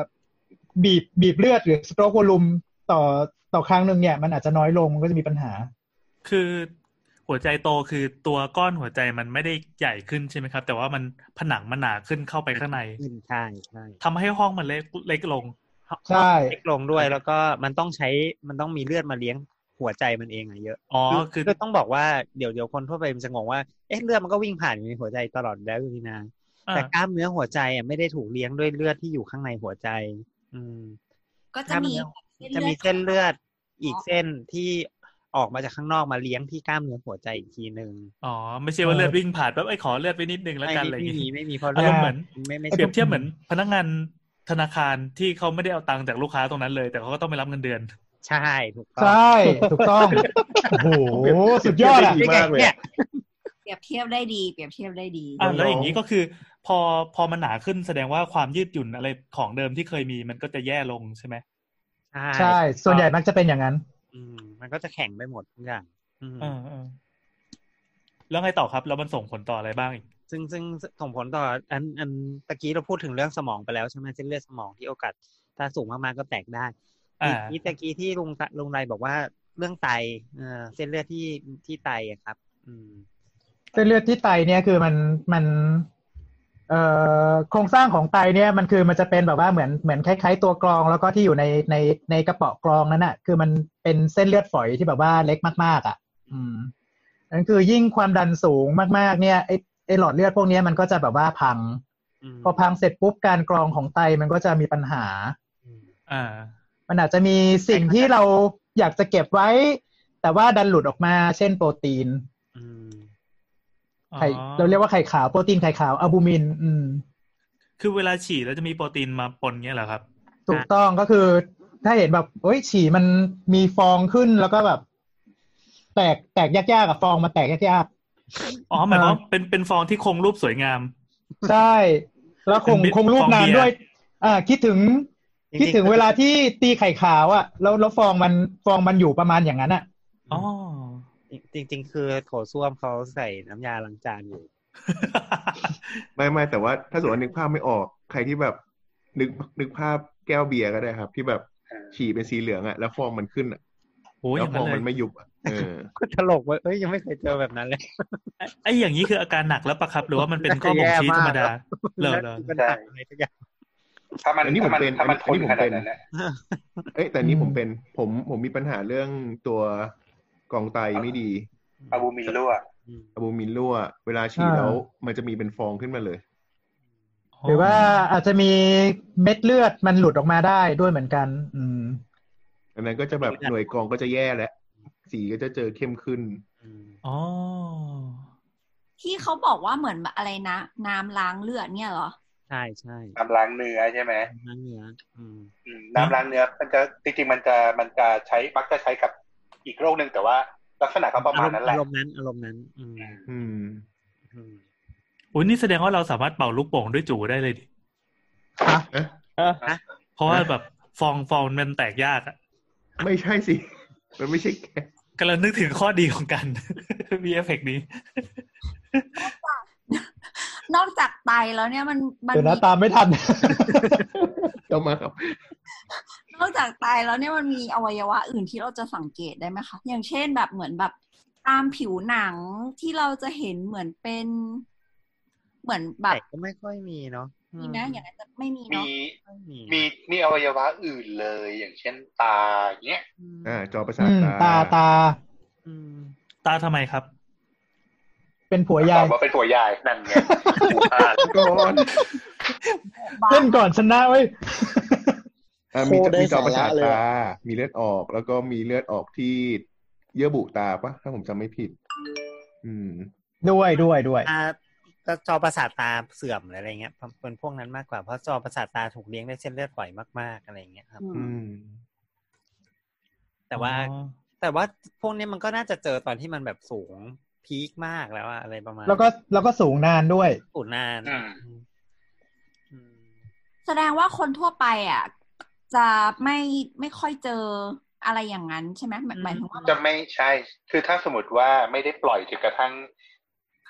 Speaker 5: บีบบีบเลือดหรือสโตรกวอลุมต่อต่อครั้งหนึ่งเนี่ยมันอาจจะน้อยลงมันก็จะมีปัญหา
Speaker 6: คือหัวใจโตคือตัวก้อนหัวใจมันไม่ได้ใหญ่ขึ้นใช่ไหมครับ แต่ว่ามันผนังมันหนาขึ้นเข้าไปข้างใน
Speaker 4: ขึ้นใช่ใช่
Speaker 6: ทำให้ห้องมันเล็กเล็กลง
Speaker 5: ใช่
Speaker 4: เล็กลงด้วยแล้วก็มันต้องใช้มันต้องมีเลือดมาเลี้ยงหัวใจมันเองอะเยอะ
Speaker 6: อ๋อคือ
Speaker 4: คือต้องบอกว่าเดี๋ยวเดี๋ยวคนทั่วไปมันจะงงว่าเอ๊ะเลือดมันก็วิ่งผ่านอยู่ในหัวใจตลอดแล้วอยู่นี่นะ
Speaker 6: อ่า
Speaker 4: แต่กล้ามเนื้อหัวใจอะไม่ได้ถูกเลี้ยงด้วยเลือดที่อยู่ข้างในหัวใจ อืม
Speaker 3: ก็จะมี
Speaker 4: จะมีเส้นเลือดอีก
Speaker 3: เส้นเลือด
Speaker 4: เส้นที่ออกมาจากข้างนอกมาเลี้ยงที่กล้ามเนื้อหัวใจอีกทีหนึ่ง
Speaker 6: อ๋อไม่ใช่ว่าเลือดวิ่งผ่านแบบไอ้ยขอเลือดไปนิดนึงแล้วกันอะไรอ
Speaker 4: ไม่
Speaker 6: ย่าง
Speaker 4: มี
Speaker 6: งี้
Speaker 4: ไม่มีเพราะ
Speaker 6: อารม
Speaker 4: ด
Speaker 6: ณ์เหมือน
Speaker 4: ไม่ไม่
Speaker 6: เปรียบ
Speaker 4: ใช่
Speaker 6: เทียบเหมือนพนักงานธนาคารที่เขาไม่ได้เอาตังค์จากลูกค้าตรงนั้นเลย แต่เขาก็ต้องไปรับเงินเดือน
Speaker 4: ใช่ถูกต้อง
Speaker 5: ใช่ถูกต้องโอ้โหสุดยอดอ่ะ
Speaker 8: ดีมากเลย
Speaker 4: นี่
Speaker 3: เปรียบเทียบได้ดี เปรียบเทียบได้ดี
Speaker 6: อ่ะ
Speaker 8: คน
Speaker 6: แล้วอย่าง
Speaker 8: น้อง
Speaker 6: นี้ก็คือ พอพอมันหนาขึ้นแสดงว่าความยืดหยุ่นอะไรของเดิมที่เคยมีมันก็จะแย่ลงใช่ไหม
Speaker 5: ใช่ ส่วนใหญ่มักจะเป็นอย่างนั้น
Speaker 4: อืมมันก็จะแข็งไปหมดทุกอย่างอืม
Speaker 6: อ่าอ่าแล้วไงต่อครับแล้วมันส่งผลต่ออะไรบ้างอีก
Speaker 4: ซึ่งซึ่งส่งผลต่ออันอันตะกี้เราพูดถึงเรื่องสมองไปแล้วใช่ไหมเส้นเลือดสมองที่โอกาสถ้าสูงมากๆก็แตกได้
Speaker 6: อ่า
Speaker 4: กนิดตะกี้ที่ลุงลุงไรบอกว่าเรื่องไตเอ่อเส้นเลือดที่ที่ไตอะครับ อืม
Speaker 5: เส้นเลือดที่ไตเนี่ยคือมันมันเอ่อ อโครงสร้างของไตเนี่ยมันคือมันจะเป็นแบบว่าเหมือนเหมือนคล้ายๆ ตัวกรอง แล้วก็ที่อยู่ในในในกระเป๋ากรองนั้นน่ะ คือมันเป็นเส้นเลือดฝอยที่แบบว่าเล็กมากๆ อ่ะ อืมนั่นคือยิ่งความดันสูงมากๆ เนี่ยไอไอหลอดเลือดพวกเนี้ยมันก็จะแบบว่าพัง
Speaker 4: ม
Speaker 5: พอพังเสร็จปุ๊บการกรองของไตมันก็จะมีปัญหา
Speaker 6: อ่า
Speaker 5: มันอาจจะมีสิ่งที่เราอยากจะเก็บไว้ แต่ว่าดันหลุดออกมาเช่นโปรตีน
Speaker 4: อืม
Speaker 5: ไข่เราเรียกว่าไข่ขาวโปรตีนไข่ขาวอะบูมิน อืม
Speaker 6: คือเวลาฉี่แล้วจะมีโปรตีนมาปนเงี้ยเหรอครับ
Speaker 5: ถูกต้องก็คือ ถ้าเห็นแบบเอ้ยฉี่มันมีฟองขึ้นแล้วก็แบบ แตกแตกยากๆกับฟองมาแตกยาก
Speaker 6: อ๋อหมายความว่าเป็นเป็นฟองที่คงรูปสวยงาม
Speaker 5: ๆใช่ แล้วคง
Speaker 6: เป็นมิตร
Speaker 5: คงรูปนาน
Speaker 6: ฟองเบียร์
Speaker 5: ด้วย อ่า คิดถึง
Speaker 9: จริงๆ
Speaker 5: คิดถึงเวลาที่ตีไข่ขาวอะแล้วแล้วฟองมันฟองมันอยู่ประมาณอย่างนั้นอะ
Speaker 6: อ๋อ
Speaker 4: จริง ๆ คือโถส้วมเขาใส่น้ำยาล้างจานอยู่
Speaker 8: ไม่ไม่แต่ว่าถ้าสมมติว่านึกภาพไม่ออกใครที่แบบ นึกนึกภาพแก้วเบียร์ก็ได้ครับ ที่แบบฉี่เป็นสีเหลืองอะแล้วฟองมันขึ้นอะ
Speaker 6: [laughs] โอ้ยอ
Speaker 8: แล้ว
Speaker 6: ย่าง
Speaker 8: ฟ
Speaker 6: นั้
Speaker 8: อง
Speaker 6: น
Speaker 8: มัน
Speaker 6: เลย
Speaker 8: ไม่ยุบอะเออ
Speaker 4: ก็ตลกเว่าเอ้ยยังไม่เคยเจอแบบนั้นเลย
Speaker 6: ไอ้อย่างนี้คืออาการหนักแล้วปะครับ หรือว่ามันเป็นข้อบ่งชี้ธรรมดา
Speaker 4: [laughs]
Speaker 6: เหรอเหรอ
Speaker 4: มันหักอะไรทุกอย่าง
Speaker 1: ถ้ามัน
Speaker 8: อันนี้ผม
Speaker 1: ถ้ามัน
Speaker 8: เป็น
Speaker 1: ถ้ามัน
Speaker 8: อั
Speaker 1: ท
Speaker 8: น
Speaker 1: น
Speaker 8: นี้ผม
Speaker 1: ขนาด
Speaker 8: เป็น
Speaker 1: นั้นนะ
Speaker 8: เอ้ยแต่นี้ผมเป็นผมผมมีปัญหาเรื่องตัวกรองไตไม่ดี
Speaker 1: อะบูมินรั่ว
Speaker 8: อะบูมินรั่ว เวลาฉี่แล้วมันจะมีเป็นฟองขึ้นมาเลย
Speaker 5: หรือว่าอาจจะมีเม็ดเลือดมันหลุดออกมาได้ด้วยเหมือนกัน อืม
Speaker 8: อันนั้นก็จะแบบหน่วยกรองก็จะแย่แล้ว สีก็จะเจอเข้มขึ้น
Speaker 6: อ๋อ
Speaker 3: ที่เขาบอกว่าเหมือนแบบอะไรนะ น้ำล้างเลือดเนี่ยเหรอ
Speaker 4: ใช่ใช่
Speaker 1: น้ำล้างเนื้อใช่ไหม
Speaker 4: นั่นเนื้ออืม
Speaker 1: อืมน้ำล้างเนื้อมันจะจริงๆมันจะมันจะใช้มักจะใช้กับอีกโรคหนึ่งแต่ว่า ลักษณะก็ประมาณนั้นแหละ
Speaker 4: อารมณ์นั้นอารมณ์นั้น อืม
Speaker 8: อืม
Speaker 4: อืม
Speaker 6: อุ้ยนี่แสดงว่าเราสามารถเป่าลูกโป่งด้วยจูได้เลยดิเพราะว่าแบบฟองฟองมันแตกยากอะ
Speaker 8: ไม่ใช่สิ มันไม่ใช่แค่
Speaker 6: กำลังนึกถึงข้อดีของกัน [laughs] มีเอฟเฟกนี้
Speaker 3: นอกจากไตแล้วเนี่ยมันมัน
Speaker 5: เดี๋ยวนะ
Speaker 3: มี
Speaker 5: ตามไม่ทัน
Speaker 8: ต้องมาครับ
Speaker 3: นอกจากไตแล้วเนี่ยมันมีอวัยวะอื่นที่เราจะสังเกตได้ไหมคะ อย่างเช่นแบบเหมือนแบบตามผิวหนังที่เราจะเห็นเหมือนเป็น เหมือนแบ
Speaker 4: แต่
Speaker 3: บ
Speaker 4: ก็ไม่ค่อยมีเนาะอื
Speaker 3: มีไหมอย่างนั้นจะไม่มี
Speaker 1: มี
Speaker 3: เนาะ
Speaker 4: ไค่อยมี
Speaker 1: มีมีอวัยวะอื่นเลย อย่างเช่นตาอย่างเงี้ย
Speaker 4: ม
Speaker 8: อ่า จอประสา
Speaker 5: อื
Speaker 8: ท
Speaker 5: ม
Speaker 8: ตา
Speaker 5: ตาตา
Speaker 4: อืม
Speaker 6: ตาทำไมครับ
Speaker 5: เป็นผัวยา
Speaker 1: ตอย บว่าเป็นตัวยายนั่นไงถูกพลาด
Speaker 8: ก่อน
Speaker 3: บ้า
Speaker 5: เล่นก่อนชนะเว้ย [laughs]
Speaker 8: อ่ามี
Speaker 9: โคตรได้
Speaker 8: มีจอประสาท
Speaker 9: สาระเลย
Speaker 8: ตา
Speaker 9: อะ
Speaker 8: มีเลือดออกแล้วก็มีเลือดออกที่เยื่อบุตาปะถ้าผมจำไม่ผิด อืม
Speaker 5: ด้วยด้วยด้วย
Speaker 4: อ่าก็จอประสาทตาเสื่อมหรืออะไรเงี้ยเป็นพวกนั้นมากกว่าเพราะจอประสาทตาถูกเลี้ยงด้วยเส้นเลือดฝอยมากๆอะไรเงี้ยครับ
Speaker 3: อื
Speaker 8: อื
Speaker 3: ม
Speaker 8: ม
Speaker 4: แต่ว่า
Speaker 6: อ๋อ
Speaker 4: แต่ว่าพวกเนี้ยมันก็น่าจะเจอตอนที่มันแบบสูงพีคมากแล้วอะอะไรประมาณ
Speaker 5: แล้วก็แล้วก็สูงนานด้วย
Speaker 4: สูงนาน
Speaker 1: อืม
Speaker 4: อืม
Speaker 3: แสดงว่าคนทั่วไปอ่ะจะไม่ไม่ค่อยเจออะไรอย่างนั้นใช่ไหมหมายหมายถึงว่า
Speaker 1: จะไม่ใช่ คือถ้าสมมติว่าไม่ได้ปล่อยจนกระทั่ง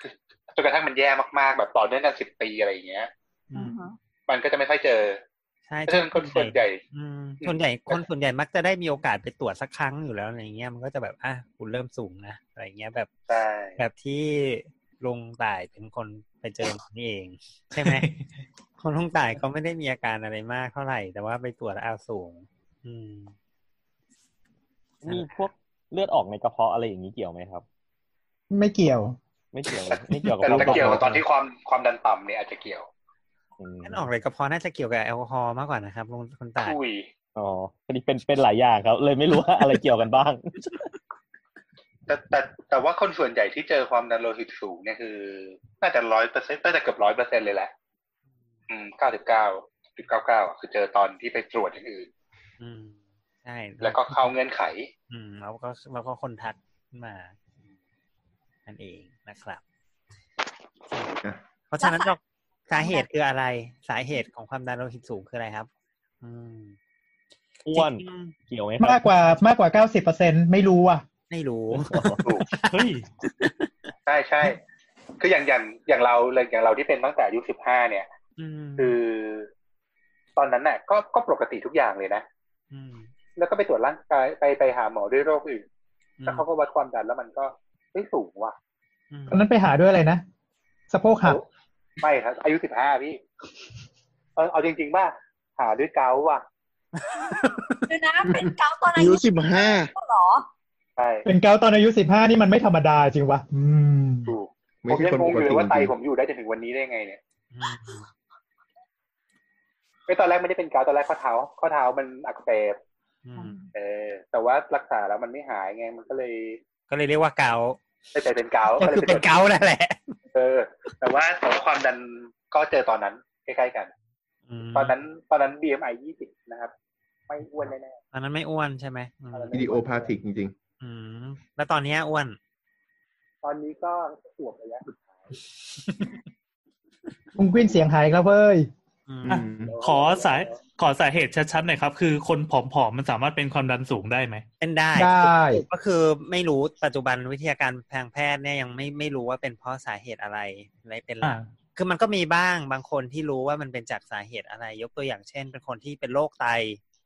Speaker 1: คือจนกระทั่งมันแย่มากๆ แบบต่อเนื่องกันสิบปีอะไรอย่างเงี้ย
Speaker 4: อื
Speaker 3: อ่าม ฮะ
Speaker 1: มันก็จะไม่ค่อยเจอ
Speaker 4: ใช่
Speaker 1: เพราะฉะนั้นคนส่วนใหญ่
Speaker 4: อืมส่วนใหญ่คนส่วนใหญ่มักจะได้มีโอกาสไปตรวจสักครั้งอยู่แล้วอะไรเงี้ยมันก็จะแบบอ่ะคุณเริ่มสูงนะอะไรเงี้ยแบบ
Speaker 1: ใช่
Speaker 4: แบบที่ลุงต่ายเป็นคนไปเจอมานี่เอง
Speaker 1: [laughs]
Speaker 4: ใช่ไหม คนลุงต่ายก็ไม่ได้มีอาการอะไรมากเท่าไหร่ แต่ว่าไปตรวจแล้วอาวสูง อืม
Speaker 9: มีพวกเลือดออกในกระเพาะอะไรอย่างนี้เกี่ยวไหมครับ
Speaker 5: ไม่เกี่ยว
Speaker 9: ไม่เกี่ยว
Speaker 4: [laughs]
Speaker 9: ไม่เกี่ยวกับ
Speaker 1: แต่
Speaker 9: ลู
Speaker 1: เราจะ
Speaker 9: กโป่ง
Speaker 1: เกี่ยวกับตอนที่ความความดันต่ำเนี่ยอาจจะเกี่ยว
Speaker 9: อืม
Speaker 4: นั่นออกเลยกระเพาะน่าจะเกี่ยวกับแอลกอฮอล์มากกว่านะครับลุงคนต่าย
Speaker 1: คุย
Speaker 9: อ๋อพอดีเป็นเป็นหลายอย่างครับ เลยไม่รู้ว่าอะไรเกี่ยวกันบ้าง [laughs]
Speaker 1: แต่แต่แต่ว่าคนส่วนใหญ่ที่เจอความดันโลหิตสูงเนี่ยคือน่าจะร้อยเปอร์เซ็นต์น่าจะเกือบร้อยเปอร์เซ็นเลยแหละ อืมเก้าสิบเก้าจุดเก้าเก้าคือเจอตอนที่ไปตรวจอย่างอื่น
Speaker 4: อืมใช่
Speaker 1: แล้วก็เข้าเงื่อนไข
Speaker 4: อืมแล้วก็แล้วก็คนทักขึ้นมานั่นเองนะครับ
Speaker 8: อ่ะ
Speaker 4: เพราะฉะนั้นเราสาเหตุคืออะไร สาเหตุของความดันโลหิตสูงคืออะไรครับ อืม
Speaker 9: อ้วน
Speaker 4: จริง
Speaker 9: เกี่ยวไหมค
Speaker 5: มา
Speaker 9: รั
Speaker 5: กกว่ามากกว่าเก้าสิบเปอร์เซ็นไม่รู้อ่ะ
Speaker 4: ๆไม่รู้
Speaker 1: ถูก
Speaker 6: เฮ้ย
Speaker 1: ใช่ใช่คืออย่างอย่างอย่างเราเลยอย่างเราที่เป็นตั้งแต่อายุสิบห้าเนี่ย
Speaker 4: อืม
Speaker 1: คือ ตอนนั้นน่ะก็ก็ปกติทุกอย่างเลยนะ
Speaker 4: ม
Speaker 1: แล้วก็ไปตรวจร่างกายไปไปหาหมอด้วยโรคอื่นแล้วเขาก็วัดความดันแล้วมันก็ไม่สูงว่ะ
Speaker 4: อืม
Speaker 5: ตอนนั้นไปหาด้วยอะไรนะสะโพกหัก
Speaker 1: ไม่ครับ อายุสิบห้าพี่เอาเอาจริงๆป่ะหาด้วยเกาว่ะ
Speaker 3: เดี๋ยวนะ เป็นเกาตอนอา
Speaker 7: อายุ
Speaker 3: ยุ
Speaker 7: สิบห้า
Speaker 3: เหรอ
Speaker 1: ใช่
Speaker 5: เป็นเกาต์ตอนอายุสิบห้านี่มันไม่ธรรมดาจริงวะอืม
Speaker 1: ถูกผ
Speaker 8: ไม่
Speaker 1: ม
Speaker 8: ใช่
Speaker 1: ยัง
Speaker 8: คน
Speaker 1: ง
Speaker 8: ป
Speaker 1: งอก ยู่เล
Speaker 8: ติ
Speaker 1: ยว่าไต
Speaker 8: จริง
Speaker 1: ผมอยู่ได้จนถึงวันนี้ได้ไงเนี่ย
Speaker 4: อืม
Speaker 1: ไอ้ตอนแรกไม่ได้เป็นเกาต์ตอนแรกข้อเท้า ข้อเท้ามันอักเสบ
Speaker 4: อืม
Speaker 1: เออ แต่ว่ารักษาแล้วมันไม่หายไงมันก็เลย
Speaker 4: ก็เลยเรียกว่าเกา
Speaker 1: ไม่ไปเป็นเกาต์
Speaker 4: ก็
Speaker 1: ก็เลย
Speaker 4: คือ
Speaker 1: ไปตร
Speaker 4: เป็น
Speaker 1: วจ
Speaker 4: เกานั่นแหละ
Speaker 1: เออ แต่ว่าแต่ว่าความดันก็เจอตอนนั้นใกล้ๆกัน
Speaker 4: ม
Speaker 1: ตอนนั้นตอนนั้น BMI ยี่สิบนะครับ ไม่อ้วนแน่
Speaker 4: ตอนนั้นไม่อ้วนใช่ไหมอืม
Speaker 1: ตอนนั้น
Speaker 8: วิดีโอพาทิกจริง
Speaker 4: อืมแล้วตอนเนี้ยอ้วน
Speaker 1: ๆตอนนี้ก็สวบระยะสุดท้าย
Speaker 5: พุงกวินเสียงหายครับเว้ย
Speaker 4: อืม
Speaker 8: อืม
Speaker 6: ขอสายขอสาเหตุชัดๆหน่อยครับ คือคนผอมๆมันสามารถเป็นความดันสูงได้ไหม
Speaker 4: เป็นได้
Speaker 5: ได้
Speaker 4: ก็คือไม่รู้ปัจจุบันวิทยาการทางแพทย์เนี่ยยังไม่ไม่รู้ว่าเป็นเพราะสาเหตุอะไรอะไรเป็นหลัก คือมันก็มีบ้างบางคนที่รู้ว่ามันเป็นจากสาเหตุอะไร ยกตัวอย่างเช่น เป็นคนที่เป็นโรคไต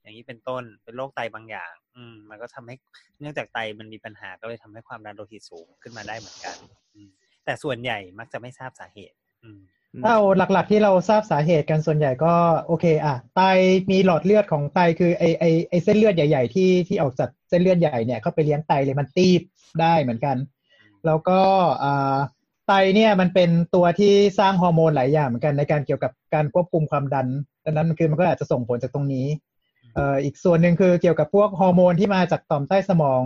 Speaker 4: อย่างนี้เป็นต้นเป็นโรคไตบางอย่าง อืม มันก็ทำให้เนื่องจากไตมันมีปัญหาก็เลยทำให้ความดันโลหิตสูงขึ้นมาได้เหมือนกันอืมแต่ส่วนใหญ่มักจะไม่ทราบสาเหตุ อืม
Speaker 5: ถ้าเอาหลักๆที่เราทราบสาเหตุกันส่วนใหญ่ก็โอเคอ่ะไตมีหลอดเลือดของไตคือไอไอไอเส้นเลือดใหญ่ ๆ ที่ที่ออกจากเส้นเลือดใหญ่เนี่ยเข้าไปเลี้ยงไตเลยมันตีบได้เหมือนกัน แล้วก็อ่าไตเนี่ยมันเป็นตัวที่สร้างฮอร์โมนหลายอย่างเหมือนกันในการเกี่ยวกับการควบคุมความดันดังนั้นคือมันก็อาจจะส่งผลจากตรงนี้เอ่ออีกส่วนหนึ่งคือเกี่ยวกับพวกฮอร์โมนที่มาจากต่อมใต้สมอง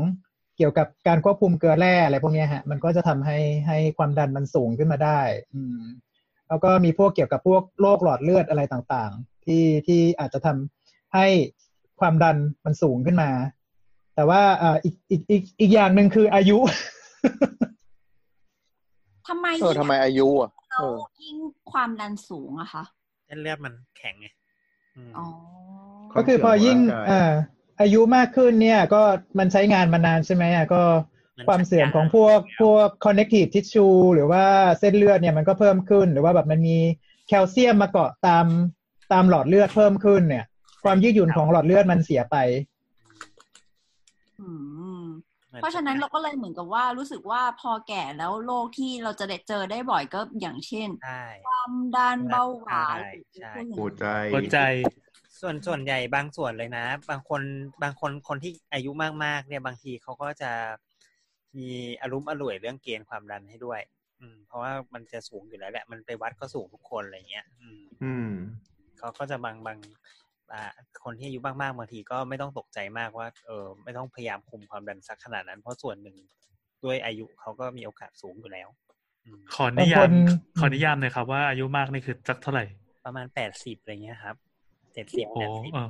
Speaker 5: เกี่ยวกับการควบคุมเกลือแร่อะไรพวกเนี้ยฮะมันก็จะทำให้ให้ความดันมันสูงขึ้นมาได้ อืม แล้วก็มีพวกเกี่ยวกับพวกโรคหลอดเลือดอะไรต่างๆ ที่ที่อาจจะทำให้ความดันมันสูงขึ้นมา แต่ว่าเอ่ออีกอีกอีกอีกอย่างหนึ่งคืออายุ [laughs]
Speaker 3: ทำไม
Speaker 7: เออทำไมอายุอ่ะ
Speaker 3: เรา
Speaker 7: เออ
Speaker 3: ยิ่งความดันสูงอะคะ
Speaker 4: เส้นเลือดมันแข็งไงอืม
Speaker 3: อ๋อ
Speaker 8: ๆ
Speaker 5: ก็คือพอยิ่
Speaker 8: วาม
Speaker 5: ง
Speaker 8: เสื่อมขอร่ากา
Speaker 5: เอ่ออายุมากขึ้นเนี่ย ก็มันใช้งานมานานใช่ไหมอ่ะก็ความเสื่อมของพวกพวก connective tissue หรือว่าเส้นเลือดเนี่ยมันก็เพิ่มขึ้น หรือว่าแบบมันมีแคลเซียมมาเกาะตามตามหลอดเลือดเพิ่มขึ้นเนี่ย ความยืดหยุ่นของหลอดเลือดมันเสียไป
Speaker 3: อืม
Speaker 4: มั
Speaker 3: เพราะฉะนั้นเราก็เลยเหมือนกับว่ารู้สึกว่าพอแก่แล้วโรคที่เราจะได้เจอได้บ่อยก็อย่างเช่น
Speaker 4: ใช่
Speaker 3: ความดันเบาหวาน
Speaker 4: ใช่ใช่
Speaker 3: หรือพว
Speaker 8: หั
Speaker 3: ก
Speaker 8: ว
Speaker 3: อ
Speaker 8: ใจ
Speaker 3: ย่าง
Speaker 6: หัวใจ
Speaker 4: ส่วนส่วนใหญ่บางส่วนเลยนะ บางคนบางคนคนที่อายุมากๆ เนี่ยบางทีเขาก็จะมีอารมณ์อร่วยเรื่องเกณฑ์ความดันให้ด้วย อืม เพราะว่ามันจะสูงอยู่แล้วแหละ มันไปวัดก็สูงทุกคนอะไรเงี้ย อืม
Speaker 8: อืม
Speaker 4: เขาก็จะบางบางอ่าคนที่อายุมากๆบางทีก็ไม่ต้องตกใจมากว่า เออไม่ต้องพยายามคุมความดันสักขนาดนั้น เพราะส่วนหนึ่งด้วยอายุเขาก็มีโอกาสสูงอยู่แล้ว อืม
Speaker 6: ขอนิ
Speaker 5: บาง
Speaker 6: ยาม
Speaker 5: คน
Speaker 6: ขอนิยามหน่อยครับว่าอายุมากนี่คือสักเท่าไหร่
Speaker 4: ประมาณแปดสิบอะไรเงี้ยครับเจ็ดสิบ
Speaker 6: โอ้
Speaker 4: แปดสิบ
Speaker 6: เออ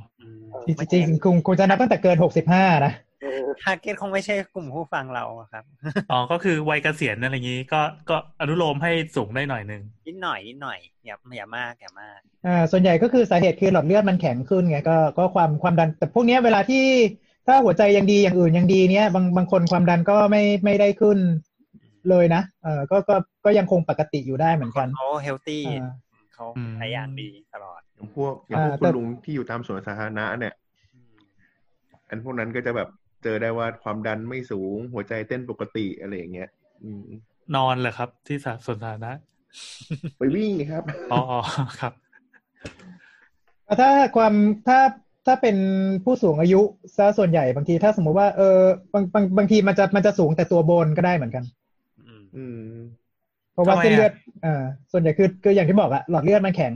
Speaker 5: [laughs] จริงๆคุณคุณจะนับตั้งแต่เกินหกสิบห้านะ
Speaker 1: เออ
Speaker 4: ทาร์เก็ตคงไม่ใช่กลุ่มผู้ฟังเราอะครับ
Speaker 6: อ๋อ ก็คือวัยเกษียณอะไรอย่างนี้ก็ก็อนุโลมให้สูงได้หน่อยหนึ่ง
Speaker 4: นิดหน่อยนิดหน่อยอย่าอย่ามากอย่ามาก
Speaker 5: อ่าส่วนใหญ่ก็คือสาเหตุคือหลอดเลือดมันแข็งขึ้นไงก็ก็ความความดัน แต่พวกเนี้ยเวลาที่ถ้าหัวใจยังดีอย่างอื่นยังดีเนี้ยบางบางคนความดันก็ไม่ไม่ได้ขึ้นเลยนะเออก็ก็ก็ยังคงปกติอยู่ได้เหมือนกัน
Speaker 4: เขาเฮลตี้
Speaker 5: อ่า
Speaker 4: เขาพยายามดีตลอด
Speaker 8: อย่างพวกอย่างพวก
Speaker 5: อ่า
Speaker 8: คุ
Speaker 5: แต่
Speaker 8: ณลุงที่อยู่ตามสวนสาธารณะเนี่ย อันพวกนั้นก็จะแบบเจอได้ว่าความดันไม่สูง หัวใจเต้นปกติอะไรอย่างเงี้ย อืม
Speaker 6: นอนเหรอครับ ที่สาสวนสาธารณะ
Speaker 8: ไปวิ่งเลยครับ
Speaker 6: อ๋ออ๋อครับ
Speaker 5: ถ้าความถ้าถ้าเป็นผู้สูงอายุซะส่วนใหญ่บางทีถ้าสมมุติว่าเออบางบางบางทีมันจะมันจะสูงแต่ตัวบนก็ได้เหมือนกัน
Speaker 4: อืม
Speaker 8: อืม
Speaker 5: เพราะว่า
Speaker 6: ทำไม
Speaker 5: เส้นเลือด
Speaker 6: อะ
Speaker 5: เอ่าส่วนใหญ่คือคืออย่างที่บอกอะหลอดเลือดมันแข็ง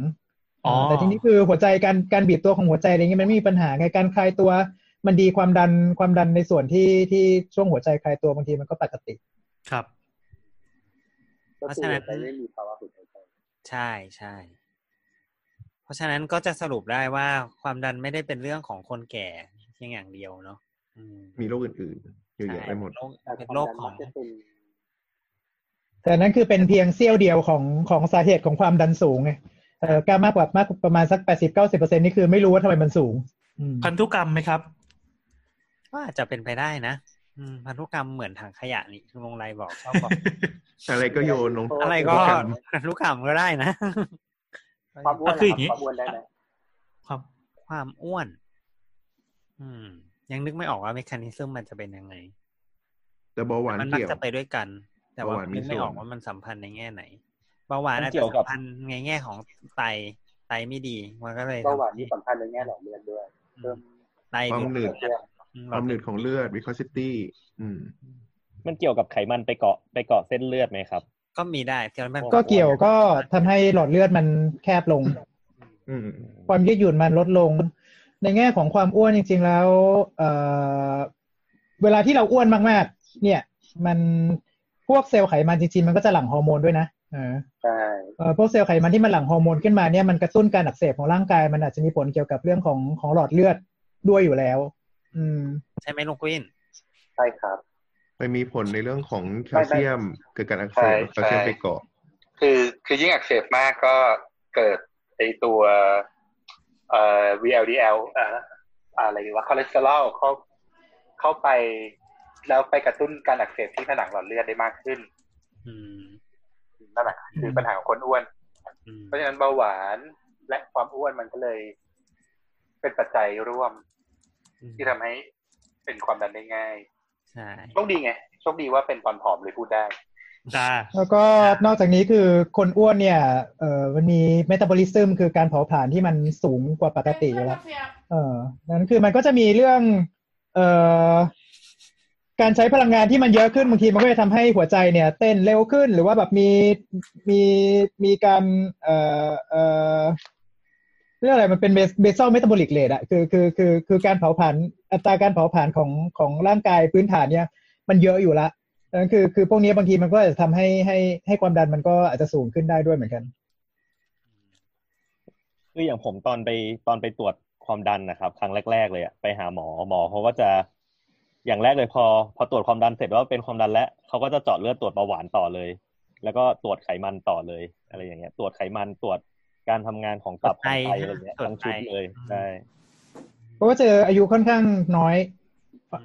Speaker 6: อ๋อ
Speaker 5: แต่ทีนี้คือหัวใจการการบีบตัวของหัวใจอะไรเงี้ยมันไม่มีปัญหาไงการคลายตัว มันดีความดันความดันในส่วนที่ที่ช่วงหัวใจคลายตัวบางทีมันก็ปกติ
Speaker 6: ครับ
Speaker 1: ก็คือหัวใจไม่มีภาวะหัวใจ
Speaker 4: ใช่ใช่เพราะฉะนั้นก็จะสรุปได้ว่าความดันไม่ได้เป็นเรื่องของคนแก่เพียงอย่างเดียวเนาะอื
Speaker 8: มีโรคอื่นๆเยอะแยะไปหมด
Speaker 4: ใช่
Speaker 1: แต่
Speaker 4: เป็น
Speaker 1: ความ
Speaker 4: โรค
Speaker 1: ดัน
Speaker 4: ขอ
Speaker 1: มั
Speaker 4: ง
Speaker 1: กจะเป็น
Speaker 5: แต่นั่นคือเป็นเพียงเสี้ยวเดียวของของสาเหตุของความดันสูงไงเอ่อก้ามากกว่ามากกว่าประมาณสักแปดสิบเก้าสิบเปอร์เซ็นนี่คือไม่รู้ว่าทำไมมันสูงอืม
Speaker 6: พันธุกรรมไหมครับ
Speaker 4: ก็อาจจะเป็นไปได้นะอืมพันธุกรรมเหมือนทางขยะนี่คุณลงไรบอกชอบ
Speaker 8: [laughs]
Speaker 4: บอก
Speaker 8: อะไรก็โยนลง
Speaker 4: อะไรก็พันธุกรรมก็ได้นะ [laughs]
Speaker 1: ความอ้วน
Speaker 6: คืออย่างงี้
Speaker 1: นี้ความอ้วนได้ไหม
Speaker 6: ครับ
Speaker 4: ความอ้วน อืม ยังนึกไม่ออกว่าเมคานิซึมมันจะเป็นยังไง
Speaker 8: แต่เบาหวาน
Speaker 4: มันมัก
Speaker 8: เกี่ยว
Speaker 4: จะไปด้วยกัน แต่ว่า
Speaker 8: เบาหวานมี
Speaker 4: นึกไม่ออก
Speaker 8: ส่วน
Speaker 4: ว่ามันสัมพันธ์ในแง่ไหน เบาหวาน
Speaker 9: มั
Speaker 4: อาจ
Speaker 9: นเกี่
Speaker 4: จะ
Speaker 9: ยวกับ
Speaker 4: สัมพันธ์ในแง่ของไตไตไม่ดี มันก็เลย
Speaker 1: เบาหวาน
Speaker 4: ทำให้
Speaker 1: ที่สำคัญในแง่หลอดเลือดด้วยเพิ่ม
Speaker 4: ไต
Speaker 8: ความหนืด
Speaker 4: เยอะอืม
Speaker 8: ความหนืดของเลือดวิคอซิตี้อืม
Speaker 9: มันเกี่ยวกับไขมันไปเกาะไปเกาะเส้นเลือดไหมครับ
Speaker 4: ก็มีได้ที่มัน
Speaker 5: ก็เกี่ยวก็ทำให้หลอดเลือดมันแคบลง
Speaker 8: อืม
Speaker 5: ความยืดหยุ่นมันลดลง ในแง่ของความอ้วนจริง ๆ แล้ว เอ่อเวลาที่เราอ้วนมากๆ เนี่ย มันพวกเซลล์ไขมันจริงๆ มันก็จะหลั่งฮอร์โมนด้วยนะเออ
Speaker 1: ใช่
Speaker 5: เอ่อพวกเซลล์ไขมันที่มันหลั่งฮอร์โมนขึ้นมาเนี่ยมันกระตุ้นการอักเสบของร่างกาย มันอาจจะมีผลเกี่ยวกับเรื่องของของหลอดเลือดด้วยอยู่แล้ว อืม
Speaker 4: ใช่ไหมลุงกุ้น
Speaker 1: ใช่ครับ
Speaker 8: ไปมีผลในเรื่องของแคลเซียมเกิดการอักเสบ
Speaker 1: ใช่
Speaker 8: แคลเซียม
Speaker 1: ใช่
Speaker 8: ไปเกาะ
Speaker 1: คือคือยิ่งอักเสบมากก็เกิดไอตัวเอ่อ VLDL อ่าอะไรดีวะคอเลสเตอรอลเข้าเข้าไป แล้วไปกระตุ้นการอักเสบที่ผนังหลอดเลือดได้มากขึ้น
Speaker 4: อืม
Speaker 1: นั่นแหละคือปัญหาของคนอ้วน
Speaker 4: อืม
Speaker 1: เพราะฉะนั้นเบาหวานและความอ้วนมันก็เลย เป็นปัจจัยร่วมที่ทำให้เป็นความดันได้ง่าย
Speaker 4: ใช่
Speaker 1: โชคดีไงโชคดีว่าเป็นตอนผอมเลยพูดได้
Speaker 6: จ้า
Speaker 5: แล้วก็นอกจากนี้คือคนอ้วนเนี่ย เอ่อมันมีเมตาบอลิซึมคือการเผาผลาญที่มันสูงกว่าปกติอยู่แล้ว เออนั้นคือมันก็จะมีเรื่อง เอ่อ การใช้พลังงานที่มันเยอะขึ้นบางทีมันก็จะทำให้หัวใจเนี่ย เต้นเร็วขึ้น หรือว่าแบบมีมีมีการ เอ่อเอ่อเรื่องอะไรมันเป็นเบส a อ m เมตาบอลิกเลทอะคือคือคือคือการเผาผลาญอัตราการเผาผลาญของของร่างกายพื้นฐานเนี่ย มันเยอะอยู่ละนั้นคือคือพวกนี้บางทีมันก็อาจจะทำให้ให้ให้ความดันมันก็อาจจะสูงขึ้นได้ด้วยเหมือนกัน
Speaker 9: คืออย่างผมตอนไปตอนไปตรวจความดันนะครับ ครั้งแรก ๆ เลยอะไปหาหมอหมอเขาก็จะอย่างแรกเลยพอ พอตรวจความดันเสร็จว่าเป็นความดันแล้วเขาก็จะเจาะเลือดตรวจเบาหวานต่อเลย แล้วก็ตรวจไขมันต่อเลย อะไรอย่างเงี้ย ตรวจไขมันตรวจการทำงานของตับของไตอะไรเงี้ยทั้งชุดเลยใช่
Speaker 5: เพราะว่าเจออายุค่อนข้างน้อย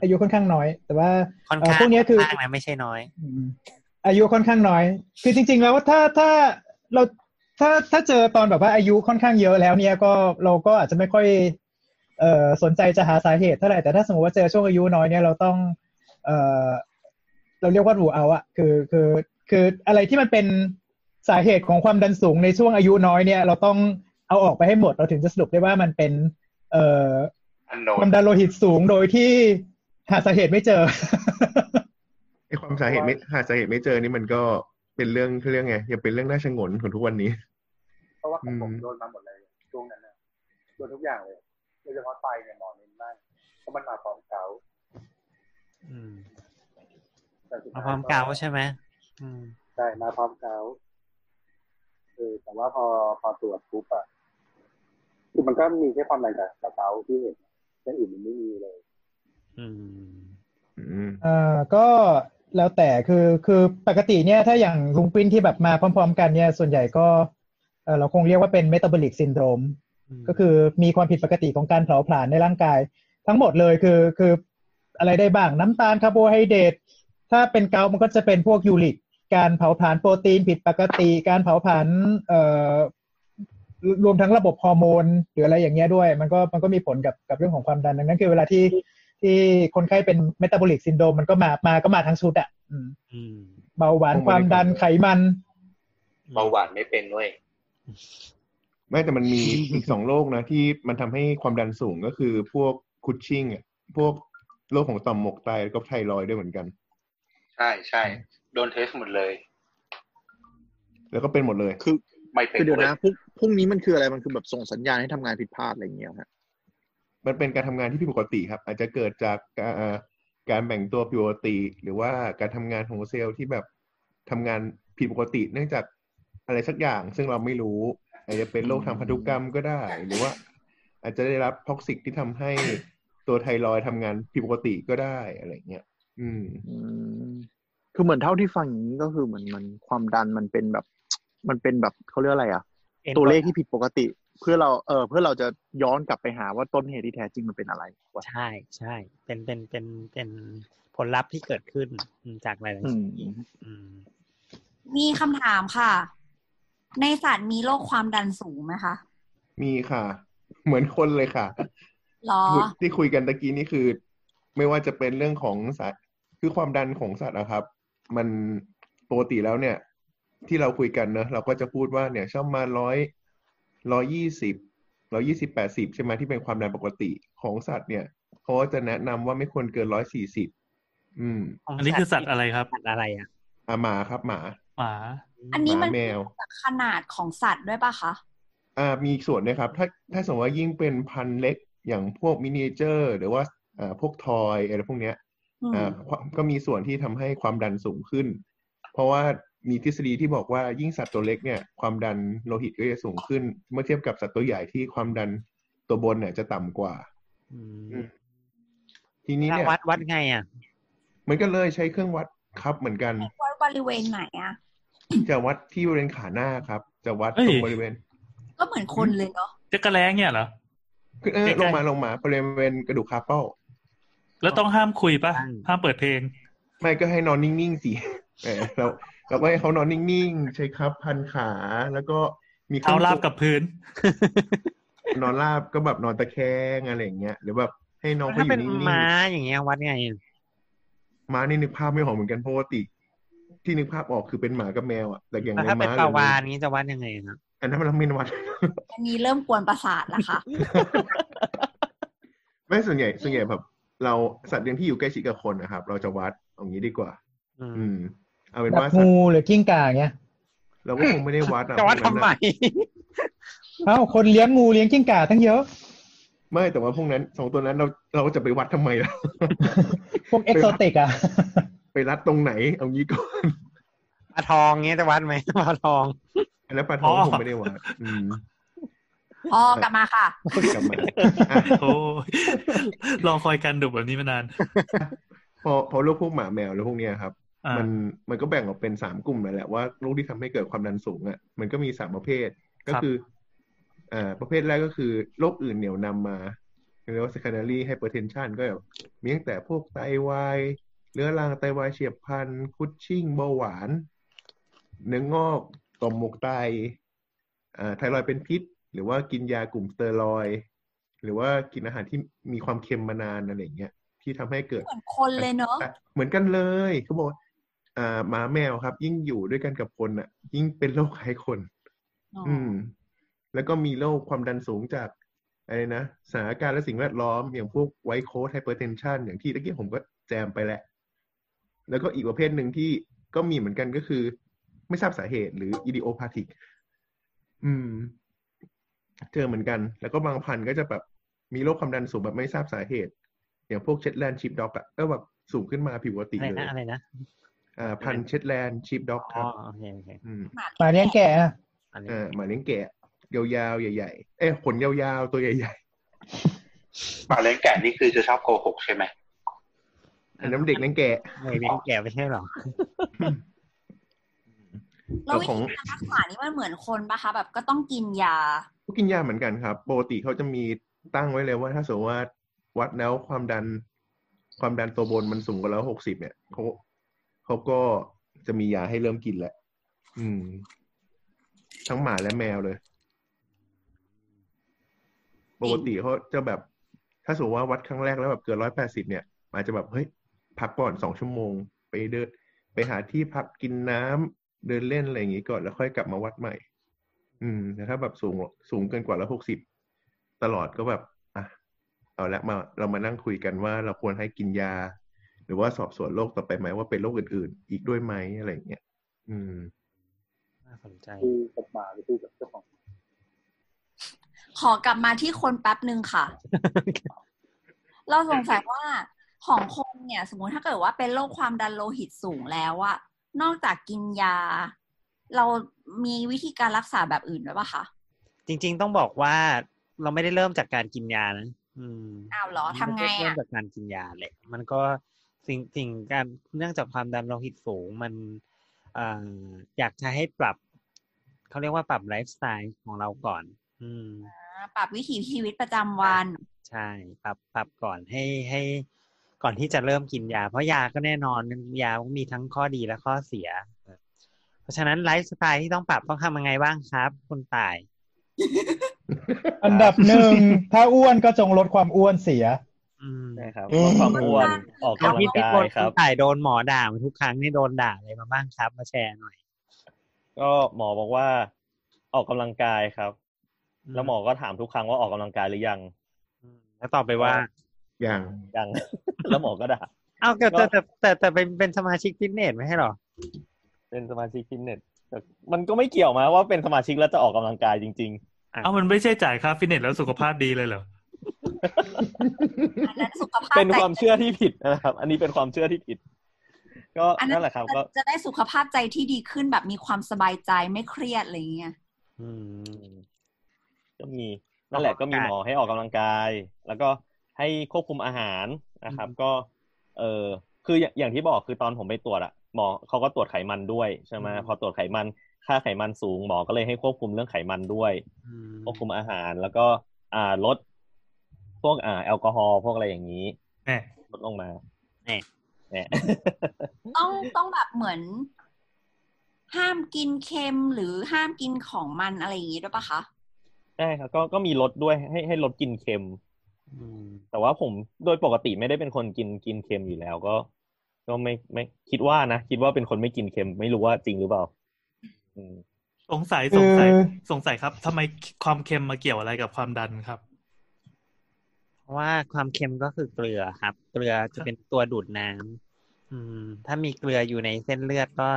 Speaker 5: อายุค่อนข้างน้อย แต่ว่า
Speaker 4: ค่อน
Speaker 5: เอ่อ
Speaker 4: ข้าง
Speaker 5: พวกเนี้ยคือ
Speaker 4: ข้างนะไม่ใช่น้อย
Speaker 5: อืมอายุค่อนข้างน้อย คือจริง ๆ แล้วถ้าถ้าเราถ้าถ้าเจอตอนแบบว่าอายุค่อนข้างเยอะแล้วเนี่ยก็เราก็อาจจะไม่ค่อยเอ่อสนใจจะหาสาเหตุเท่าไหร่แต่ถ้าสมมติว่าเจอช่วงอายุน้อยเนี่ยเราต้อง เอ่อเราเรียกว่ารูเอาอะคือคือคืออะไรที่มันเป็นสาเหตุของความดันสูงในช่วงอายุน้อยเนี่ย เราต้องเอาออกไปให้หมดเราถึงจะสรุปได้ว่ามันเป็น เอ่อ
Speaker 1: อันโน
Speaker 5: ความดันโลหิตสูงโดยที่หาสาเหตุไม่เจอ
Speaker 8: ไอความสาเหตุไม่หาสาเหตุไม่เจอนี่มันก็เป็นเรื่องเขาเรื่องไงยังเป็นเรื่องน่าชงนของทุกวันนี้
Speaker 1: เพราะว่าของผม
Speaker 8: อืม
Speaker 1: โดนมาหมดเลยช่วงนั้นนะโดนทุกอย่างเลยโดยเฉพาะไตเนี่ยหมอเน้นมากเพราะมันมาพร้อมเกาต์
Speaker 4: อืม
Speaker 1: แต่สุดท้
Speaker 4: เอา
Speaker 1: ย
Speaker 4: ความเก่าใช่ไหมอืม
Speaker 1: ใช่มาพร้อมเกาต์เออแต่ว่าพอพอตรวจปุ๊บอะคือมันก็มีแค่ความดันกับเกาต์ที่เห็นอย่างอื่นมันไม่มีเลย
Speaker 4: อืม
Speaker 8: อืม
Speaker 5: เอ่อก็แล้วแต่คือคือปกติเนี่ยถ้าอย่างลุงปิ้นที่แบบมาพร้อม ๆ กันเนี่ยส่วนใหญ่ก็เอ่อเราคงเรียกว่าเป็นเมตาบอลิกซินโดรมก็คือมีความผิดปกติของการเผาผลาญในร่างกาย ทั้งหมดเลยคือคืออะไรได้บ้างน้ำตาลคาร์โบไฮเดรตถ้าเป็นเกาต์มันก็จะเป็นพวกยูริก การเผาผลาญโปรตีนผิดปกติ การเผาผลาญเอ่อรวมทั้งระบบฮอร์โมนหรืออะไรอย่างเงี้ยด้วย มันก็มันก็มีผลกับกับเรื่องของความดันดังนั้นคือเวลาที่ ที่คนไข้เป็นเมตาบอลิกซินโดมมันก็มา มาก็มาทั้งชุดอะอืม
Speaker 4: อืม
Speaker 5: เบาหวาน
Speaker 8: คงไม่ได้
Speaker 5: ความดันไขมัน
Speaker 1: เบาหวานไม่เป็นเว้ย
Speaker 8: ไม่แต่มันมี อีกสองโรคนะที่มันทำให้ความดันสูงก็คือพวกคุชชิ่งอ่ะพวกโรคของต่อมหมวกไตแล้วก็ไทรอยด์ด้วยเหมือนกัน
Speaker 1: ใช่ใช่โดนเทสหมดเลย
Speaker 8: แล้วก็เป็นหมดเลย
Speaker 7: คือ
Speaker 1: ไม่เป็น
Speaker 7: คือเดี๋ยวนะพวกพวกนี้มันคืออะไรมันคือแบบส่งสัญญาณให้ทำงานผิดพลาดอะไรอย่างเงี้ยฮะ
Speaker 8: มันเป็นการทำงานที่ผิดปกติครับ อาจจะเกิดจากการเอ่อการแบ่งตัวผิดปกติ หรือว่าการทำงานของเซลล์ที่แบบทำงานผิดปกติ เนื่องจากอะไรสักอย่าง ซึ่งเราไม่รู้ อาจจะเป็นโรคทางพันธุกรรมก็ได้ หรือว่า อาจจะได้รับท็อกซิกที่ทำให้ตัวไทรอยด์ทำงานผิดปกติก็ได้อะไรเงี้ยอืม
Speaker 7: อืมคือเหมือนเท่าที่ฟังอย่างนี้ก็คือเหมือนมันความดันมันเป็นแบบ มันเป็นแบบเขาเรียกอะไรอ่ะ ตัวเลขที่ผิดปกติ เพื่อเราเออเพื่อเราจะย้อนกลับไปหาว่าต้นเหตุที่แท้จริงมันเป็นอะไรวะ
Speaker 4: ใช่ใช่เป็นเป็นเป็นเป็นผลลัพธ์ที่เกิดขึ้นจากหลายๆ
Speaker 7: อื
Speaker 4: สิ่ง
Speaker 7: ม
Speaker 4: อืม
Speaker 3: มีคำถามค่ะ ในสัตว์มีโรคความดันสูงไหมคะ
Speaker 8: มีค่ะ เหมือนคนเลยค่ะ
Speaker 3: หรอ
Speaker 8: ที่คุยกันตะกี้นี่คือ ไม่ว่าจะเป็นเรื่องของสัตว์คือความดันของสัตว์นะครับ มันปกติแล้วเนี่ย ที่เราคุยกันเนอะเราก็จะพูดว่าเนี่ยชอบมาร้อยร้อยี่สิบร้อยี่สิบแปดสิบใช่ไหมที่เป็นความดันปกติของสัตว์เนี่ยเขาก็จะแนะนำว่าไม่ควรเกินร้อยสี่สิบอืม
Speaker 6: อันนี้คือสัตว์อะไรครับ
Speaker 4: สัตว์อะไรอ่ะ
Speaker 8: อ่ะหมาครับหมา
Speaker 6: หมา
Speaker 3: อันนี้มัน
Speaker 8: หมาแมว
Speaker 3: จากขนาดของสัตว์ด้วยปะคะ
Speaker 8: อ่ามีส่วนนะครับ ถ้าถ้าสมมติว่ายิ่งเป็นพันธุ์เล็กอย่างพวกมินิเจอร์ หรือว่าอ่าพวกทอยอะไรพวกเนี้ย
Speaker 3: อืม
Speaker 8: อ่าความก็มีส่วนที่ทำให้ความดันสูงขึ้น เพราะว่ามีทฤษฎีที่บอกว่ายิ่งสัตว์ตัวเล็กเนี่ยความดันโลหิตก็จะสูงขึ้น เมื่อเทียบกับสัตว์ตัวใหญ่ที่ความดันตัวบนเนี่ยจะต่ำกว่า
Speaker 4: อืม
Speaker 8: ทีนี้เนี่ย
Speaker 4: วัดวัดไงอ่ะ
Speaker 8: มันก็เลยใช้เครื่องวัดครับเหมือนกัน
Speaker 3: ว่าบริเวณไหนอะ
Speaker 8: จะวัดที่บริเวณขาหน้าครับ จะวัดตรงบริเวณ
Speaker 3: ก็เหมือนคนเลยเนาะ
Speaker 6: จะกระแล้งเนี่ยเหรอ
Speaker 8: คือเออ
Speaker 6: ใกล้
Speaker 8: ลง
Speaker 6: ๆ
Speaker 8: มาลงมาบริเวณกระดูกคาเป้า
Speaker 6: แล้วต้องห้ามคุยปะ
Speaker 4: ใช่
Speaker 6: ห้ามเปิดเพลง
Speaker 8: ไม่ก็ให้นอนนิ่งๆสิ [laughs] เออเราเราก็ให้เขานอนนิ่งๆ ใช้ครับพันขาแล้วก็มีครื่
Speaker 6: เอา
Speaker 8: ง
Speaker 6: ลาบกับพื้น
Speaker 8: นอนราบก็แบบนอนตะแคงอะไรอย่างเงี้ยหรือแบบให้น้องเขา
Speaker 4: ถ้า
Speaker 8: อ
Speaker 4: เป็น
Speaker 8: ยู่นิ่ง
Speaker 4: ม้าอย่างเงี้ยวัดไงอะ
Speaker 8: ๆม้านี่นึกภาพไม่ออกเหมือนกันเพราะว่าติ ที่นึกภาพออกคือเป็นหมากับแมวอะแต่อย่าง
Speaker 4: แล้ว
Speaker 8: ใน
Speaker 4: ถ้าเป็น
Speaker 8: ม้า
Speaker 4: ปลา
Speaker 8: หรือ
Speaker 4: วานนี้จะวัดยังไงครับ
Speaker 8: อันนั้นมันไม่นวัด [laughs]
Speaker 3: อันนี้เริ่มกวนประสาทละค่ะ
Speaker 8: ไม่ส่วนใหญ่ส่วนใหญ่แบบ เราสัตว์เลี้ยงที่อยู่ใกล้ชิดกับคนนะครับ เราจะวัดเอางี้ดีกว่า
Speaker 4: อืม
Speaker 8: อืม เอาเป็น
Speaker 5: แบบ
Speaker 8: ว่าสัต
Speaker 5: งู
Speaker 8: ว์
Speaker 5: หรือกิ้งก่าเงี้ย
Speaker 8: เราก็คงไม่ได้วัดอะ
Speaker 4: [laughs] จะวัด
Speaker 8: พว
Speaker 4: ทำ
Speaker 8: กนั้น
Speaker 4: ไม
Speaker 8: อะ
Speaker 5: เอ้าคนเลี้ยงงูเลี้ยงกิ้งก่าตั้งเยอะ
Speaker 8: ไม่แต่ว่าพวกนั้นสองตัวนั้นเราเราจะไปวัดทำไมล่ะ
Speaker 5: พวกเอ็กโซติก
Speaker 8: [laughs]
Speaker 5: อ่ะ
Speaker 8: ไปรัดตรงไหน เอางี้ก่อน
Speaker 4: ปลาทองเงี้ยจะวัดไหม ปลาทอง
Speaker 8: อันนั้นปลาทอง
Speaker 6: อ๋อ
Speaker 8: คงไม่ได้วัด อืม
Speaker 3: พอกลับมาค่ะ
Speaker 8: กลับมาอ่ะ
Speaker 6: โอ้ยรอคอยการดุแบบนี้มานาน
Speaker 8: พอพอโรคพวกหมาแมวแล้วพวกเนี้ยครับ
Speaker 6: อ่ะ
Speaker 8: มันมันก็แบ่งออกเป็นสามกลุ่มนั่นแหละว่าโรคที่ทำให้เกิดความดันสูงอ่ะมันก็มีสามประเภทก็คืออ่าประเภทแรกก็คือโรคอื่นเหนี่ยวนำมาเรียกว่า secondary hypertension ก็แบบมีตั้งแต่พวกไตวายเรื้อรังไตวายเฉียบพลันคุชชิ่งเบาหวาน เนื้องอกต่อมหมวกไตอ่าไทรอยด์เป็นพิษ หรือว่ากินยากลุ่มสเตียรอยด์หรือว่ากินอาหารที่มีความเค็มมานานอะไรอย่างเงี้ยที่ทำให้เกิด
Speaker 3: เหมือนคนเลยเนาะ
Speaker 8: แต่เหมือนกันเลยเขาบอกว่าอ่าหมาแมวครับ ยิ่งอยู่ด้วยกันกับคนอ่ะ ยิ่งเป็นโรคคล้ายคน อืม แล้วก็มีโรคความดันสูงจากอะไรนะสถานการณ์และสิ่งแวดล้อม อย่างพวกไวโคสไฮเปอร์เทนชันอย่างที่ตะกี้ผมก็แจมไปแหละ แล้วก็อีกประเภทหนึ่งที่ก็มีเหมือนกันก็คือ ไม่ทราบสาเหตุหรือ idiopathic อืม เจอเหมือนกัน แล้วก็บางพันธุ์ก็จะแบบมีโรคความดันสูงแบบไม่ทราบสาเหตุ อย่างพวกเช็ดแลนด์ชิปด็อกอะก็แบบสูงขึ้นมาผิดปกติ
Speaker 4: อะไร
Speaker 8: เลย
Speaker 4: นะอะไรนะ
Speaker 8: อ่าพันธุ์เช็ดแลนด์ชิปด็อกค
Speaker 4: อ๋อ
Speaker 8: รับ
Speaker 4: โอเคโอเค
Speaker 8: อืม
Speaker 5: หมาเลี้ยงแกะอะ
Speaker 4: อันนี้
Speaker 8: อ่าหมาเลี้ยงแกะยาวๆใหญ่ๆ เอ้ยขนยาวๆ ตัวใหญ่
Speaker 1: หมาเลี้ยงแกะนี่คือจะชอบโกหกใช่ไหม
Speaker 8: ๆอันนั้นเด็กเลี้ยงแกะ
Speaker 4: หมาเลี้ยงแก่ไม่ใช่หรอ
Speaker 3: แล้ววิ
Speaker 8: ของ
Speaker 3: ธีการรักษานี่มันเหมือนคนปะคะ แบบก็ต้องกินยา
Speaker 8: ก็กินยาเหมือนกันครับปกติเขาจะมีตั้งไว้เลยว่าถ้าสมมติว่าวัดแล้วความดัน ความดันตัวบนมันสูงกว่าแล้วหกสิบเนี่ยเขาเขาก็จะมียาให้เริ่มกินแหละอืม ทั้งหมาและแมวเลย ปกติเขาจะแบบ ถ้าสมมติว่าวัดครั้งแรกแล้วแบบเกินร้อยแปดสิบเนี่ยอาจจะแบบเฮ้ย พักก่อนสองชั่วโมง ไปเดินไปหาที่พักกินน้ำเดินเล่นอะไรอย่างงี้ก่อนแล้วค่อยกลับมาวัดใหม่ อืมแต่ถ้าแบบสูงสูงเกินกว่าร้อยหกสิบตลอดก็แบบ อ่ะ เอาละมาเรามานั่งคุยกันว่าเราควรให้กินยา หรือว่าสอบสวนโรคต่อไปไหมว่าเป็นโรคอื่นๆ อีกด้วยไหมอะไรอย่างเงี้ยอืม
Speaker 4: น่าสนใจ
Speaker 1: คู่กับหมาหรือคู่กับเจ้าของ
Speaker 3: ขอกลับมาที่คนแป๊บหนึ่งค่ะ เราสงสัยว่าของคนเนี่ย สมมุติถ้าเกิดว่าเป็นโรคความดันโลหิตสูงแล้วอะนอกจากกินยา เรามีวิธีการรักษาแบบอื่นด้วยปะคะ
Speaker 4: จริง ๆ ต้องบอกว่าเราไม่ได้เริ่มจากการกินยานะอืม
Speaker 3: อ้าวเหรอทำไง
Speaker 4: เริ่ม
Speaker 3: อะ
Speaker 4: จากการกินยาแหละ มันก็สิ่งสิ่งการเนื่องจากความดันโลหิตสูงมันเอ่ออยากจะให้ปรับเขาเรียกว่าปรับไลฟ์สไตล์ของเราก่อน อืม
Speaker 3: ปรับวิถีชีวิตประจำวัน
Speaker 4: ใช่ปรับปรับก่อนให้ให้ก่อนที่จะเริ่มกินยา เพราะยาก็แน่นอนยามีทั้งข้อดีและข้อเสีย เพราะฉะนั้นไลฟ์สไตล์ที่ต้องปรับต้องทำยังไงบ้างครับคุณต่าย
Speaker 5: อันดับหนึ่
Speaker 8: [laughs]
Speaker 5: ง ถ้าอ้วนก็จงลดความอ้วนเสีย
Speaker 4: อืม
Speaker 9: ใช่ครับลดความอ้วนออกกำลังกายค
Speaker 4: คุ
Speaker 9: รับ
Speaker 4: ณต่ายโดนหมอด่ามาทุกครั้งนี่โดนด่าอะไรมาบ้างครับ มาแชร์หน่อย
Speaker 9: ก็ ก็หมอบอกว่าออกกำลังกายครับ แล้วหมอก็ถามทุกครั้งว่าออกกำลังกายหรือยัง
Speaker 4: แล้วตอบไปว่า
Speaker 8: อย่าง
Speaker 9: ยัง [laughs] แล้วหมอก็ด่า
Speaker 4: เอ้าวแต่
Speaker 9: ก็
Speaker 4: แต่แต่แต่แต่เป็นเป็นสมาชิกฟิตเนสไม่ใช่เหรอ
Speaker 9: เป็นสมาชิกฟิตเนสแต่มันก็ไม่เกี่ยวมาว่าเป็นสมาชิกแล้วจะออกกำลังกายจริง
Speaker 6: เอ้ามันไม่ใช่จ่ายค่าฟิตเนสแล้วสุขภาพดีเลยเหรอ
Speaker 3: อันนั้นสุขภา
Speaker 9: ๆ
Speaker 3: พ
Speaker 9: เป็น
Speaker 3: ใจ
Speaker 9: ความเชื่อที่ผิดนะครับ อันนี้เป็นความเชื่อที่ผิด ก็
Speaker 3: อันนั้น
Speaker 9: นั่นแหละครับ ก็
Speaker 3: จะได้สุขภาพใจที่ดีขึ้นแบบมีความสบายใจไม่เครียดอะไรอย่างเงี้ย
Speaker 4: อืม
Speaker 9: ก็มีนั่นแหละก็มีหมอให้ออกกำลังกาย แล้วก็ให้ควบคุมอาหารนะครับ ก็ เออคืออย่างอย่างที่บอกคือตอนผมไปตรวจอะหมอเขาก็ตรวจไขมันด้วยใช่ไหม
Speaker 4: อืม
Speaker 9: พอตรวจไขมันค่าไขมันสูงหมอก็เลยให้ควบคุมเรื่องไขมันด้วย
Speaker 4: อืม
Speaker 9: ควบคุมอาหารแล้วก็อ่าลดพวกอ่าแอลกอฮอล์พวกอะไรอย่างนี้
Speaker 6: แหม
Speaker 9: ลดลงมา
Speaker 4: แน่
Speaker 9: เนี่ย [laughs]
Speaker 3: ต้องต้องแบบเหมือน ห้ามกินเค็มหรือห้ามกินของมันอะไรอย่างงี้ด้วยปะคะ
Speaker 9: ใช่ครับก็ก็มีลดด้วยให้ให้ลดกินเค็ม
Speaker 4: อืม
Speaker 9: แต่ว่าผมโดยปกติไม่ได้เป็นคนกินกินเค็มอยู่แล้วก็ ก็ไม่ไม่คิดว่านะคิดว่าเป็นคนไม่กินเค็ม ไม่รู้ว่าจริงหรือเปล่า อืม
Speaker 6: สงสัย
Speaker 5: คื
Speaker 6: สง
Speaker 5: อ
Speaker 6: สัยสงสัยครับทำไมความเค็มมาเกี่ยวอะไรกับความดันครับ
Speaker 4: เพราะว่าความเค็มก็คือเกลือครับ เกลือจะเป็นตัวดูดน้ำอืม ถ้ามีเกลืออยู่ในเส้นเลือดก็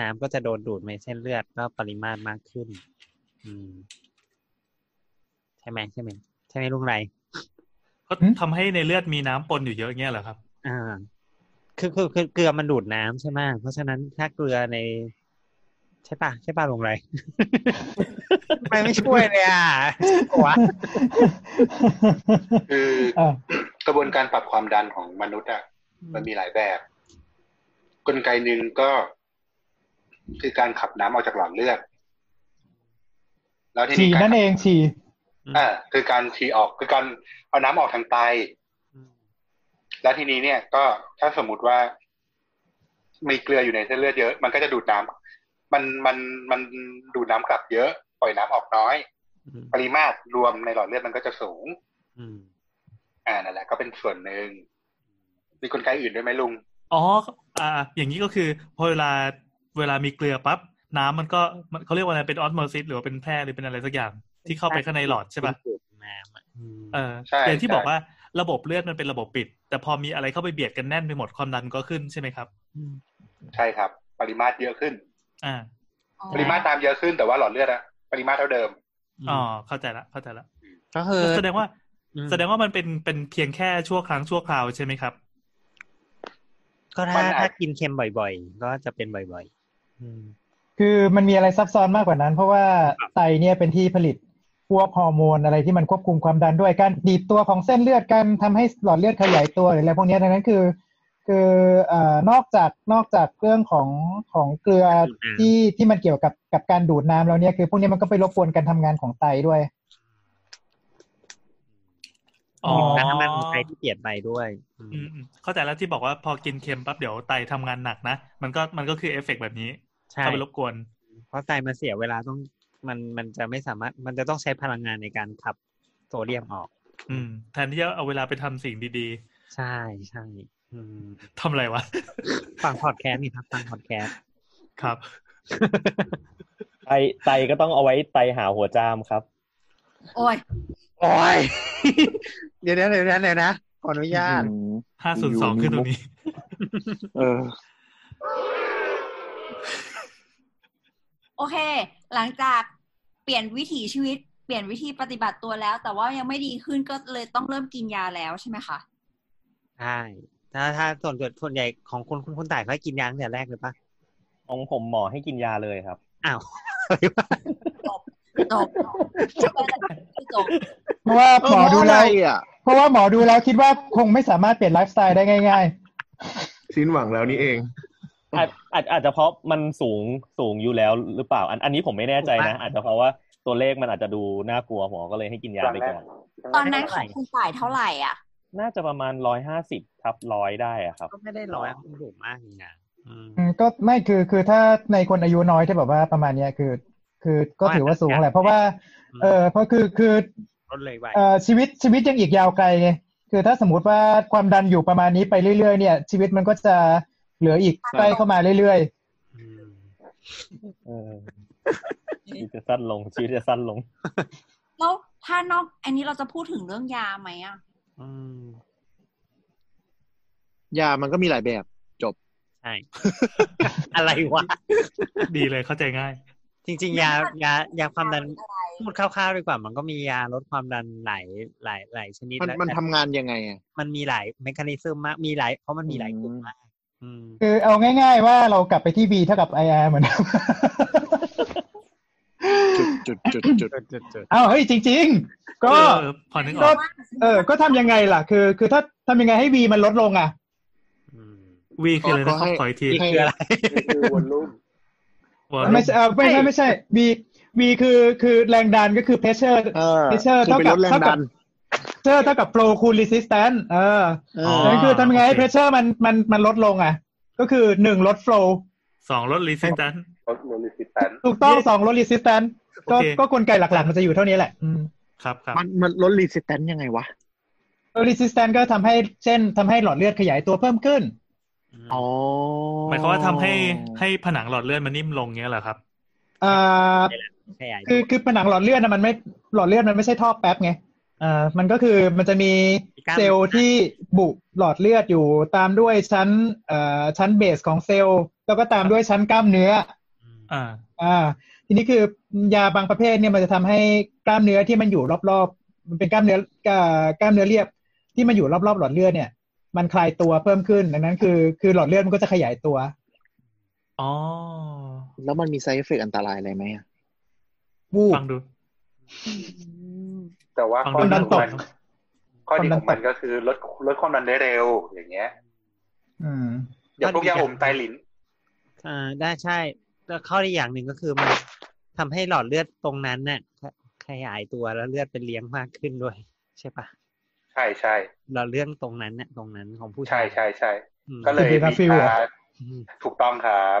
Speaker 4: น้ำก็จะโดนดูดในเส้นเลือดก็ปริมาตรมากขึ้น อืม ใช่ไหมใช่ไหมใช่ไหมลุงไร
Speaker 6: ก็
Speaker 5: อืม
Speaker 6: ทำให้ในเลือดมีน้ำปนอยู่เยอะเงี้ยเหรอครับ
Speaker 4: อ่า คือคือคือเกลือมันดูดน้ำใช่ไหมเพราะฉะนั้นถ้าเกลือใน ใช่ปะใช่ปะลงไร [laughs] ทำไมไม่ช่วยเลยอ่ะวะ
Speaker 1: คือ
Speaker 5: เออ
Speaker 1: กระบวนการปรับความดันของมนุษย์อ่ะ มันมีหลายแบบ กลไกหนึ่งก็ คือการขับน้ำออกจากหลอดเลือด แล้วที
Speaker 5: ฉี่
Speaker 1: นี้การ
Speaker 5: นั่นเองฉี่
Speaker 1: อ่าคือการฉี่ออกคือการเอาน้ำออกทางไต แล้วทีนี้เนี่ยก็ถ้าสมมติว่า มีเกลืออยู่ในเส้นเลือดเยอะ มันก็จะดูดน้ำมันมันมันดูดน้ำกลับเยอะ ปล่อยน้ำออกน้อย
Speaker 4: อืม
Speaker 1: ปริมาตรรวมในหลอดเลือดมันก็จะสูง
Speaker 4: อืม
Speaker 1: อ่านั่นแหละก็เป็นส่วนหนึ่งมีกลไกอื่นด้วยไหมลุง
Speaker 6: อ๋อ อ่า อย่างนี้ก็คือพอเวลาเวลามีเกลือปั๊บน้ำมันก็มันเขาเรียกว่าอะไรเป็นออสโมซิสหรือว่าเป็นแพร่หรือเป็นอะไรสักอย่างที่เข้าไปข้างในหลอดใช่ปะ
Speaker 4: ดูดน้ำอ่ะอืม
Speaker 6: เออ
Speaker 1: ใช่
Speaker 6: อย่างที่
Speaker 1: ใช่
Speaker 6: บอกว่าระบบเลือดมันเป็นระบบปิด แต่พอมีอะไรเข้าไปเบียดกันแน่นไปหมดความดันก็ขึ้นใช่ไหมครับ
Speaker 4: ม
Speaker 1: ใช่ครับ ปริมาตรเยอะขึ้น
Speaker 6: อ่า
Speaker 3: อ๋อ
Speaker 1: ปริมาตรตามเยอะขึ้นแต่ว่าหลอดเลือดอะปริมาตรเท่าเดิม
Speaker 6: อ๋อเข้าใจละเข้าใจละ
Speaker 4: ก็คือ
Speaker 6: แสดงว่า
Speaker 4: อืม
Speaker 6: แสดงว่ามันเป็นเป็นเพียงแค่ชั่วครั้งชั่วคราวใช่ไหมครับ
Speaker 4: ก็ถ้า
Speaker 1: มันอาจ
Speaker 4: ถ้ากินเค็มบ่อยๆ ก็จะเป็นบ่อยๆ อืม
Speaker 5: คือมันมีอะไรซับซ้อนมากกว่านั้น เพราะว่าไตเนี่ยเป็นที่ผลิตพวกฮอร์โมนอะไรที่มันควบคุมความดันด้วยการดีดตัวของเส้นเลือดการทำให้หลอดเลือดขยายตัวหรืออะไรพวกเนี้ยดังนั้นคือ คือเอ่อนอกจากนอกจากเรื่องของของเกลือ
Speaker 4: ดูดน้ำ
Speaker 5: ที่ที่มันเกี่ยวกับกับการดูดน้ำแล้วเนี่ยคือพวกเนี้ยมันก็ไปรบกวนการทำงานของไตด้วย
Speaker 6: อ๋อ
Speaker 4: แล้วถ้ามันมีใครที่เปลี่ยนไปด้วยอืม
Speaker 6: อืมอืมเข้าใจแล้วที่บอกว่าพอกินเค็มปั๊บเดี๋ยวไตทำงานหนักนะ มันก็มันก็คือเอฟเฟกต์แบบนี้
Speaker 4: ใช่
Speaker 6: เข้าไปรบกวน
Speaker 4: เพราะไตมันเสียเวลาต้องมันมันจะไม่สามารถมันจะต้องใช้พลังงานในการขับโซเดียมออก
Speaker 6: อืม แทนที่จะเอาเวลาไปทำสิ่งดี
Speaker 4: ใช่ใช่อืม
Speaker 6: ๆทำอะไรวะ
Speaker 4: ฟังพอดแคสต์นี่ครับฟังพอดแคสต์
Speaker 6: ครับ
Speaker 9: ไตไตก็ต้องเอาไว้ไตหาหัวจามครับ
Speaker 3: โอ้ย
Speaker 4: โอ้ย [laughs] เดี๋ยวนะเดี๋ยวนะเดี๋ยวนะขออนุญาต
Speaker 7: อืม
Speaker 6: ห้าศูนย์สองขึ้นตรงนี้ [laughs]
Speaker 7: เออ
Speaker 3: โอเค หลังจากเปลี่ยนวิถีชีวิต เปลี่ยนวิธีปฏิบัติตัวแล้ว แต่ว่ายังไม่ดีขึ้นก็เลยต้องเริ่มกินยาแล้วใช่ไหมคะ
Speaker 4: ใช่ ถ้าถ้าส่วนส่วนส่วนใหญ่ของคุณคุณคุณต่ายเขาให้กินยาตั้งแต่แรกเลยปะ
Speaker 9: ของผมหมอให้กินยาเลยครับ
Speaker 4: อ้าวอะไรวะ
Speaker 3: จบจบจบ
Speaker 5: เพราะว่าหมอดู
Speaker 7: เเพราะะไร
Speaker 5: แล้ว
Speaker 7: อ่ะ
Speaker 5: เพราะว่าหมอดูแล้วคิดว่าคงไม่สามารถเปลี่ยนไลฟ์สไตล์ได้ง่าย ๆ
Speaker 8: สิ้นหวังแล้วนี่เอง
Speaker 9: อาจอาจอาจจะเพราะมันสูงสูงอยู่แล้วหรือเปล่า อันอันนี้ผมไม่แน่ใจนะ อาจจะเพราะว่าตัวเลขมันอาจจะดูน่ากลัวหมอก็เลยให้กินยาไปก่อน
Speaker 3: ตอนนั้นของคุณจ่ายเท่าไหร่อ่ะ
Speaker 9: น่าจะประมาณร้อยห้าสิบทับร้อยได้อะครับ
Speaker 4: ก็ไม่ได้ร้อยคุณดุมากจริงนะอืม
Speaker 5: อืมก็ไม่คือคือถ้าในคนอายุน้อยที่แบบว่าประมาณเนี้ยคือ คือก็ถือว่าสูงแหละเพราะว่าเออเพราะคือคือ
Speaker 4: ลดเลยไว
Speaker 5: เอ่อชีวิตชีวิตยังอีกยาวไกลไงคือถ้าสมมติว่าความดันอยู่ประมาณนี้ไปเรื่อยๆ เนี่ย ชีวิตมันก็จะเหลืออีกใกล้เข้ามาเรื่อย
Speaker 4: อืม
Speaker 9: เออ ชีวิตจะสั้นลงชีวิตจะสั้น [laughs] ลง
Speaker 3: แล้วถ้านอกอันนี้เราจะพูดถึงเรื่องยาไหมอ่ะ
Speaker 4: อืม
Speaker 7: ยามันก็มีหลายแบบ
Speaker 4: ใช่ [laughs] อะไรวะ
Speaker 6: ดีเลยเข้าใจง่าย
Speaker 4: จริง ๆ ยายายาความดัน
Speaker 3: ยาอะไร
Speaker 4: พูดคร่าวๆดีกว่า มันก็มียาลดความดันหลายหลายหลายชนิด
Speaker 7: มัน
Speaker 4: แล้ว
Speaker 7: มัน
Speaker 4: แต่
Speaker 7: ทำงานยังไงอะ
Speaker 4: มันมีหลายเมคานิซึมมากมีหลายเพราะมันมีหลายกลุ่มมาก อืม
Speaker 5: คือเอาง่ายๆว่าเรากลับไปที่ B เท่ากับ IR เหมือนเดิม [laughs]
Speaker 7: จุดจุดจุดจุด
Speaker 5: เอาวเฮ้ยจริง ๆ ก็
Speaker 6: เออเออพอนึกอ
Speaker 5: ก็
Speaker 6: อก
Speaker 5: เออ ก็ทำยังไงล่ะ คือ คือถ้าทำยังไงให้ V มันลดลงอ่ะ
Speaker 6: วีคืออะไรนะครับขออีกที
Speaker 7: ให้
Speaker 4: คืออะไร
Speaker 7: คือวนลุ่ม
Speaker 6: วอ
Speaker 5: ไม่ใช่เออไม่ใช่ไม่ใช่ V V คือคือแรงดันก็คือ pressure
Speaker 7: เออ
Speaker 5: pressure
Speaker 7: คือ
Speaker 5: เท่า
Speaker 7: ไป
Speaker 5: กั
Speaker 7: ล
Speaker 5: บ
Speaker 7: ดแรง
Speaker 5: เท่า
Speaker 7: ดั
Speaker 5: กับ
Speaker 7: น
Speaker 5: pressure เท่ากับ flow คูณ resistance เออ
Speaker 7: เอ
Speaker 6: อ๋อ
Speaker 7: อ
Speaker 5: นั่นคือทำยังไงให้
Speaker 6: โอเค
Speaker 5: pressure มันมันมันลดลงอ่ะ ก็คือหนึ่งลด flow
Speaker 6: สองลดรีซิตัน
Speaker 1: ลดโลลิสิตัน
Speaker 5: ถูกต้อง
Speaker 6: เย้
Speaker 5: สองลด resistance ก็
Speaker 6: โอเค
Speaker 5: ก็กลไกหลักๆ มันจะอยู่เท่านี้แหละอืม
Speaker 6: ครับครับ
Speaker 7: มันมันลดรีสแตนยังไงวะ
Speaker 5: r e s i s t a n c e ก็ทำให้เช่นทำให้หลอดเลือดขยายตัวเพิ่มขึ้น
Speaker 7: อ๋อ
Speaker 6: หมายความว่าทำให้ให้ผนังหลอดเลือดมันนิ่มลงเงี้ยเหรอครับ
Speaker 5: เอ่อ
Speaker 4: ขยาย
Speaker 5: คือคือผนังหลอดเลือดนะมันไม่หลอดเลือดมันไม่ใช่ท่อแป๊บไงเอ่อมันก็คือมันจะมีเซลล์ที่บุหลอดเลือดอยู่ตามด้วยชั้นเอ่อชั้นเบสของเซลล์แล้วก็ตามด้วยชั้นกล้ามเนื้อ
Speaker 6: อ่า
Speaker 5: อ่าทีนี้คือยาบางประเภทเนี่ยมันจะทำให้กล้ามเนื้อที่มันอยู่รอบๆ มันเป็นกล้ามเนื้อเอ่อกล้ามเนื้อเรียบที่มันอยู่รอบๆ หลอดเลือดเนี่ย มันคลายตัวเพิ่มขึ้นดังนั้นคือคือหลอดเลือดมันก็จะขยายตัว
Speaker 6: อ๋อ
Speaker 7: แล้วมันมีไซเอฟเฟกอันตรายอะไรไหมอะ
Speaker 5: วูบ
Speaker 6: ฟังดู
Speaker 1: แต่ว่า
Speaker 6: ฟัง
Speaker 1: ข้อ
Speaker 6: ดู
Speaker 1: ดีข
Speaker 5: ดั
Speaker 6: น่า
Speaker 1: อง
Speaker 6: ต
Speaker 1: มั
Speaker 6: ก
Speaker 1: นข้อดีของมันก็คือลดลดความดันได้เร็ว อย่างเงี้ย
Speaker 5: อืม
Speaker 1: อย่างพวกยาอมไตลิ้น
Speaker 4: อ่าได้ใช่ แล้วข้ออีกอย่างหนึ่งก็คือมันทำให้หลอดเลือดตรงนั้นน่ะขยายตัวแล้วเลือดเป็นเลี้ยงมากขึ้นด้วย ใช่ปะ
Speaker 1: ใช่ใช่
Speaker 4: หลอดเลือดตรงนั้นน่ะตรงนั้นของผู้
Speaker 1: ใช่
Speaker 4: ชาย
Speaker 1: ใช่ใช่
Speaker 4: อืม
Speaker 1: ก็เลย
Speaker 5: เป็นกราฟิ
Speaker 1: มี
Speaker 5: ลเหรอ
Speaker 1: ยาถูกต้องครับ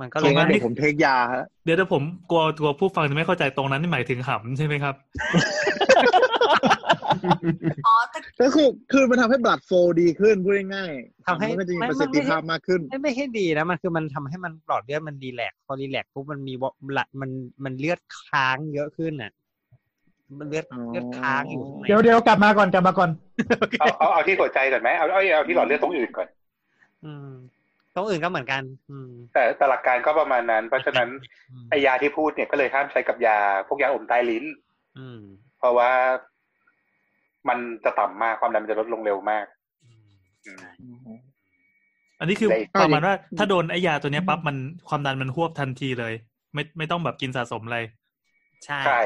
Speaker 4: มันก็เล
Speaker 7: เดี๋
Speaker 4: ย
Speaker 7: ยวงั้นเดี๋ยวผมเทคยาฮะ
Speaker 6: เดี๋ยวถ้าผมกลัวตัวผู้ฟังจะไม่เข้าใจตรงนั้นนี่หมายถึงหำใช่ไหมครับ
Speaker 3: อ๋อแต่
Speaker 7: ก็คือคือมันทำให้บลัดโฟดีขึ้นพูดง่ายๆ
Speaker 4: ทำให้
Speaker 7: มันก็จะมี
Speaker 4: ไ
Speaker 7: ประสิทธิภาพมากขึ้น
Speaker 4: ไม่ไม่ให้ดีนะมันคือมันทำให้มันหลอดเลือดมันรีแลกซ์พอรีแลกซ์ปุ๊บมันมีวอหลัดมันมันเลือดค้างเยอะขึ้นน่ะ มันเลือด
Speaker 7: อ๋อ
Speaker 4: เลือดค้างอยู่ข้างใน
Speaker 5: เดี๋ยวเดี๋ยวกลับมาก่อนกลับมาก่อน
Speaker 1: เอาเอาเอาที่หัวใจก่อนไหมเอาเอาเอาที่หลอดเลือดตรงอื่นก่อน
Speaker 4: อืมตรงอื่นก็เหมือนกัน อืม
Speaker 1: แต่แต่หลักการก็ประมาณนั้น เพราะฉะนั้น [laughs]
Speaker 4: อืม
Speaker 1: ไอยาที่พูดเนี่ยก็เลยห้ามใช้กับยา พวกยาอมใต้ลิ้น
Speaker 4: อืม
Speaker 1: เพราะว่ามันจะต่ำมากความดันมันจะลดลงเร็วมากอืม
Speaker 6: อันนี้คือ
Speaker 1: ได้
Speaker 6: ประมาณว่าถ้าโดนไอยาตัวเนี้ยปั๊บมันความดันมันหวบทันทีเลย ไม่ไม่ต้องแบบกินสะสมอะไร
Speaker 4: ใช่
Speaker 1: ใช่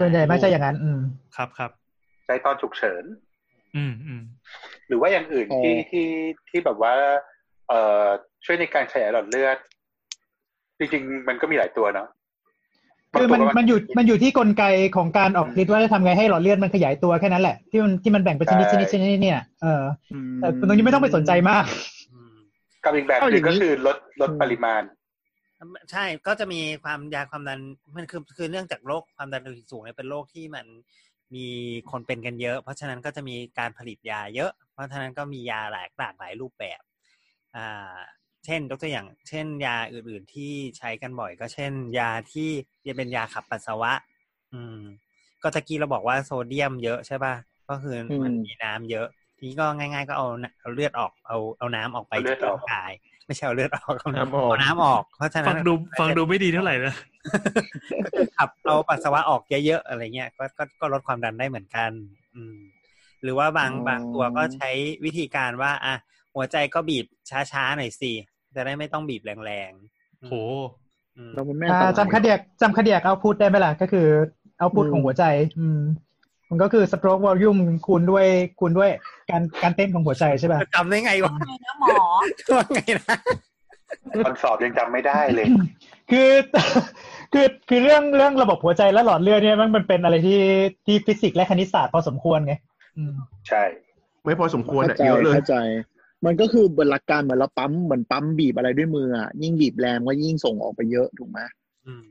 Speaker 5: ส่วนใหญ่ไม่ใช่อย่างนั้น อืม
Speaker 6: ครับครับ
Speaker 1: ใช้ตอนฉุกเฉิน
Speaker 6: อืมอืม
Speaker 1: หรือว่าอย่างอื่น
Speaker 7: อ๋อ
Speaker 1: ที่ที่ที่แบบว่า เอ่อช่วยในการขยายหลอดเลือด จริงๆ มันก็มีหลายตัวเนาะ
Speaker 5: คือมันมันอยู่มันอยู่ที่กลไกของการออกฤทธิ์ว่าจะทำไงให้หลอดเลือดมันขยายตัวแค่นั้นแหละ ที่มันที่มันแบ่งเป็นชนิดชนิดชนิดเนี่ยเออแต่ตรงนี้ไม่ต้องไปสนใจมาก
Speaker 4: อืม
Speaker 1: กับอีกแบบหนึงก็คือลดลดปริมาณ
Speaker 4: ใช่ ก็จะมีความยาความดัน มันคือคือเนื่องจากโรคความดันโลหิตสูงเนี่ยเป็นโรคที่มันมีคนเป็นกันเยอะ เพราะฉะนั้นก็จะมีการผลิตยาเยอะ เพราะฉะนั้นก็มียาหลายหลากหลายรูปแบบ อ่า เช่นยกตัวอย่าง เช่น ยาอื่นๆที่ใช้กันบ่อย ก็เช่น ยาที่จะเป็นยาขับปัสสาวะ อืม ก็ตะกี้เราบอกว่าโซเดียมเยอะใช่ป่ะ ก็คือมัน
Speaker 7: อืม
Speaker 4: มีน้ำเยอะ ทีนี้ก็ง่าย ๆ ก็เอาน้ำเอาเลือดออก เอาเอาน้ำออกไป
Speaker 1: เอาเลือด
Speaker 4: จาก
Speaker 1: ออก
Speaker 4: ร่างกาย ไม่ใช่เอาเลือดออกเอาน้ำ
Speaker 8: น้ำออก
Speaker 4: เอาน้ำออก เพราะฉะนั้
Speaker 6: ฟั
Speaker 4: น
Speaker 6: งดูฟังดูไม่ดีเท่าไหร่นะ
Speaker 4: ก็คือขับเอาปัสสาวะออกเยอะๆอะไรเงี้ยก็ก็ก็ลดความดันได้เหมือนกัน อืม หรือว่าบาง
Speaker 7: อ๋อ
Speaker 4: บางตัวก็ใช้วิธีการว่า อ่ะหัวใจก็บีบช้าๆหน่อยสิจะได้ไม่ต้องบีบแรงๆ
Speaker 6: โห
Speaker 4: อืม
Speaker 7: แล้วมันแม่น
Speaker 5: อ่า
Speaker 7: ตลาด
Speaker 5: จำคเดียกจำคเดียกเอาพุทได้ไหมล่ะ ก็คือเอาพุทของหัวใจ อืม มันก็คือ stroke volume คูณด้วยคูณด้วยการการเต้นของหัวใจใช่ป่ะ
Speaker 4: จำได้ไงวะ [laughs]
Speaker 3: ไงนะหมอ
Speaker 4: ว่าไงนะ
Speaker 1: ตอนสอบยังจำไม่ได้เลย
Speaker 5: คือ [laughs] คือคือเรื่องเรื่องระบบหัวใจและหลอดเลือดเนี่ยมันมันเป็นอะไรที่ที่ฟิสิกส์และคณิตศาสตร์พอสมควรไงอืม
Speaker 1: ใช่
Speaker 8: ไม่พอสมควร
Speaker 7: เข้า
Speaker 8: อ่ะ
Speaker 7: ใจ
Speaker 8: เยอะเลย
Speaker 7: เข้าใจ มันก็คือหลักการเหมือนเราปั๊มเหมือนปั๊มบีบอะไรด้วยมืออะยิ่งบีบแรงก็ยิ่งส่งออกไปเยอะถูกไหม
Speaker 4: อืม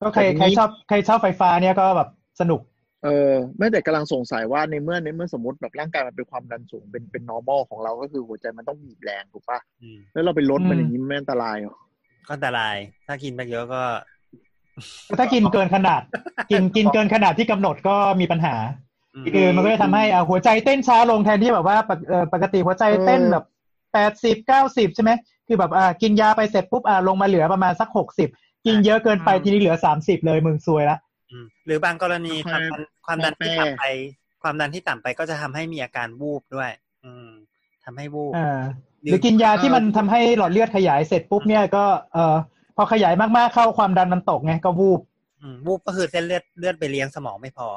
Speaker 5: ก็ใคร
Speaker 7: แต่ที
Speaker 5: ใคร
Speaker 7: นี้
Speaker 5: ชอบใครชอบไฟฟ้าเนี่ยก็แบบสนุก
Speaker 7: เออไม่แต่กำลังสงสัยว่าในเมื่อในเมื่อสมมติแบบร่างกายมันเป็นความดันสูงเป็นเป็น normal ของเราก็คือหัวใจมันต้องบีบแรงถูกปะ
Speaker 4: อืม
Speaker 7: แล้วเราไปลดมั
Speaker 5: อื
Speaker 7: น
Speaker 5: ม
Speaker 7: อย่างนี้มันไม่อันตรายเหรอ
Speaker 4: ก็อันตราย ถ้ากินไปเยอะก็
Speaker 5: ถ้ากินเกินขนาด กินกินเกินขนาดที่กำหนดก็มีปัญหา
Speaker 4: อืม
Speaker 5: คือมันก็จะทำให้อ่ะหัวใจเต้นช้าลงแทนที่แบบว่าปกเอ่อปกติหัวใจเต้นแบบแปดสิบเก้าสิบใช่ไหมคือแบบอ่ะกินยาไปเสร็จปุ๊บอ่ะลงมาเหลือประมาณสักหกสิบกินเยอะเกินไปทีนี้เหลือสามสิบเลยมึงซวยละ
Speaker 4: อืมหรือบางกรณี
Speaker 7: กา
Speaker 4: ความ
Speaker 7: แฟ
Speaker 4: ดันความดันที่
Speaker 7: กา
Speaker 4: ต่ำ
Speaker 7: แฟ
Speaker 4: ไป ความดันที่ต่ำไปก็จะทำให้มีอาการวูบด้วย อืมทำให้วูบ
Speaker 5: เออหรือกินยาที่มันทำให้หลอดเลือดขยายเสร็จปุ๊บเนี่ยก็เออพอขยายมากๆเข้าความดันมันตกไงก็วูบ
Speaker 4: อืมวูบก็คือเส้นเลือดเลือดไปเลี้ยงสมองไม่พอ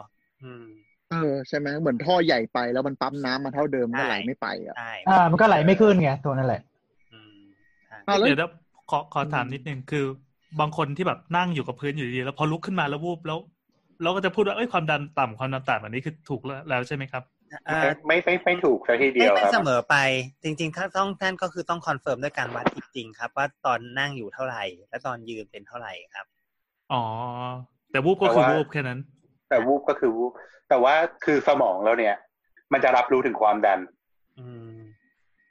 Speaker 4: อืม
Speaker 7: เออใช่ไหมเหมือนท่อใหญ่ไปแล้วมันปั๊มน้ำมาเท่าเดิมมันก็ไหลไม่ไปอ่ะ
Speaker 4: ใช่
Speaker 5: อ่า มันก็ไหลไม่ขึ้นไงตัวนั่นแหละ
Speaker 4: อืมใช่
Speaker 7: อ่ะแล้ว
Speaker 6: เดี๋ยวนะขอขอถามนิดนึงคือ บางคนที่แบบนั่งอยู่กับพื้นอยู่ดีๆแล้วพอลุกขึ้นมาแล้ววูบแล้ว เราก็จะพูดว่าเอ้ยความดันต่ำความดันต่ำอันนี้คือถูกแล้วแล้วใช่ไหมครับ
Speaker 4: เอ่อ
Speaker 1: ไม่ไม่ไม่ถูกซะทีเดี
Speaker 4: ไม่
Speaker 1: ยว
Speaker 4: ไม่
Speaker 1: ครับ
Speaker 4: เสมอไปจริงๆถ้าต้องท่านก็คือต้องคอนเฟิร์มด้วยการวัดจริงๆครับ ว่าตอนนั่งอยู่เท่าไหร่ และตอนยืนเป็นเท่าไหร่ครับ
Speaker 6: อ๋อ แต่วูบก็คือ
Speaker 1: แต่ว่า
Speaker 6: วูบแค่นั้น
Speaker 1: แต่วูบก็คือวูบแต่ว่าคือสมองเราเนี่ย มันจะรับรู้ถึงความดัน
Speaker 4: อืม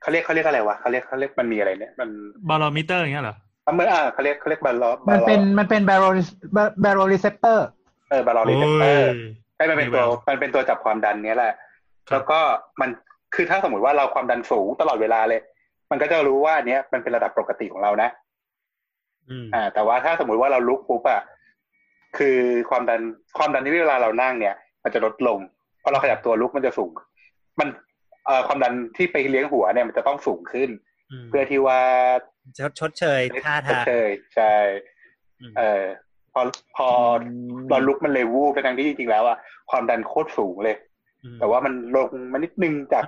Speaker 1: เขาเรียกเขาเรียกอะไรวะเขาเรียกเขาเรียกมันมีอะไรเนี่ย มัน
Speaker 6: บารอมิเตอร์อย่างเงี้ยเหรอ
Speaker 1: เมื่ออ่าเขาเรียกเขาเรียกบาร์ล
Speaker 5: มันเป็นมันเป็น barrel barrel receptor
Speaker 1: เออบาร์ลรีเซปเตอร์ใช่มันเป็นตัว
Speaker 6: มีแวว
Speaker 1: มันเป็นตัวจับความดันเนี้ยแหละ แล้วก็มันคือถ้าสมมติว่าเราความดันสูงตลอดเวลาเลย มันก็จะรู้ว่าอันเนี้ยมันเป็นระดับปกติของเรานะ
Speaker 4: อืม
Speaker 1: อ่า แต่ว่าถ้าสมมุติว่าเราลุกปุ๊บอ่ะคือความดันความดันที่เวลาเรานั่งเนี่ย มันจะลดลงพอเราขยับตัวลุกมันจะสูง มันเอ่อความดันที่ไปเลี้ยงหัวเนี่ยมันจะต้องสูงขึ้น
Speaker 4: ม
Speaker 1: เพื่อที่ว่า
Speaker 4: ชดชดเชยท่าทาง
Speaker 1: เชยใช่
Speaker 4: อืม
Speaker 1: เออพอพอเราลุกมันเลยวูบไปทางที่จริงๆแล้วอ่ะความดันโคตรสูงเลย
Speaker 4: อืม
Speaker 1: แต่ว่ามันลงมานิดนึงจาก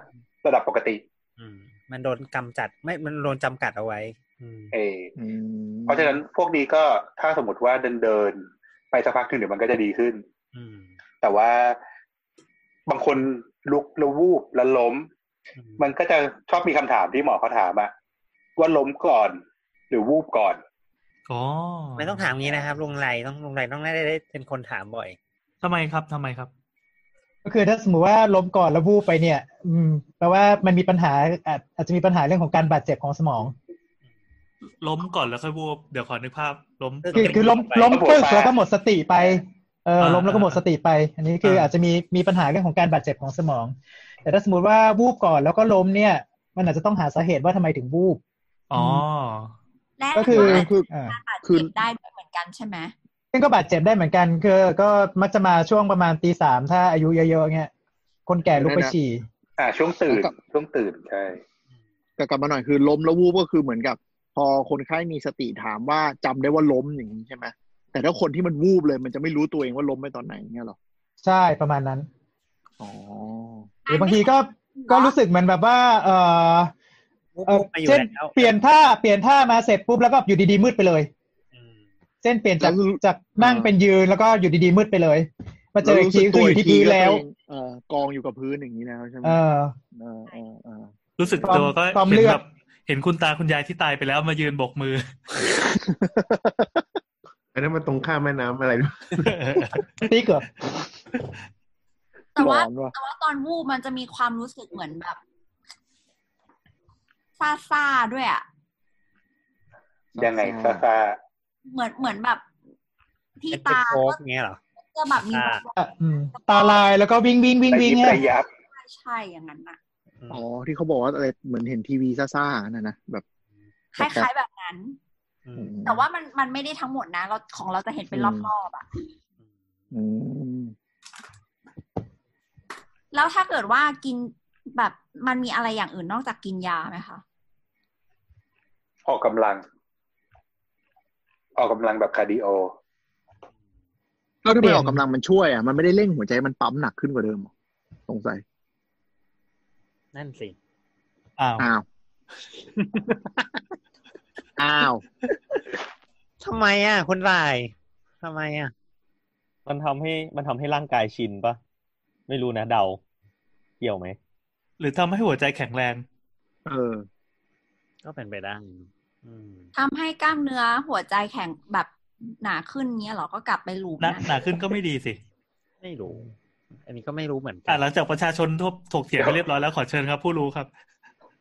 Speaker 1: ระดับปกติ
Speaker 4: อืมมันโดนกำจัดไม่ มันโดนจำกัดเอาไว้ อืม
Speaker 1: เออ
Speaker 7: อืม
Speaker 1: เพราะฉะนั้นพวกนี้ก็ถ้าสมมติว่าเดินเดินๆไปสักพักหนึ่งเดี๋ยวมันก็จะดีขึ้น
Speaker 4: อืม
Speaker 1: แต่ว่าบางคนลุกแล้ววูบแล้วล้ม
Speaker 4: อืม
Speaker 1: มันก็จะชอบมีคำถามที่หมอเขาถามอะว่าล้มก่อน หรือวูบก่อน
Speaker 6: อ๋อ
Speaker 4: ไม่ต้องถามงี้นะครับลุงไรต้องลุงไรต้องได้ได้เป็นคนถามบ่อย
Speaker 6: ทำไมครับทำไมครับ
Speaker 5: ก็คือถ้าสมมติว่าล้มก่อนแล้ววูบไปเนี่ย อืมแปลว่ามันมีปัญหาอาจอาจจะมีปัญหาเรื่องของการบาดเจ็บของสมอง
Speaker 6: ล้มก่อนแล้วค่อยวูบ เดี๋ยวขอนึกภาพ ล้ม
Speaker 5: คือคือล้ม
Speaker 4: ไป
Speaker 5: ล้ม
Speaker 1: ระบบ
Speaker 5: ปึ๊ก
Speaker 1: ฟ้า
Speaker 5: แล้วก็หมดสติไปเออ
Speaker 6: อ่า
Speaker 5: ล้มแล้วก็หมดสติไป อันนี้คืออา อาจจะมีมีปัญหาเรื่องของการบาดเจ็บของสมอง แต่ถ้าสมมติว่าวูบก่อนแล้วก็ล้มเนี่ย มันอาจจะต้องหาสาเหตุว่าทำไมถึงวูบ
Speaker 6: อ๋อ
Speaker 3: และ
Speaker 5: ก็คือ
Speaker 3: การ
Speaker 5: คืออ่า
Speaker 3: บาดเจ็บได้ด้วยเหมือนกันใช่ไหม
Speaker 5: ซึ่งก็บาดเจ็บได้เหมือนกันคือก็มักจะมาช่วงประมาณตีสามถ้าอายุเยอะๆเงี้ยคนแก่ลุกไปฉี่
Speaker 1: อ่า ช่วงตื่นช่วงตื่นใช่
Speaker 7: แต่กลับมาหน่อยคือล้มแล้ววูบก็คือเหมือนกับ พอคนไข้มีสติถามว่าจำได้ว่าล้มอย่างนี้ใช่ไหมแต่ถ้าคนที่มันวูบเลยมันจะไม่รู้ตัวเองว่าล้มไปตอนไหนอย่างเงี้ยเหรอ
Speaker 5: ใช่ประมาณนั้น
Speaker 7: อ๋อ
Speaker 5: หรือบางทีก็ก็รู้สึกเหมือนแบบว่า เออ
Speaker 4: วูบ
Speaker 5: เออ
Speaker 4: วูบไปอยู่
Speaker 5: เช่น
Speaker 4: แล้ว
Speaker 5: เปลี่ยนท่าเปลี่ยนท่ามาเสร็จปุ๊บแล้วก็อยู่ดีๆมืดไปเลย
Speaker 4: อืม
Speaker 5: เส้นเปลี่ยนจาก
Speaker 7: แล้วรู้
Speaker 5: จากนั่ง
Speaker 7: อ่า
Speaker 5: เป็นยืนแล้วก็อยู่ดีๆมืดไปเลย มาเจออีกทีก็คืออยู่ที่พื้นแล้ว
Speaker 7: เอ่อกองอยู่กับพื้นอย่างนี้แล้วใช่ไหม
Speaker 5: เออ
Speaker 7: เออเออเออ
Speaker 6: รู้สึก
Speaker 5: ความ
Speaker 6: ตัวก็
Speaker 5: ความ
Speaker 6: เห็น
Speaker 5: เลือด
Speaker 6: แบบเห็นคุณตาคุณยายที่ตายไปแล้วมายืนโบกมือ [laughs]
Speaker 8: อันนั้นมันตรงข้ามแม่น้ำอะไรด้วย
Speaker 5: ตีเกือบ
Speaker 3: แต่
Speaker 7: หล
Speaker 3: ว่า
Speaker 7: อนว่ะ
Speaker 3: แต่ว่าตอนวูบมันจะมีความรู้สึกเหมือนแบบซาซาๆด้วยอ่ะ
Speaker 1: ยังไงซาซา
Speaker 3: เหมือนเหมือนแบบที่
Speaker 4: เป็นเป็น
Speaker 3: ตา
Speaker 4: โค้กเงี้ยเหรอ
Speaker 3: ก็แบบมี
Speaker 4: อ่า
Speaker 5: อ่ะอืมตาลายแล้วก็วิ่งวิ่งวิ่ง
Speaker 1: ระ
Speaker 5: วิ่ง
Speaker 1: ยิบ
Speaker 5: เนี่ย
Speaker 1: ระยับ
Speaker 3: ใช่อย่างนั้นน่ะ
Speaker 7: อ๋อที่เขาบอกว่าอะไรเหมือนเห็นทีวีซ่าๆนั่นนะแบบ
Speaker 3: คล้ายๆแบบนั้น
Speaker 4: อื
Speaker 7: อื
Speaker 4: ม
Speaker 7: ม
Speaker 3: แต่ว่ามันมันไม่ได้ทั้งหมดนะ เราของเราจะเห็นเป็นรอบๆอ่ะ
Speaker 7: อืม
Speaker 3: แล้วถ้าเกิดว่ากินแบบมันมีอะไรอย่างอื่นนอกจากกินยาไหมคะ
Speaker 1: ออกกำลัง ออกกำลังแบบคาร์ดิโอ
Speaker 7: แล้วทำไมออกกำลังมันช่วยอ่ะมันไม่ได้เร่งหัวใจมันปั๊มหนักขึ้นกว่าเดิมเหรอสงสัย
Speaker 4: นั่นสิ
Speaker 6: อ้าว
Speaker 7: อ้าวอ้าว
Speaker 4: ทำไมอ่ะคุณไรทำไมอ่ะ
Speaker 9: มันทำให้มันทำให้ร่างกายชินปะไม่รู้นะเดา เกี่ยวไหม
Speaker 6: หรือทำให้หัวใจแข็งแรง
Speaker 7: เออ
Speaker 4: ก็เป็นไปได้อืม
Speaker 3: ทำให้กล้ามเนื้อหัวใจแข็งแบบหนาขึ้นเนี้ยเหรอ ก็กลับไปลูป
Speaker 6: หนัก
Speaker 3: นะ
Speaker 6: หนาขึ้นก็ไม่ดีสิ
Speaker 4: ไม่รู้ อันนี้ก็ไม่รู้เหมือนกั
Speaker 6: อ่ะหลังจากประชาชนทบถกเถียงไปเรียบร้อยแล้วขอเชิญครับ ผู้รู้ครับ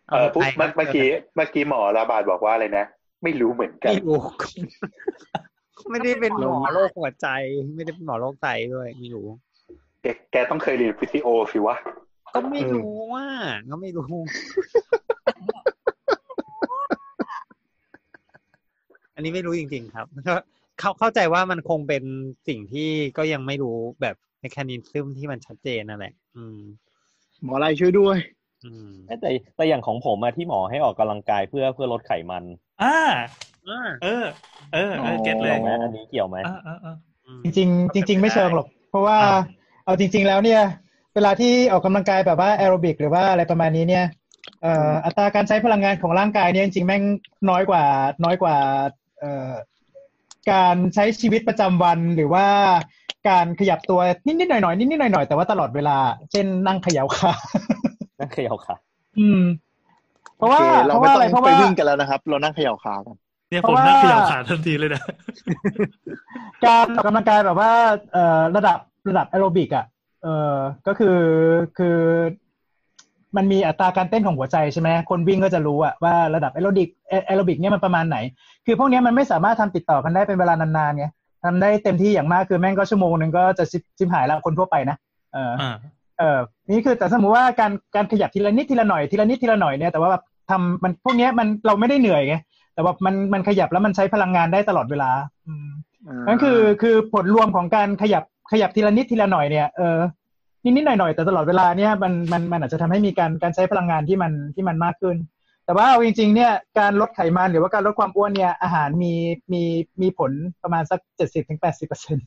Speaker 1: เออ
Speaker 4: ไป
Speaker 1: ปุ๊บเมื่อเมื่อกี้เมื่อกี้หมอระบาดบอกว่าอะไรนะ ไม่รู้เหมือนกัน
Speaker 5: นี่โอ้
Speaker 2: ไม่ได้เป็นหมอ
Speaker 4: หมอ
Speaker 2: โร
Speaker 4: โร
Speaker 2: ค
Speaker 4: คหัวใจไม่ได้เป็นหมอโรคไตด้วยไม่รู้
Speaker 1: แกแกต้องเคยเรียนฟิสิโอสิวะ
Speaker 4: ก็ไม่รู้ว่าก็ไม่รู้ อันนี้ไม่รู้จริง ๆ ครับก็เขาเข้าใจว่ามันคงเป็นสิ่งที่ก็ยังไม่รู้แบบใน c คนิซึมที่มันชัดเจนนั่นแหละ อืม
Speaker 7: หมออะไรช่วยด้วย
Speaker 4: อืม
Speaker 9: แต่แต่อย่างของผมอะที่หมอให้ออกกำลังกายเพื่อเพื่อลดไขมัน
Speaker 6: อ่า
Speaker 4: อ่า
Speaker 6: เออ เออเออเก็ตเล
Speaker 9: เกี่ยว
Speaker 6: ย
Speaker 9: ไหมอันนี้เกี่ยวไหม
Speaker 6: อ่าอ่าอ่า
Speaker 4: อืม
Speaker 5: จริง
Speaker 6: มันเป็น
Speaker 5: ๆจริง ๆ ไม่
Speaker 6: ไปได้
Speaker 5: เชิงหรอก เพราะว่า
Speaker 6: อ่ะ
Speaker 5: เอาจริง ๆ แล้วเนี่ย เวลาที่ออกกำลังกายแบบว่าแอโรบิกหรือว่าอะไรประมาณนี้เนี่ยเอ่ออัตราการใช้พลังงานของร่างกายเนี่ยจริงๆแม่งน้อยกว่า น้อยกว่าเอ่อการใช้ชีวิตประจำวันหรือว่าการขยับตัวนิดๆหน่อยๆนิดๆหน่อยๆแต่ว่าตลอดเวลา เช่นนั่งเขย่าขา
Speaker 9: นั่นเกี่ยวค่ะ
Speaker 5: อืม เพราะว่า
Speaker 7: โอค
Speaker 5: เพ
Speaker 7: เรา
Speaker 5: ราะ
Speaker 7: ไม่
Speaker 5: ว่าอะ
Speaker 7: ต้อ
Speaker 5: ไรง เพราะ
Speaker 7: ไป
Speaker 5: ว่า
Speaker 7: วิ่งกันแล้วนะครับ เรานั่งเขย่าขากัน
Speaker 6: เนี่ย
Speaker 5: เพ
Speaker 6: ผ
Speaker 5: ราะ
Speaker 6: ม
Speaker 5: ว่า
Speaker 6: นั่งขยับขาทันทีเลยนะ [laughs]
Speaker 5: การออกกำลังกายแบบว่าเอ่อระดับระดับแอโรบิกอ่ะเออก็คือคือมันมีอัตราการเต้นของหัวใจใช่ไหมคนวิ่งก็จะรู้อะว่าระดับแอโรบิกแอโรบิกเนี่ยมันประมาณไหน คือพวกเนี้ยมันไม่สามารถทำติดต่อกันได้เป็นเวลานานๆไงทำได้เต็มที่อย่างมากคือแม่งก็ชั่วโมงหนึ่งก็จะซิบซิบหายแล้วคนทั่วไปนะเออ
Speaker 6: อ่า
Speaker 5: เออนี่คือแต่สมมติว่าการการขยับทีละนิดทีละหน่อยทีละนิดทีละหน่อยเนี่ยแต่ว่าแบบทำมันพวกเนี้ยมันเราไม่ได้เหนื่อยไงแต่ว่ามันมันขยับแล้วมันใช้พลังงานได้ตลอดเวลา อืมนั่นคือคือผลรวมของการขยับขยับทีละนิดทีละหน่อยเนี่ยเออนิดนิดหน่อยหน่อยแต่ตลอดเวลาเนี่ยมันมันมันอาจจะทำให้มีการการใช้พลังงานที่มันที่มันมากขึ้น แต่ว่าเอาจริงๆเนี่ยการลดไขมันหรือว่าการลดความอ้วนเนี่ยอาหารมีมีมีผลประมาณสักเจ็ดสิบถึงแปดสิบเปอร์เซ็นต์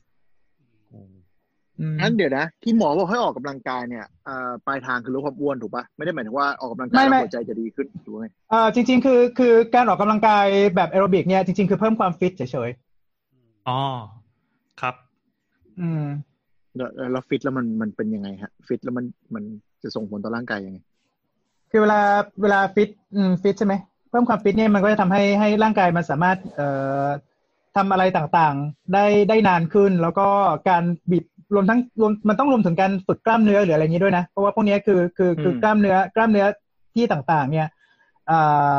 Speaker 7: งั้นเดี๋ยวนะ ที่หมอบอกให้ออกกำลังกายเนี่ยเอ่อปลายทางคือลดความอ้วนถูกปะไม่ได้หมายถึงว่าออกกำลังกายแล้วหัวใจจะดีขึ้นถูกไหม
Speaker 5: เออจริง ๆ คือคือการออกกำลังกายแบบแอโรบิกเนี่ยจริงๆคือเพิ่มความฟิตเฉยๆ
Speaker 6: อ๋อ ครับ
Speaker 5: อืม
Speaker 7: แล้วแล้วฟิตแล้วมันมันเป็นยังไงฮะ ฟิตแล้วมันมันจะส่งผลต่อร่างกายยังไง
Speaker 5: คือเวลาเวลาฟิตอืมฟิตใช่ไหมเพิ่มความฟิตเนี่ยมันก็จะทำให้ให้ร่างกายมันสามารถเอ่อทำอะไรต่างๆ ได้ได้นานขึ้น แล้วก็การบิดรวมทั้งรวมมันต้องรวมถึงการฝึกกล้ามเนื้อหรืออะไรอย่างนี้ด้วยนะ เพราะว่าพวกเนี้ยคือคือคือ
Speaker 7: อืม
Speaker 5: กล้ามเนื้อกล้ามเนื้อที่ต่างๆ เนี่ยอ่า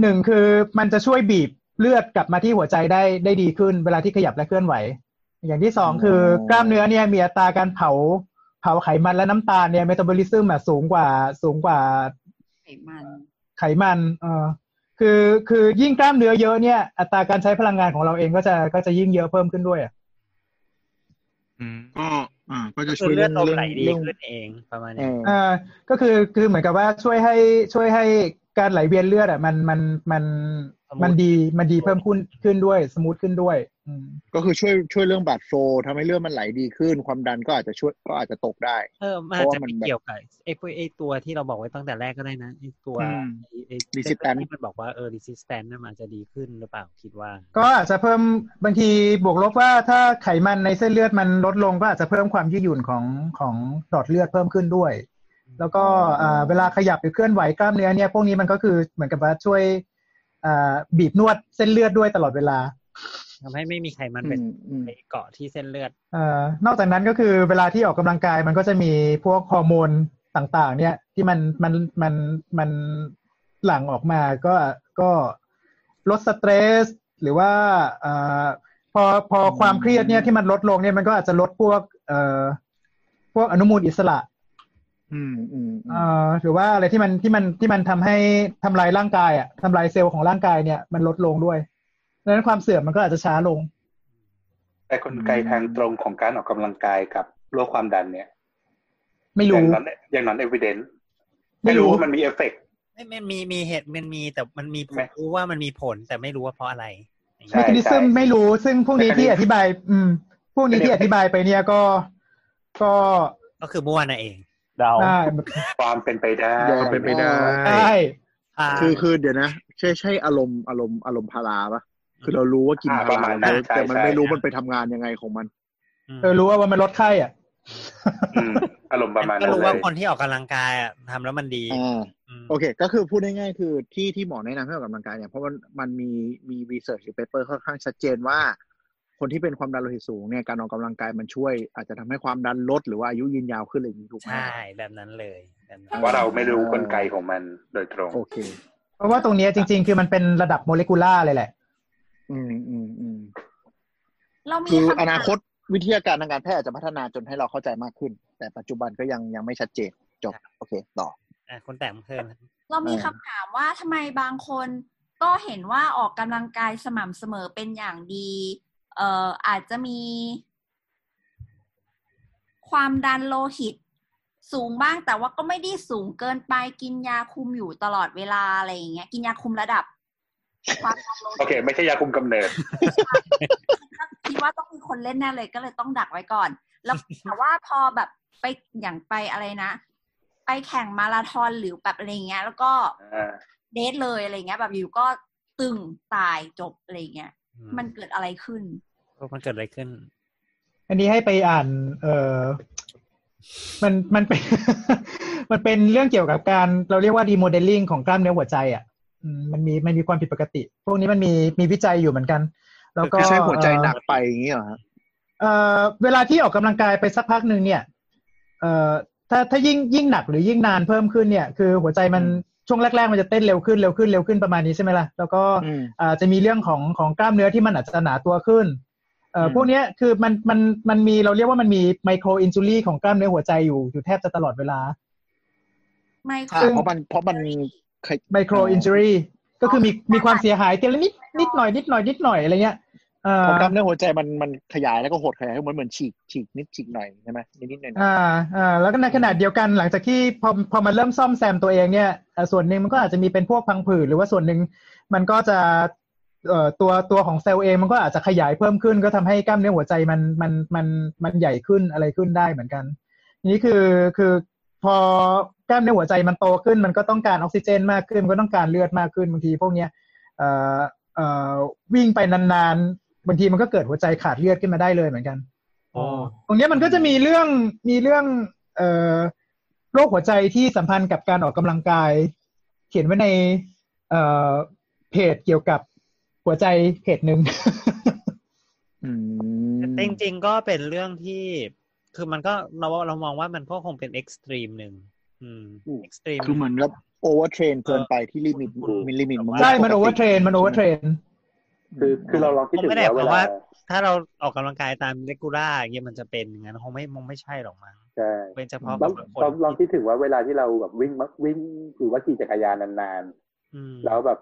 Speaker 5: หนึ่งคือมันจะช่วยบีบเลือดกลับมาที่หัวใจได้ได้ดีขึ้น เวลาที่ขยับและเคลื่อนไหว อย่างที่สองคือกล้ามเนื้อเนี่ยมีอัตราการเผา เผาไขมันและน้ำตาลเนี่ยเมตาบอลิซึมอะสูงกว่าสูงกว่า
Speaker 3: ไขมัน
Speaker 5: ไขมันเออคือคือยิ่งกล้ามเนื้อเยอะเนี่ยอัตราการใช้พลังงานของเราเองก็จะก็จะยิ่งเยอะเพิ่มขึ้นด้วยอะ
Speaker 6: อืม
Speaker 7: ก็อ่าก็จะ
Speaker 4: ก็
Speaker 7: ช่
Speaker 4: คื
Speaker 7: วย
Speaker 4: อเลื
Speaker 7: เรื่
Speaker 4: อ
Speaker 7: อ
Speaker 4: ดลม
Speaker 7: งเรื่อง
Speaker 4: ไหลดี
Speaker 7: เรื่อง
Speaker 4: ขึ้นเองประมาณ
Speaker 7: เอ
Speaker 4: เนี้ย
Speaker 7: อ
Speaker 5: เออก็คือคือเหมือนกับว่าช่วยให้ช่วยให้การไหลเวียนเลือดอะมันมันมันมันดีมันดีเพิ่มขึ้นขึ้นด้วยสมูทขึ้นด้วยอืม
Speaker 7: ก็คือช่วยช่วยเรื่องบาดโฟลว์ทำให้เลือดมันไหลดีขึ้น ความดันก็อาจจะช่วยก็อาจจะตกได้
Speaker 4: เออมันอาจจะไม่เกี่ยวกับไอ้พวกไอ้ตัวที่เราบอกไว้ตั้งแต่แรกก็ได้นะไอ้ตัว
Speaker 7: อืม
Speaker 4: ไอ้ไอ้
Speaker 7: resistance
Speaker 4: ที่มันบอกว่าเออ resistance นั่นมันอาจจะดีขึ้นหรือเปล่าคิดว่า
Speaker 5: ก็อาจจะเพิ่มบางทีบวกลบว่าถ้าไขมันในเส้นเลือดมันลดลงก็อาจจะเพิ่มความยืดหยุ่นของของหลอดเลือดเพิ่มขึ้นด้วย แล้วก็เอ่อเวลาขยับหรือเคลื่อนไหวกล้ามเนื้อเนี่ยพวกนี้มันก็คือเหมือนกับว่าช่วยเอ่อบีบนวดเส้นเลือดด้วยตลอดเวลา
Speaker 4: ทำให้ไม่มีไขมัน
Speaker 7: อื
Speaker 4: ไป
Speaker 7: มอืม
Speaker 4: ไปเกาะที่เส้นเลือด
Speaker 5: เอ่อนอกจากนั้นก็คือเวลาที่ออกกำลังกายมันก็จะมีพวกฮอร์โมนต่างๆ เนี่ยที่มันมันมันมันหลั่งออกมาก็ก็ลดสเตรสหรือว่าเอ่อพอพอความเครียดเนี่ยที่มันลดลงเนี่ยมันก็อาจจะลดพวกเอ่อพวกอนุมูลอิสระ
Speaker 7: อืมอืมอื
Speaker 5: เอ่
Speaker 7: ม
Speaker 5: อหรือว่าอะไรที่มันที่มันที่มันทำให้ทำลายร่างกายอ่ะทำลายเซลล์ของร่างกายเนี่ยมันลดลงด้วยดังนั้นความเสื่อมมันก็อาจจะช้าลง
Speaker 1: แต่กลไกทางตรงของการออกกำลังกายกับโรคความดันเนี่ย
Speaker 5: ไม่
Speaker 1: อย่า
Speaker 5: รู้
Speaker 1: งนั้นอย่างนั้นเอวิเดน
Speaker 5: ไม่
Speaker 1: ไม่
Speaker 5: รู้
Speaker 1: รู้ว่ามันมีเอฟเฟกต์
Speaker 4: ไม่ไม่มีมีเหตุมันมีแต่มันมีผ
Speaker 1: ไหม
Speaker 4: ลรู้ว่ามันมีผลแต่ไม่รู้ว่าเพราะอะไร
Speaker 1: ใช่
Speaker 5: เมคานิ
Speaker 1: ใช่
Speaker 5: ซึมไม่รู้ซึ่งพวกนี้ที่อธิบาย อืม พวกนี้ที่อธิบายไปเนี่ยก็ ก็
Speaker 4: ก็คือมั่วน่ะเอง
Speaker 9: เดา
Speaker 5: ได้
Speaker 1: ความเป็นไปได้
Speaker 7: ยอมเป็นไปได้
Speaker 5: ใช่
Speaker 7: คือคือเดี๋ยวนะ ใช่ใช่อารมณ์อารมณ์อารมณ์พาราปะคือเรารู้ว่ากิน
Speaker 1: อ่า
Speaker 7: พา
Speaker 1: ประ
Speaker 7: รา
Speaker 1: มาณ
Speaker 7: แต่
Speaker 1: นั้นใช่
Speaker 7: แต่มัน
Speaker 1: ใช่
Speaker 7: ไม่รู้มันไปทำงานยังไงของมัน
Speaker 5: เออรู้ว่ามันลดไข้อ่ะ
Speaker 1: อืมอารมณ์ประมาณ
Speaker 4: ก็
Speaker 1: นั้น
Speaker 4: รู้
Speaker 1: เล
Speaker 4: ว่าย คนที่ออกกำลังกายอะทำแล้วมันดี
Speaker 7: อ่า
Speaker 4: ม
Speaker 7: โอเค ก็คือพูดง่ายๆคือที่ที่หมอแนะนำให้ออกกำลังกายเนี่ย เพราะมันมันมีมีรีเสิร์ชหรือเปเปอร์ค่อนข้างชัดเจนว่า คนที่เป็นความดันโลหิตสูงเนี่ยการออกกำลังกายมันช่วย อาจจะทำให้ความดันลดหรือว่าอายุยืนยาวขึ้นอะไรอย่างนี้ถูกไหม
Speaker 4: ใช่แบบนั้นเลยแบบนั้น
Speaker 1: เพราะเราไม่รู้กลไกของมันโดยตรง
Speaker 7: โอเค
Speaker 5: เพราะว่าตรงเนี้ยจริง ๆ คือมันเป็นระดับโมเลกุลาร์เลยแหละ
Speaker 7: อืมอืมอืม
Speaker 3: เรา
Speaker 7: คือ
Speaker 3: มีำถม
Speaker 7: อนาคตวิทยาการทางการแพทย์อาจจะพัฒนาจนให้เราเข้าใจมากขึ้น แต่ปัจจุบันก็ยังยังไม่ชัดเจนจบ โอเค ต่อ
Speaker 4: อ่ะคนแต่มเพิ่มครับ
Speaker 3: เรามี
Speaker 7: เออ
Speaker 3: คำถามว่าทำไมบางคนก็เห็นว่าออกกำลังกายสม่ำเสมอเป็นอย่างดี เอ่ออาจจะมี ความดันโลหิต สูงบ้างแต่ว่าก็ไม่ได้สูงเกินไปกินยาคุมอยู่ตลอดเวลาอะไรอย่างเงี้ย กินยาคุมระดับ ความดันโลหิต
Speaker 1: โอเค ไม่ใช่ยาคุมกำเนิด
Speaker 3: คิดว่าต้องมีคนเล่นแน่เลยก็เลยต้องดักไว้ก่อน แล้วแต่ว่าพอแบบไปอย่างไปอะไรนะ ไปแข่งมาราธอนหรือแบบอะไรเงี้ย แล้วก็
Speaker 1: อ่า
Speaker 3: เดทเลยอะไรเงี้ย แบบอยู่ก็ตึงตายจบอะไรเงี้ย
Speaker 4: อื
Speaker 3: มันเกิดอะไรขึ้น
Speaker 4: มันเกิดอะไรขึ้น
Speaker 5: อันนี้ให้ไปอ่าน เออมันมันเป็น [laughs] มันเป็นเรื่องเกี่ยวกับการเราเรียกว่าดีโมเดลลิ่งของกล้ามเนื้อหัวใจอ่ะอืมมันมีมันมีความผิดปกติ พวกนี้มันมีมีวิจัยอยู่เหมือนกัน แล้วก็
Speaker 7: คือใช้หัวใจหนัก
Speaker 5: เอ่อ
Speaker 7: ไปอย่างนี้เหรอฮะ
Speaker 5: เอ่อเวลาที่ออกกำลังกายไปสักพักหนึ่งเนี่ย เอ่อถ้าถ้ายิ่งยิ่งหนักหรือยิ่งนานเพิ่มขึ้นเนี่ย คือหัวใจมันช่วงแรกๆมันจะเต้นเร็วขึ้นเร็วขึ้นเร็วขึ้นประมาณนี้ใช่ไหมล่ะแล้วก็
Speaker 7: อืม
Speaker 5: อ่าจะมีเรื่องของของกล้ามเนื้อที่มันอาจจะหนาตัวขึ้นเอ่ออ
Speaker 7: ม
Speaker 5: พวกเนี้ยคือมันมันมันมีเราเรียกว่ามันมีไมโครอินซูลีของกล้ามเนื้อหัวใจอยู่อยู่แทบจะตลอดเวลา
Speaker 3: ไม่
Speaker 7: อ่า
Speaker 3: คือ
Speaker 7: เพราะมันเพราะมันเคย
Speaker 5: ไมโครอินซูลีก็คือมีมีความเสียหายทีละนิดนิดหน่อยนิดหน่อยนิดหน่อยอะไรเงี้ยเอ่อ
Speaker 7: พอกล้ามเนื้อหัวใจมันมันขยายแล้วก็หดขยายเหมือนเหมือนฉีกฉีกนิดฉีกหน่อยใช่ไหมนิดนิดหน่อยหน่อย
Speaker 5: อ่าอ่าแล้วก็ในขณะเดียวกันหลังจากที่พอพอมันเริ่มซ่อมแซมตัวเองเนี่ยเอ่อส่วนหนึ่งมันก็อาจจะมีเป็นพวกพังผืดหรือว่าส่วนหนึ่งมันก็จะเอ่อตัวตัวของเซลล์เองมันก็อาจจะขยายเพิ่มขึ้น ก็ทำให้กล้ามเนื้อหัวใจมันมันมันมันใหญ่ขึ้นอะไรขึ้นได้เหมือนกัน นี่คือคือพอกล้ามเนื้อหัวใจมันโตขึ้น มันก็ต้องการออกซิเจนมากขึ้นมันก็ต้องการเลือดมากขึ้นบางทีพวกเนี้ยเอ่อเอ่อวิ่งไปนานๆบางทีมันก็เกิดหัวใจขาดเลือดขึ้นมาได้เลยเหมือนกัน
Speaker 6: โอ้
Speaker 5: ตรงเนี้ยมันก็จะมีเรื่องมีเรื่องเอ่อโรคหัวใจที่สัมพันธ์กับการออกกำลังกาย เขียนไว้ในเอ่อเพจเกี่ยวกับหัวใจเพจหนึ่ง
Speaker 7: อื
Speaker 4: แต่จ
Speaker 7: ม
Speaker 4: ริงๆก็เป็นเรื่องที่คือมันก็เราเรามองว่ามันก็คงเป็นเอ็กซ์ตรีมหนึ่งอืมเอ็กซ์ตรีม
Speaker 7: คือเหมือนกับโอเวอร์เทรนเกินไปที่ลิมิต
Speaker 4: คุณ
Speaker 7: มินลิมิต
Speaker 5: ใช่มันโอเวอร์เทรนมันโอเวอร์เทรน
Speaker 1: คือคือเราลองคิด
Speaker 4: ผม
Speaker 1: ถึง
Speaker 4: ไม่ได้
Speaker 1: แล้ว
Speaker 4: ห
Speaker 1: เว
Speaker 4: มาย
Speaker 1: ลา
Speaker 4: ว่า ถ้าเราออกกำลังกายตามเรกูล่าอย่างเงี้ยมันจะเป็นอย่างนั้นคงไม่คงไม่ใช่หรอกมั้ง
Speaker 1: ใช่
Speaker 4: เป็นเฉพาะ
Speaker 1: ลอง
Speaker 4: บางค
Speaker 1: ลอง
Speaker 4: น
Speaker 1: ลองคิดถึงว่าเวลาที่เราแบบวิ่งมักวิ่งหรือว่าขี่จักรยานนาน
Speaker 4: อืม
Speaker 1: ๆ แล้วแบบ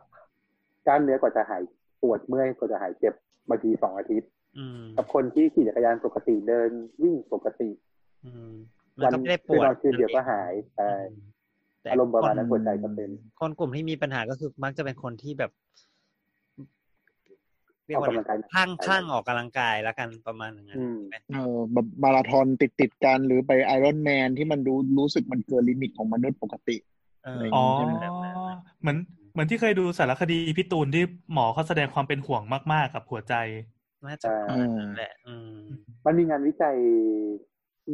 Speaker 1: กล้ามเนื้อกว่าจะหายปวดเมื่อยกว่าจะหายเจ็บบางทีสองอาทิตย์
Speaker 4: อืม
Speaker 1: กับคนที่ขี่จักรยานปกติเดินวิ่งปกติ
Speaker 4: อืมมันก็ไม่ได้ป
Speaker 1: คื
Speaker 4: วด
Speaker 1: นอนคืนเดียวก็หายใช่
Speaker 4: อืมแต่
Speaker 1: อารมณ์ประมาณนั้น
Speaker 4: ค
Speaker 1: หัวใจก็เป็น
Speaker 4: คนกลุ่มที่มีปัญหาก็คือมักจะเป็นคนที่แบบเรียก
Speaker 1: ออกกำ
Speaker 4: ว่าอะ
Speaker 1: ลังกาย
Speaker 4: ไรข้างข้างออกกำลังกายแล้วกันประมาณอย่างนั้น
Speaker 1: อืม
Speaker 4: ใช่ไหม
Speaker 7: เออแบบมาราธอนติดติดๆกันหรือไปไอรอนแมนที่มันดูรู้สึกมันเกินลิมิตของมนุษย์ปกติ
Speaker 4: เออ
Speaker 6: อ๋อ
Speaker 7: ใช่ไหม
Speaker 6: เหมือนเหมือนที่เคยดูสารคดีพี่ตูนที่หมอเขาแสดงความเป็นห่วงมากๆกับหัวใจ
Speaker 4: น่าจะประมาณนั้นแหละ อืม
Speaker 1: มันมีงานวิจัย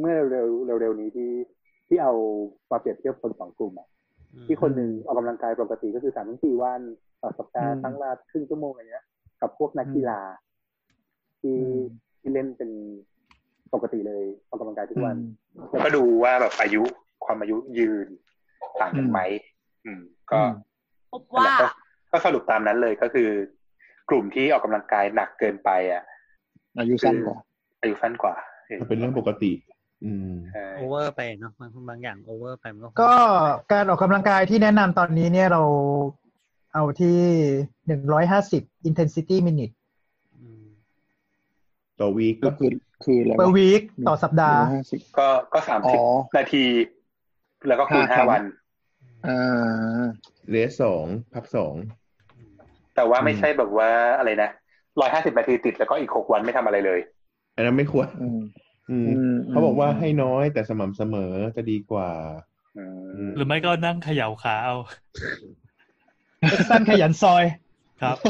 Speaker 1: เมื่อเร็วเร็วๆนี้ที่ที่เอามาเปรียบเทียบคนสองกลุ่มอะ ที่คนหนึ่งออกกำลังกายปกติก็คือสามถึงสี่วันต่อสัปดาห์
Speaker 7: อืม
Speaker 1: ทั้งละครึ่งชั่วโมงอะไรเงี้ย กับพวกนักกีฬาที่ที่เล่นเป็นปกติเลยออกกำลังกายทุกวัน แล้วก็ดูว่าแบบอายุความอายุยืนต่างกันไหมอืม ก็
Speaker 7: อืม
Speaker 3: พบว่า
Speaker 1: ก็ก็สรุปตามนั้นเลยก็คือ กลุ่มที่ออกกำลังกายหนักเกินไปอ่ะ
Speaker 7: อายุสั้นกว่า
Speaker 1: อายุสั้นกว่า
Speaker 8: มันเป็นเรื่องปกติ อืม
Speaker 1: ใช่
Speaker 4: โอเวอร์ไปเนาะบางบางอย่างโอเวอร์ไปมันก็คง
Speaker 5: ก็การออกกำลังกายที่แนะนำตอนนี้เนี่ยเราเอาที่หนึ่งร้อยห้าสิบ intensity minute
Speaker 4: อืม
Speaker 8: ต่อวีค
Speaker 7: ก็คือคืออะไรวะ
Speaker 5: per week ต่อสัปดาห์
Speaker 7: [laughs] 150
Speaker 1: ก็ก็สาม
Speaker 7: อ๋
Speaker 1: สิบ
Speaker 7: อ
Speaker 1: นาที แล้วก็คูณ
Speaker 7: ห้า
Speaker 1: ห้า
Speaker 7: ครั้ง
Speaker 1: วัน
Speaker 7: อ่า
Speaker 8: เลสสองพักสอง
Speaker 4: อืม
Speaker 1: แต่ว่า
Speaker 7: อืม
Speaker 1: ไม่ใช่แบบว่าอะไรนะร้อยห้าสิบนาทีติดแล้วก็อีกหกวันไม่ทำอะไรเลย
Speaker 8: อันนั้นไม่ควร
Speaker 7: อืม
Speaker 8: อืม
Speaker 7: อืม
Speaker 8: เขาบอกว่าให้น้อยแต่สม่ำเสมอจะดีกว่า
Speaker 1: อื
Speaker 8: อืม
Speaker 1: ม
Speaker 6: หรือไม่ก็นั่งเขย่าขาเอา
Speaker 5: สั้นขยันซอย
Speaker 6: ครับ [laughs]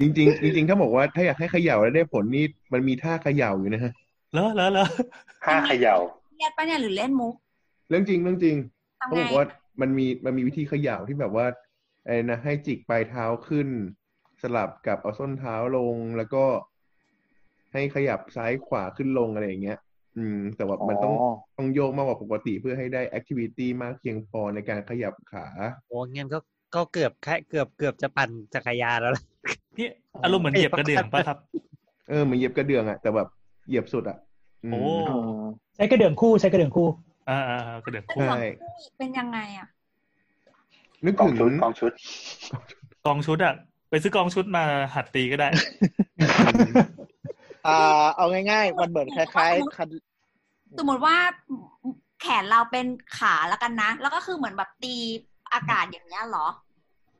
Speaker 8: จริง ๆ จริงๆถ้าบอกว่าถ้าอยากให้เขย่าแล้วได้ผลนี่มันมีท่าเขย่าอยู่นะฮะ
Speaker 6: แล้วแล้วแล้ว
Speaker 1: ห้าเขย่า
Speaker 3: เครียดปะเนี่ยหรือเล่นมุก
Speaker 8: เรื่องจริงเรื่องจริง
Speaker 3: ทำ
Speaker 8: เขา
Speaker 3: ไง
Speaker 8: บอกว่ามันมีมันมีวิธีเขย่าที่แบบว่าไอ้นะให้จิกปลายเท้าขึ้น สลับกับเอาส้นเท้าลงแล้วก็ ให้ขยับซ้ายขวาขึ้นลงอะไรอย่างเงี้ย อืม แต่ว่ามันต้องต้องโยกมากกว่าปกติเพื่อให้ได้แอคทิวิตี้มากเพียงพอในการขยับขา
Speaker 4: โอ้เงี้ยก็ ก็เกือบแค่เกือบเกือบจะปั่นจักรยานแล้วล่ะ
Speaker 6: นี่อารมณ์เหมือนเหยียบกระเดื่องป่ะครับ
Speaker 8: เออเหมือนเหยียบกระเดื่องอะแต่แบบเหยียบสุดอะม
Speaker 6: โอ้
Speaker 7: อ๋อ
Speaker 5: ใช้กระเดื่องคู่ใช้กระเดื่องคู่
Speaker 6: อ่าอ่าอ่ากระเดื่อง
Speaker 3: เป็น
Speaker 6: คู่
Speaker 3: หวัง
Speaker 8: ใช่
Speaker 3: คู่เป็นยังไงอ่ะ
Speaker 8: นึก
Speaker 1: กอ
Speaker 8: ถึ
Speaker 1: ง
Speaker 8: ง
Speaker 1: ชุดกองชุด
Speaker 6: กองชุดอ่ะ ไปซื้อกองชุดมาหัดตีก็ได้
Speaker 8: [laughs]
Speaker 7: อ่าเอาง่ายๆ มันเหมือนคล้ายๆคัน
Speaker 3: สมมติว่าแขนเราเป็นขาแล้วกันนะ แล้วก็คือเหมือนแบบตีอากาศอย่างเงี้ยเหรอ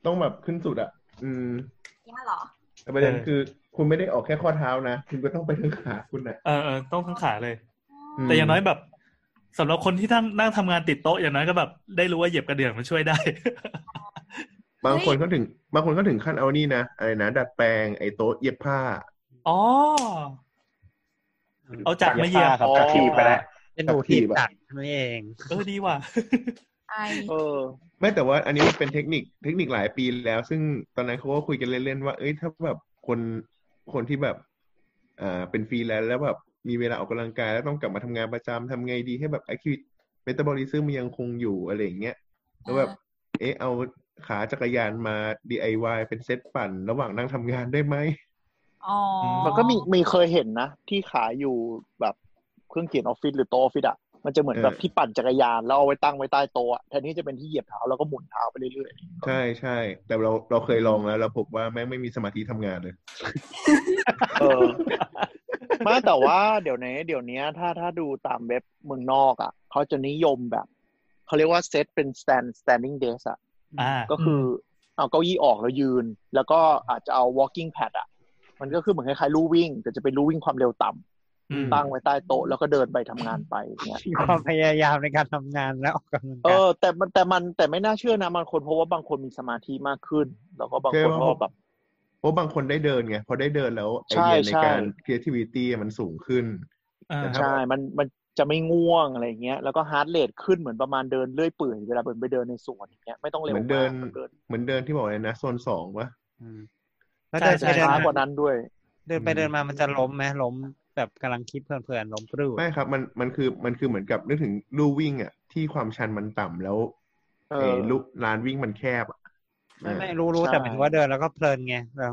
Speaker 8: ต้องแบบขึ้นสุดอะอืม
Speaker 3: อย่างเงี้ยเหรอ
Speaker 8: แต่ประเด็น
Speaker 6: เออ
Speaker 8: คือคุณไม่ได้ออกแค่ข้อเท้านะ คุณก็ต้องไปทั้งขาคุณนะ
Speaker 6: เออเออต้องทั้งขาเลย
Speaker 8: ม
Speaker 6: แต่อย่างน้อยแบบสำหรับคนที่ทั้งนั่งทำงานติดโต๊ะอย่างน้อยก็แบบได้รู้ว่าเหยียบกระเดื่องมันช่วยได้ [laughs]
Speaker 8: บางคนก็ถึง บางคนก็ถึงขั้นเอานี่นะอะไรนะดัดแปลงไอ้โต๊ะเย็บผ้า
Speaker 6: อ๋อ เอาจากมาเหยียบ
Speaker 9: ครับ
Speaker 1: จากที่ไปแล้ว
Speaker 4: เป็นหนูที่ตักนั่นเอง
Speaker 6: เออดีว่ะ [laughs]
Speaker 3: ไอ้
Speaker 7: เออ
Speaker 8: ไม่แต่ว่าอันนี้มันเป็นเทคนิคเทคนิคหลายปีแล้ว ซึ่งตอนนั้นเขาก็คุยกันเล่นๆว่า เอ้ยถ้าแบบคนคนที่แบบ อ่าเป็นฟรีแลนซ์แล้วแบบมีเวลาออกกำลังกายแล้วต้องกลับมาทำงานประจำทำไงดีให้แบบแอคทีฟเมตาบอลิซึมมันยังคงอยู่อะไรอย่างเงี้ยแล้วแบบ เอ๊ะเอาขาจักรยานมา DIY เป็นเซตปั่น ระหว่างนั่งทำงานได้ไหม
Speaker 3: อ๋อ
Speaker 7: มันก็มีมีเคยเห็นนะ ที่ขายอยู่แบบเครื่องเขียนออฟฟิศหรือโต๊ะออฟฟิศอ่ะมันจะเหมือน
Speaker 8: เออ
Speaker 7: แบบที่ปั่นจักรยานแล้วเอาไว้ตั้งไว้ใต้โต๊ะอะแทนที่จะเป็นที่เหยียบเท้าแล้วก็หมุนเท้าไปเรื่อย
Speaker 8: ใช่ใช่ แต่เราเราเคยลองแล้ว เราพบว่าแม่งไม่มีสมาธิทำงานเลย
Speaker 7: ๆเออ [laughs] ไมาแต่ว่าเดี๋ยวนี้เดี๋ยวนี้ถ้าถ้าดูตามเว็บเมืองนอกอ่ะเขาจะนิยมแบบ เขาเรียกว่าเซตเป็น stand standing desk อ่ะ
Speaker 6: อ่า
Speaker 7: ก็คือเอาเก้าอี้ออกแล้วยืน แล้วก็อาจจะเอา walking pad อ่ะ มันก็คือเหมือนคล้ายๆลู่วิ่ง แต่จะเป็นลู่วิ่งความเร็วต่ำ
Speaker 6: อืม
Speaker 7: ตั้งไว้ใต้โต๊ะแล้วก็เดินไปทำงานไปอย่างเงี้ย
Speaker 4: มีความพยายามในการทำงานและออกกำลั
Speaker 7: เอก
Speaker 4: งาย
Speaker 7: อแต่มันแต่มันแต่ไม่น่าเชื่อนะบางคนเพราะว่าบางคนมีสมาธิมากขึ้น แล้วก็บางคนก็แบบ
Speaker 8: เพราะบางคนได้เดินไงพอได้เดินแล้วไอ
Speaker 7: ใช่
Speaker 8: เดียใน
Speaker 7: ใช่
Speaker 8: การ creativity มันสูงขึ้น
Speaker 6: อ่า
Speaker 8: แต่ถ้า
Speaker 7: ใช่มันมันจะไม่ง่วงอะไรอย่างเงี้ยแล้วก็ฮาร์ดเรทขึ้นเหมือนประมาณเดินเลื่อยเปื่อยเวลาเดินไปเดินในสวนอย่างเงี้ยไม่ต้องเร็ว
Speaker 8: เหมื
Speaker 7: มา
Speaker 8: อก นเดิน
Speaker 7: มันเดิน
Speaker 8: เหมือนเดินที่บอกเลยนะโซนสองวะ
Speaker 4: อืมแล้วเดินไปเดิ
Speaker 7: ช้าม
Speaker 4: นาก
Speaker 7: ว่านั้นด้วย
Speaker 4: เดินไปเดินมามันจะล้มไหมล้มแบบกำลังคิดเพลินๆล้มปรื้
Speaker 8: ไม่ครับมันมันคือมันคือเหมือนกับนึกถึงลู่วิ่งอ่ะที่ความชันมันต่ำแล้ว
Speaker 7: เออ
Speaker 8: ไอ้ลู่ลานวิ่งมันแคบอะ
Speaker 4: ไม่ไม่
Speaker 8: เออ
Speaker 4: รู้รู้
Speaker 7: ใช่
Speaker 4: แต่หมายถึงว่าเดินแล้วก็เพลินไง [laughs] แล้ว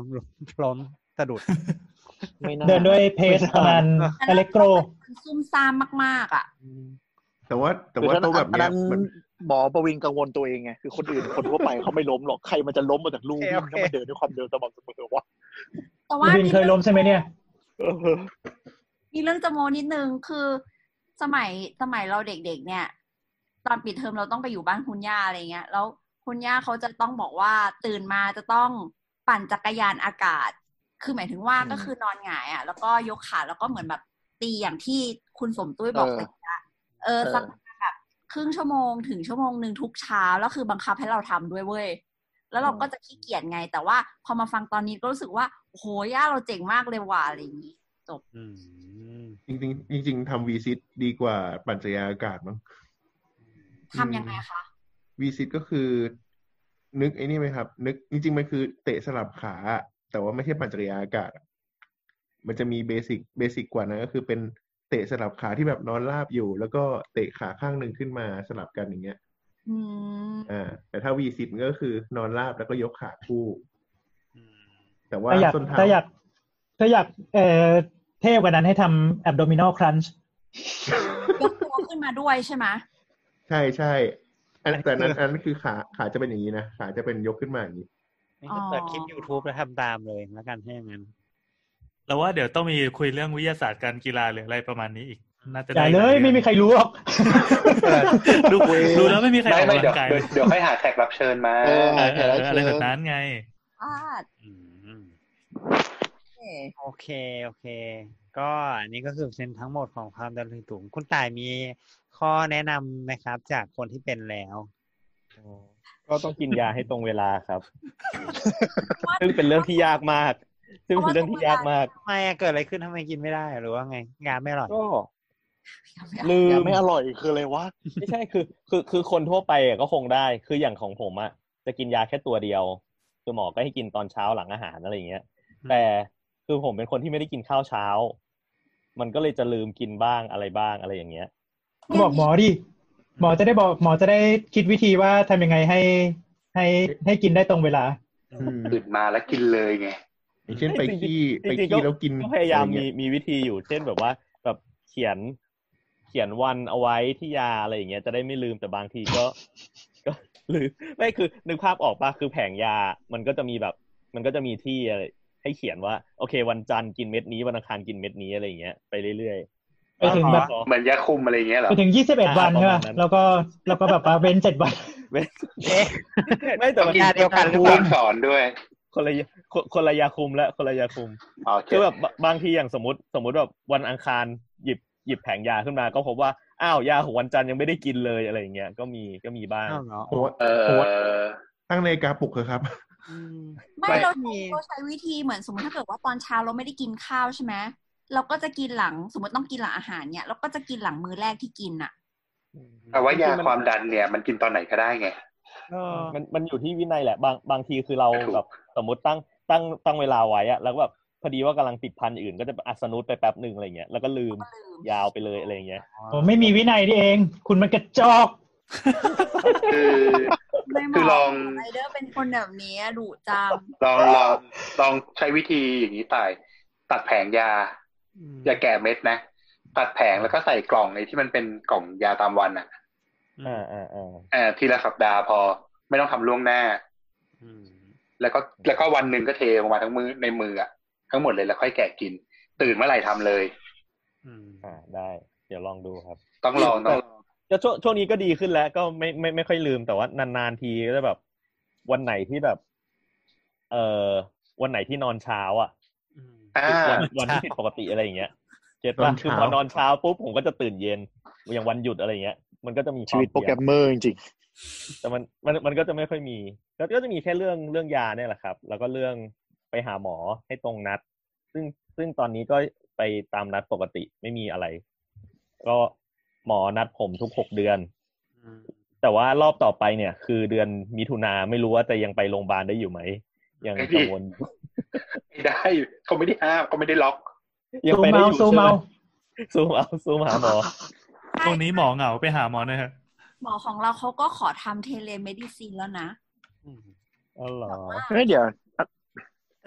Speaker 4: ล้มสะดุด
Speaker 7: ไม่น่า
Speaker 5: เดินด้วยเพจ
Speaker 7: ไม่ได้
Speaker 5: ประมาณ
Speaker 3: อัน
Speaker 5: อ
Speaker 3: นั้น
Speaker 5: เล็กโกร
Speaker 3: มันซุ่มซ่ามมากๆอ่ะ
Speaker 8: แต่ว่าแต่ว่า
Speaker 7: คือถ้
Speaker 8: โต๊ะแบบ
Speaker 7: อัน
Speaker 8: เนี้ย
Speaker 7: นั้น
Speaker 8: มัน
Speaker 7: หมอประวิงกังวลตัวเองไงคือคนอื่นคนทั่วไปเขาไม่ล้มหรอกใครมันจะล้มมาจากลู่วิ่ง
Speaker 4: โอเค
Speaker 7: ถ้ามันเดินด้วยความเร็วสม่ำเสมอวะ
Speaker 3: แต่ว่า
Speaker 5: วินเคยล้มใช่ไหมเนี่ย
Speaker 7: เออ
Speaker 3: มีเรื่องจะโมนิดนึงคือสมัยสมัยเราเด็กๆ เนี่ย ตอนปิดเทอมเราต้องไปอยู่บ้านคุณย่าอะไรเงี้ย แล้วคุณย่าเขาจะต้องบอกว่าตื่นมาจะต้องปั่นจักรยานอากาศ คือหมายถึงว่า
Speaker 7: อืม
Speaker 3: ก็คือนอนหงายอ่ะ แล้วก็ยกขาแล้วก็เหมือนแบบตีอย่างที่คุณสมตุ้ยบอก
Speaker 7: เออ
Speaker 3: ตะกี้อะเออ
Speaker 7: เออ
Speaker 3: สักประมาณแบบครึ่งชั่วโมงถึงชั่วโมงหนึ่งทุกเช้าแล้วคือบังคับให้เราทำด้วยเว้ย แล้วเราก็จะขี้เกียจไง แต่ว่าพอมาฟังตอนนี้ก็รู้สึกว่าโอ้โหย่าเราเจ๋งมากเลยว่ะอะไรอย่างนี้
Speaker 4: อืม
Speaker 8: จริงๆจริง ๆทำวีซิตดีกว่าปั่นจักรยานอากาศมั้ง
Speaker 3: ทำยังไงคะ
Speaker 8: วีซิตก็คือ นึกไอ้นี่ไหมครับ นึกจริงๆมันคือเตะสลับขาอะแต่ว่าไม่ใช่ปั่นจักรยานอากาศอะมันจะมีเบสิกเบสิกกว่านั้นก็คือเป็นเตะสลับขาที่แบบนอนราบอยู่ แล้วก็เตะขาข้างหนึ่งขึ้นมาสลับกันอย่างเงี้ย
Speaker 3: อืม
Speaker 8: อ่า แต่ถ้าวีซิตมันก็คือนอนราบแล้วก็ยกขาคู่ แต่ว่า
Speaker 5: ถ้าอยาก
Speaker 8: ส้นเท้า
Speaker 5: ถ้าอยากถ้าอยากเอ่อเท่กว่านั้นให้ทำแอบโดมิโนครันช์
Speaker 3: ยกตัวขึ้นมาด้วยใช่ไหม
Speaker 8: ใช่ใช่อันแต่นั้นอันนั้นคือขาขาจะเป็นอย่างนี้นะขาจะเป็นยกขึ้นมาอย่างนี้
Speaker 4: นี่ก็เปิดคลิป YouTube แล้วทำตามเลยแล้วกันให้อย่างนั้น
Speaker 6: แล้วว่าเดี๋ยวต้องมีคุยเรื่องวิทยาศาสตร์การกีฬาหรืออะไรประมาณนี้อีก น่าจะ
Speaker 5: อ
Speaker 6: ได้
Speaker 5: ย่าเลย
Speaker 6: หาอง
Speaker 5: ไม่มีใครรู้หรอก
Speaker 6: ดู [laughs] ดูแล้วไม่มีใครอ
Speaker 1: ไม่
Speaker 6: อก
Speaker 1: ไม่
Speaker 6: กำ
Speaker 1: เดี๋ยว
Speaker 6: ลังกาย
Speaker 1: เดี๋ยวเดี๋ยวค่อยหาแขกรับเชิญมา
Speaker 7: เออ
Speaker 6: เออเออเอออะไรแบบนั้นไง
Speaker 3: อ่า
Speaker 4: อืม
Speaker 3: โอเค
Speaker 4: โอเค โอเค ก็อันนี้ก็คือเป็นทั้งหมดของความดันโลหิตสูงคุณต่ายมีข้อแนะนำไหมครับ จากคนที่เป็นแล้ว
Speaker 9: ก็ต้องกินยาให้ตรงเวลาครับ ซึ่งเป็นเรื่องที่ยากมาก ซึ่งเป็นเรื่องที่ยากมาก
Speaker 4: ทำไมอะเกิดอะไรขึ้นทำไมกินไม่ได้หรือว่าไง งานไม่อร่อย
Speaker 9: ก็
Speaker 3: ลื
Speaker 9: ลื
Speaker 7: ยัง
Speaker 9: ม
Speaker 7: ไม่อร่อยคืออะไรวะ
Speaker 9: ไม่ใช่คือคือคือคนทั่วไปอะก็คงได้คืออย่างของผมอะจะกินยาแค่ตัวเดียว คือหมอก็ให้กินตอนเช้าหลังอาหารอะไรอย่างเงี้ย แต่คือผมเป็นคนที่ไม่ได้กินข้าวเช้า มันก็เลยจะลืมกินบ้างอะไรบ้างอะไรอย่างเงี้ย
Speaker 5: บอกหมอดิหมอจะได้บอกหมอจะได้คิดวิธีว่าทำยังไงให้ ให้ให้กินได้ตรงเวลา
Speaker 8: อืม
Speaker 1: ตื่นมาแล้วกินเลยไง
Speaker 8: อย่างเช่นไปขี้
Speaker 9: จ
Speaker 8: ไป
Speaker 9: ริงๆ
Speaker 8: ขี้แล้วกิน
Speaker 9: ก็พยายาม
Speaker 8: อะไร
Speaker 9: มี
Speaker 8: เงี้
Speaker 9: มีวิธีอยู่ เช่นแบบว่าแบบเขียนเขียนวันเอาไว้ที่ยาอะไรอย่างเงี้ยจะได้ไม่ลืมแต่บางทีก็ [laughs] ก็ลืมไม่คือนึกภาพออกปะคือแผงยา มันก็จะมีแบบ มันก็จะมีที่อะไรให้เขียนว่า โอเค วันจันทร์กินเม็ดนี้วันอังคารกินเม็ดนี้อะไรอย่างเงี้ยไปเรื่อยๆ
Speaker 5: ไปถึงแบบ
Speaker 9: ก็
Speaker 1: เหมือนยาคุมอะไรอย่างเงี้ยเหรอ
Speaker 5: ไปถึงยี่สิบเอ็ด
Speaker 9: อ่า
Speaker 5: วันใช่
Speaker 9: ประมา
Speaker 5: ป่ะ
Speaker 9: ณนั้น
Speaker 5: แล้วก็แล้วก็แบบว่าเว้นเจ็ดวัน
Speaker 9: เว้ย
Speaker 2: เอ๊ะ
Speaker 9: [laughs] ไม่แต่มัน
Speaker 2: ยาเดียวกันหรือเป
Speaker 1: ต้
Speaker 2: ล่า
Speaker 1: องสอนด้วย
Speaker 9: คนละยาคนคนละยาคุมและคนละยาคุม
Speaker 1: อ๋อโอเค
Speaker 9: คือแบบบะบางทีอย่างสมมติสมมติแบบวันอังคารหยิบหยิบแผงยาขึ้นมาก็พบว่าอ้าวยาของวันจันทร์ยังไม่ได้กินเลยอะไรอย่างเงี้ยก็มีก็มีบ้าง
Speaker 4: อ้าวเหรอ
Speaker 8: โอ้
Speaker 1: เอ
Speaker 8: โห
Speaker 1: อ
Speaker 8: ตั้งนาฬิกาปลุกเถอะครับ
Speaker 4: อืม
Speaker 3: ไม่
Speaker 1: ไม่
Speaker 3: เราใช้
Speaker 2: มี
Speaker 3: เราใช้วิธีเหมือนสมมติถ้าเกิดว่าตอนเช้าเราไม่ได้กินข้าวใช่ไหมเราก็จะกินหลังสมมติต้องกินหลังอาหารเนี่ยเราก็จะกินหลังมื้อแรกที่กินอ่ะ
Speaker 1: แต่ว่ายาความดันเนี่ยมันกินตอนไหนก็ได้
Speaker 2: [laughs]
Speaker 1: ไง
Speaker 4: เออ
Speaker 9: มันมันอยู่ที่วินัยแหละบางบางทีคือเรา
Speaker 1: ถูก
Speaker 9: แบบสมมติตั้งตั้งตั้งเวลาไว้อะแล้วก็แบบพอดีว่ากำลังติดพันอื่น ก็จะอัสนุดไปแป๊บหนึ่งอะไรเงี้ยแล้วก็ลืม
Speaker 3: ลืม
Speaker 9: ยาวไปเลยอะไรเงี้ย
Speaker 5: ผมไม่มีวินัยนี่เอง คุณมันกระจอก
Speaker 1: คือ
Speaker 3: ไม่เห
Speaker 1: คือล
Speaker 3: มาะ
Speaker 1: อง
Speaker 3: ไรเดอร์เป็นคนแบบนี้ดุจัง
Speaker 1: ลองลองลองใช้วิธีอย่างนี้ตาย ตัดแผงยา อย่าแก่เม็ดนะ ตัดแผงแล้วก็ใส่กล่องในที่มันเป็นกล่องยาตามวันอ่ะ
Speaker 4: อ่า
Speaker 9: อ่าอ่าอ่า
Speaker 1: เออทีละสัปดาห์พอไม่ต้องทำล่วงหน้า
Speaker 4: อืม
Speaker 1: แล้วก็แล้วก็วันหนึ่งก็เทลงมาทั้งมือในมืออะทั้งหมดเลยแล้วค่อยแกะกิน ตื่นเมื่อไหร่ทำเลย
Speaker 4: อืม
Speaker 9: อ่าได้ เดี๋ยวลองดูครับ
Speaker 1: ต้องลองต้องลอง
Speaker 9: ก็ช่วงช่วงนี้ก็ดีขึ้นแล้วก็ไม่ไม่ไม่ค่อยลืมแต่ว่านานๆทีก็จะแบบ วันไหนที่แบบ เอ่อวันไหนที่นอนเช้าอ่ะ
Speaker 4: อืม
Speaker 1: อ่า
Speaker 9: วันวันที่ผิดปกติอะไรอย่างเงี้ยเจ็ด
Speaker 8: ตอ
Speaker 9: ป่ะ
Speaker 8: นเช้า
Speaker 9: คือพอนอนเช้าปุ๊บผมก็จะตื่นเย็นอย่างวันหยุดอะไรเงี้ย มันก็จะมีค
Speaker 7: ชี
Speaker 9: วาม
Speaker 7: วิตโปรแกรม
Speaker 9: เสี่ย
Speaker 7: เมอร์จริง
Speaker 9: งแต่มันมันมันก็จะไม่ค่อยมีก็ก็จะมีแค่เรื่องเรื่องยาเนี่ยแหละครับ แล้วก็เรื่องไปหาหมอให้ตรงนัด ซึ่งซึ่งตอนนี้ก็ไปตามนัดปกติไม่มีอะไร ก็หมอนัดผมทุกหกเดือน แต่ว่ารอบต่อไปเนี่ย คือเดือนมิถุนาไม่รู้ว่าจะยังไปโรงพยาบาลได้อยู่ไหมยัง
Speaker 1: ไอ้ดิ
Speaker 9: กังวลอยู่
Speaker 1: ไม่ได้เขาไม่ได้ห้ามเขาไม่ได้ล็อก
Speaker 9: ยัง
Speaker 5: ซู
Speaker 9: ไป
Speaker 5: ม
Speaker 9: ได้
Speaker 5: เอา
Speaker 9: อยู่
Speaker 5: ซูม
Speaker 9: ใช่ไหม
Speaker 5: เอา
Speaker 9: ซูมเอาซูมหาหมอ
Speaker 6: ช่วงนี้หมอเหงาไปหาหมอหนะฮะ
Speaker 3: หมอของเราเขาก็ขอทำเทเลเมดิซินแล้วนะ
Speaker 9: อ๋อเหรอ
Speaker 3: แบบว่า
Speaker 7: ๆเฮ้ยเดี๋ยว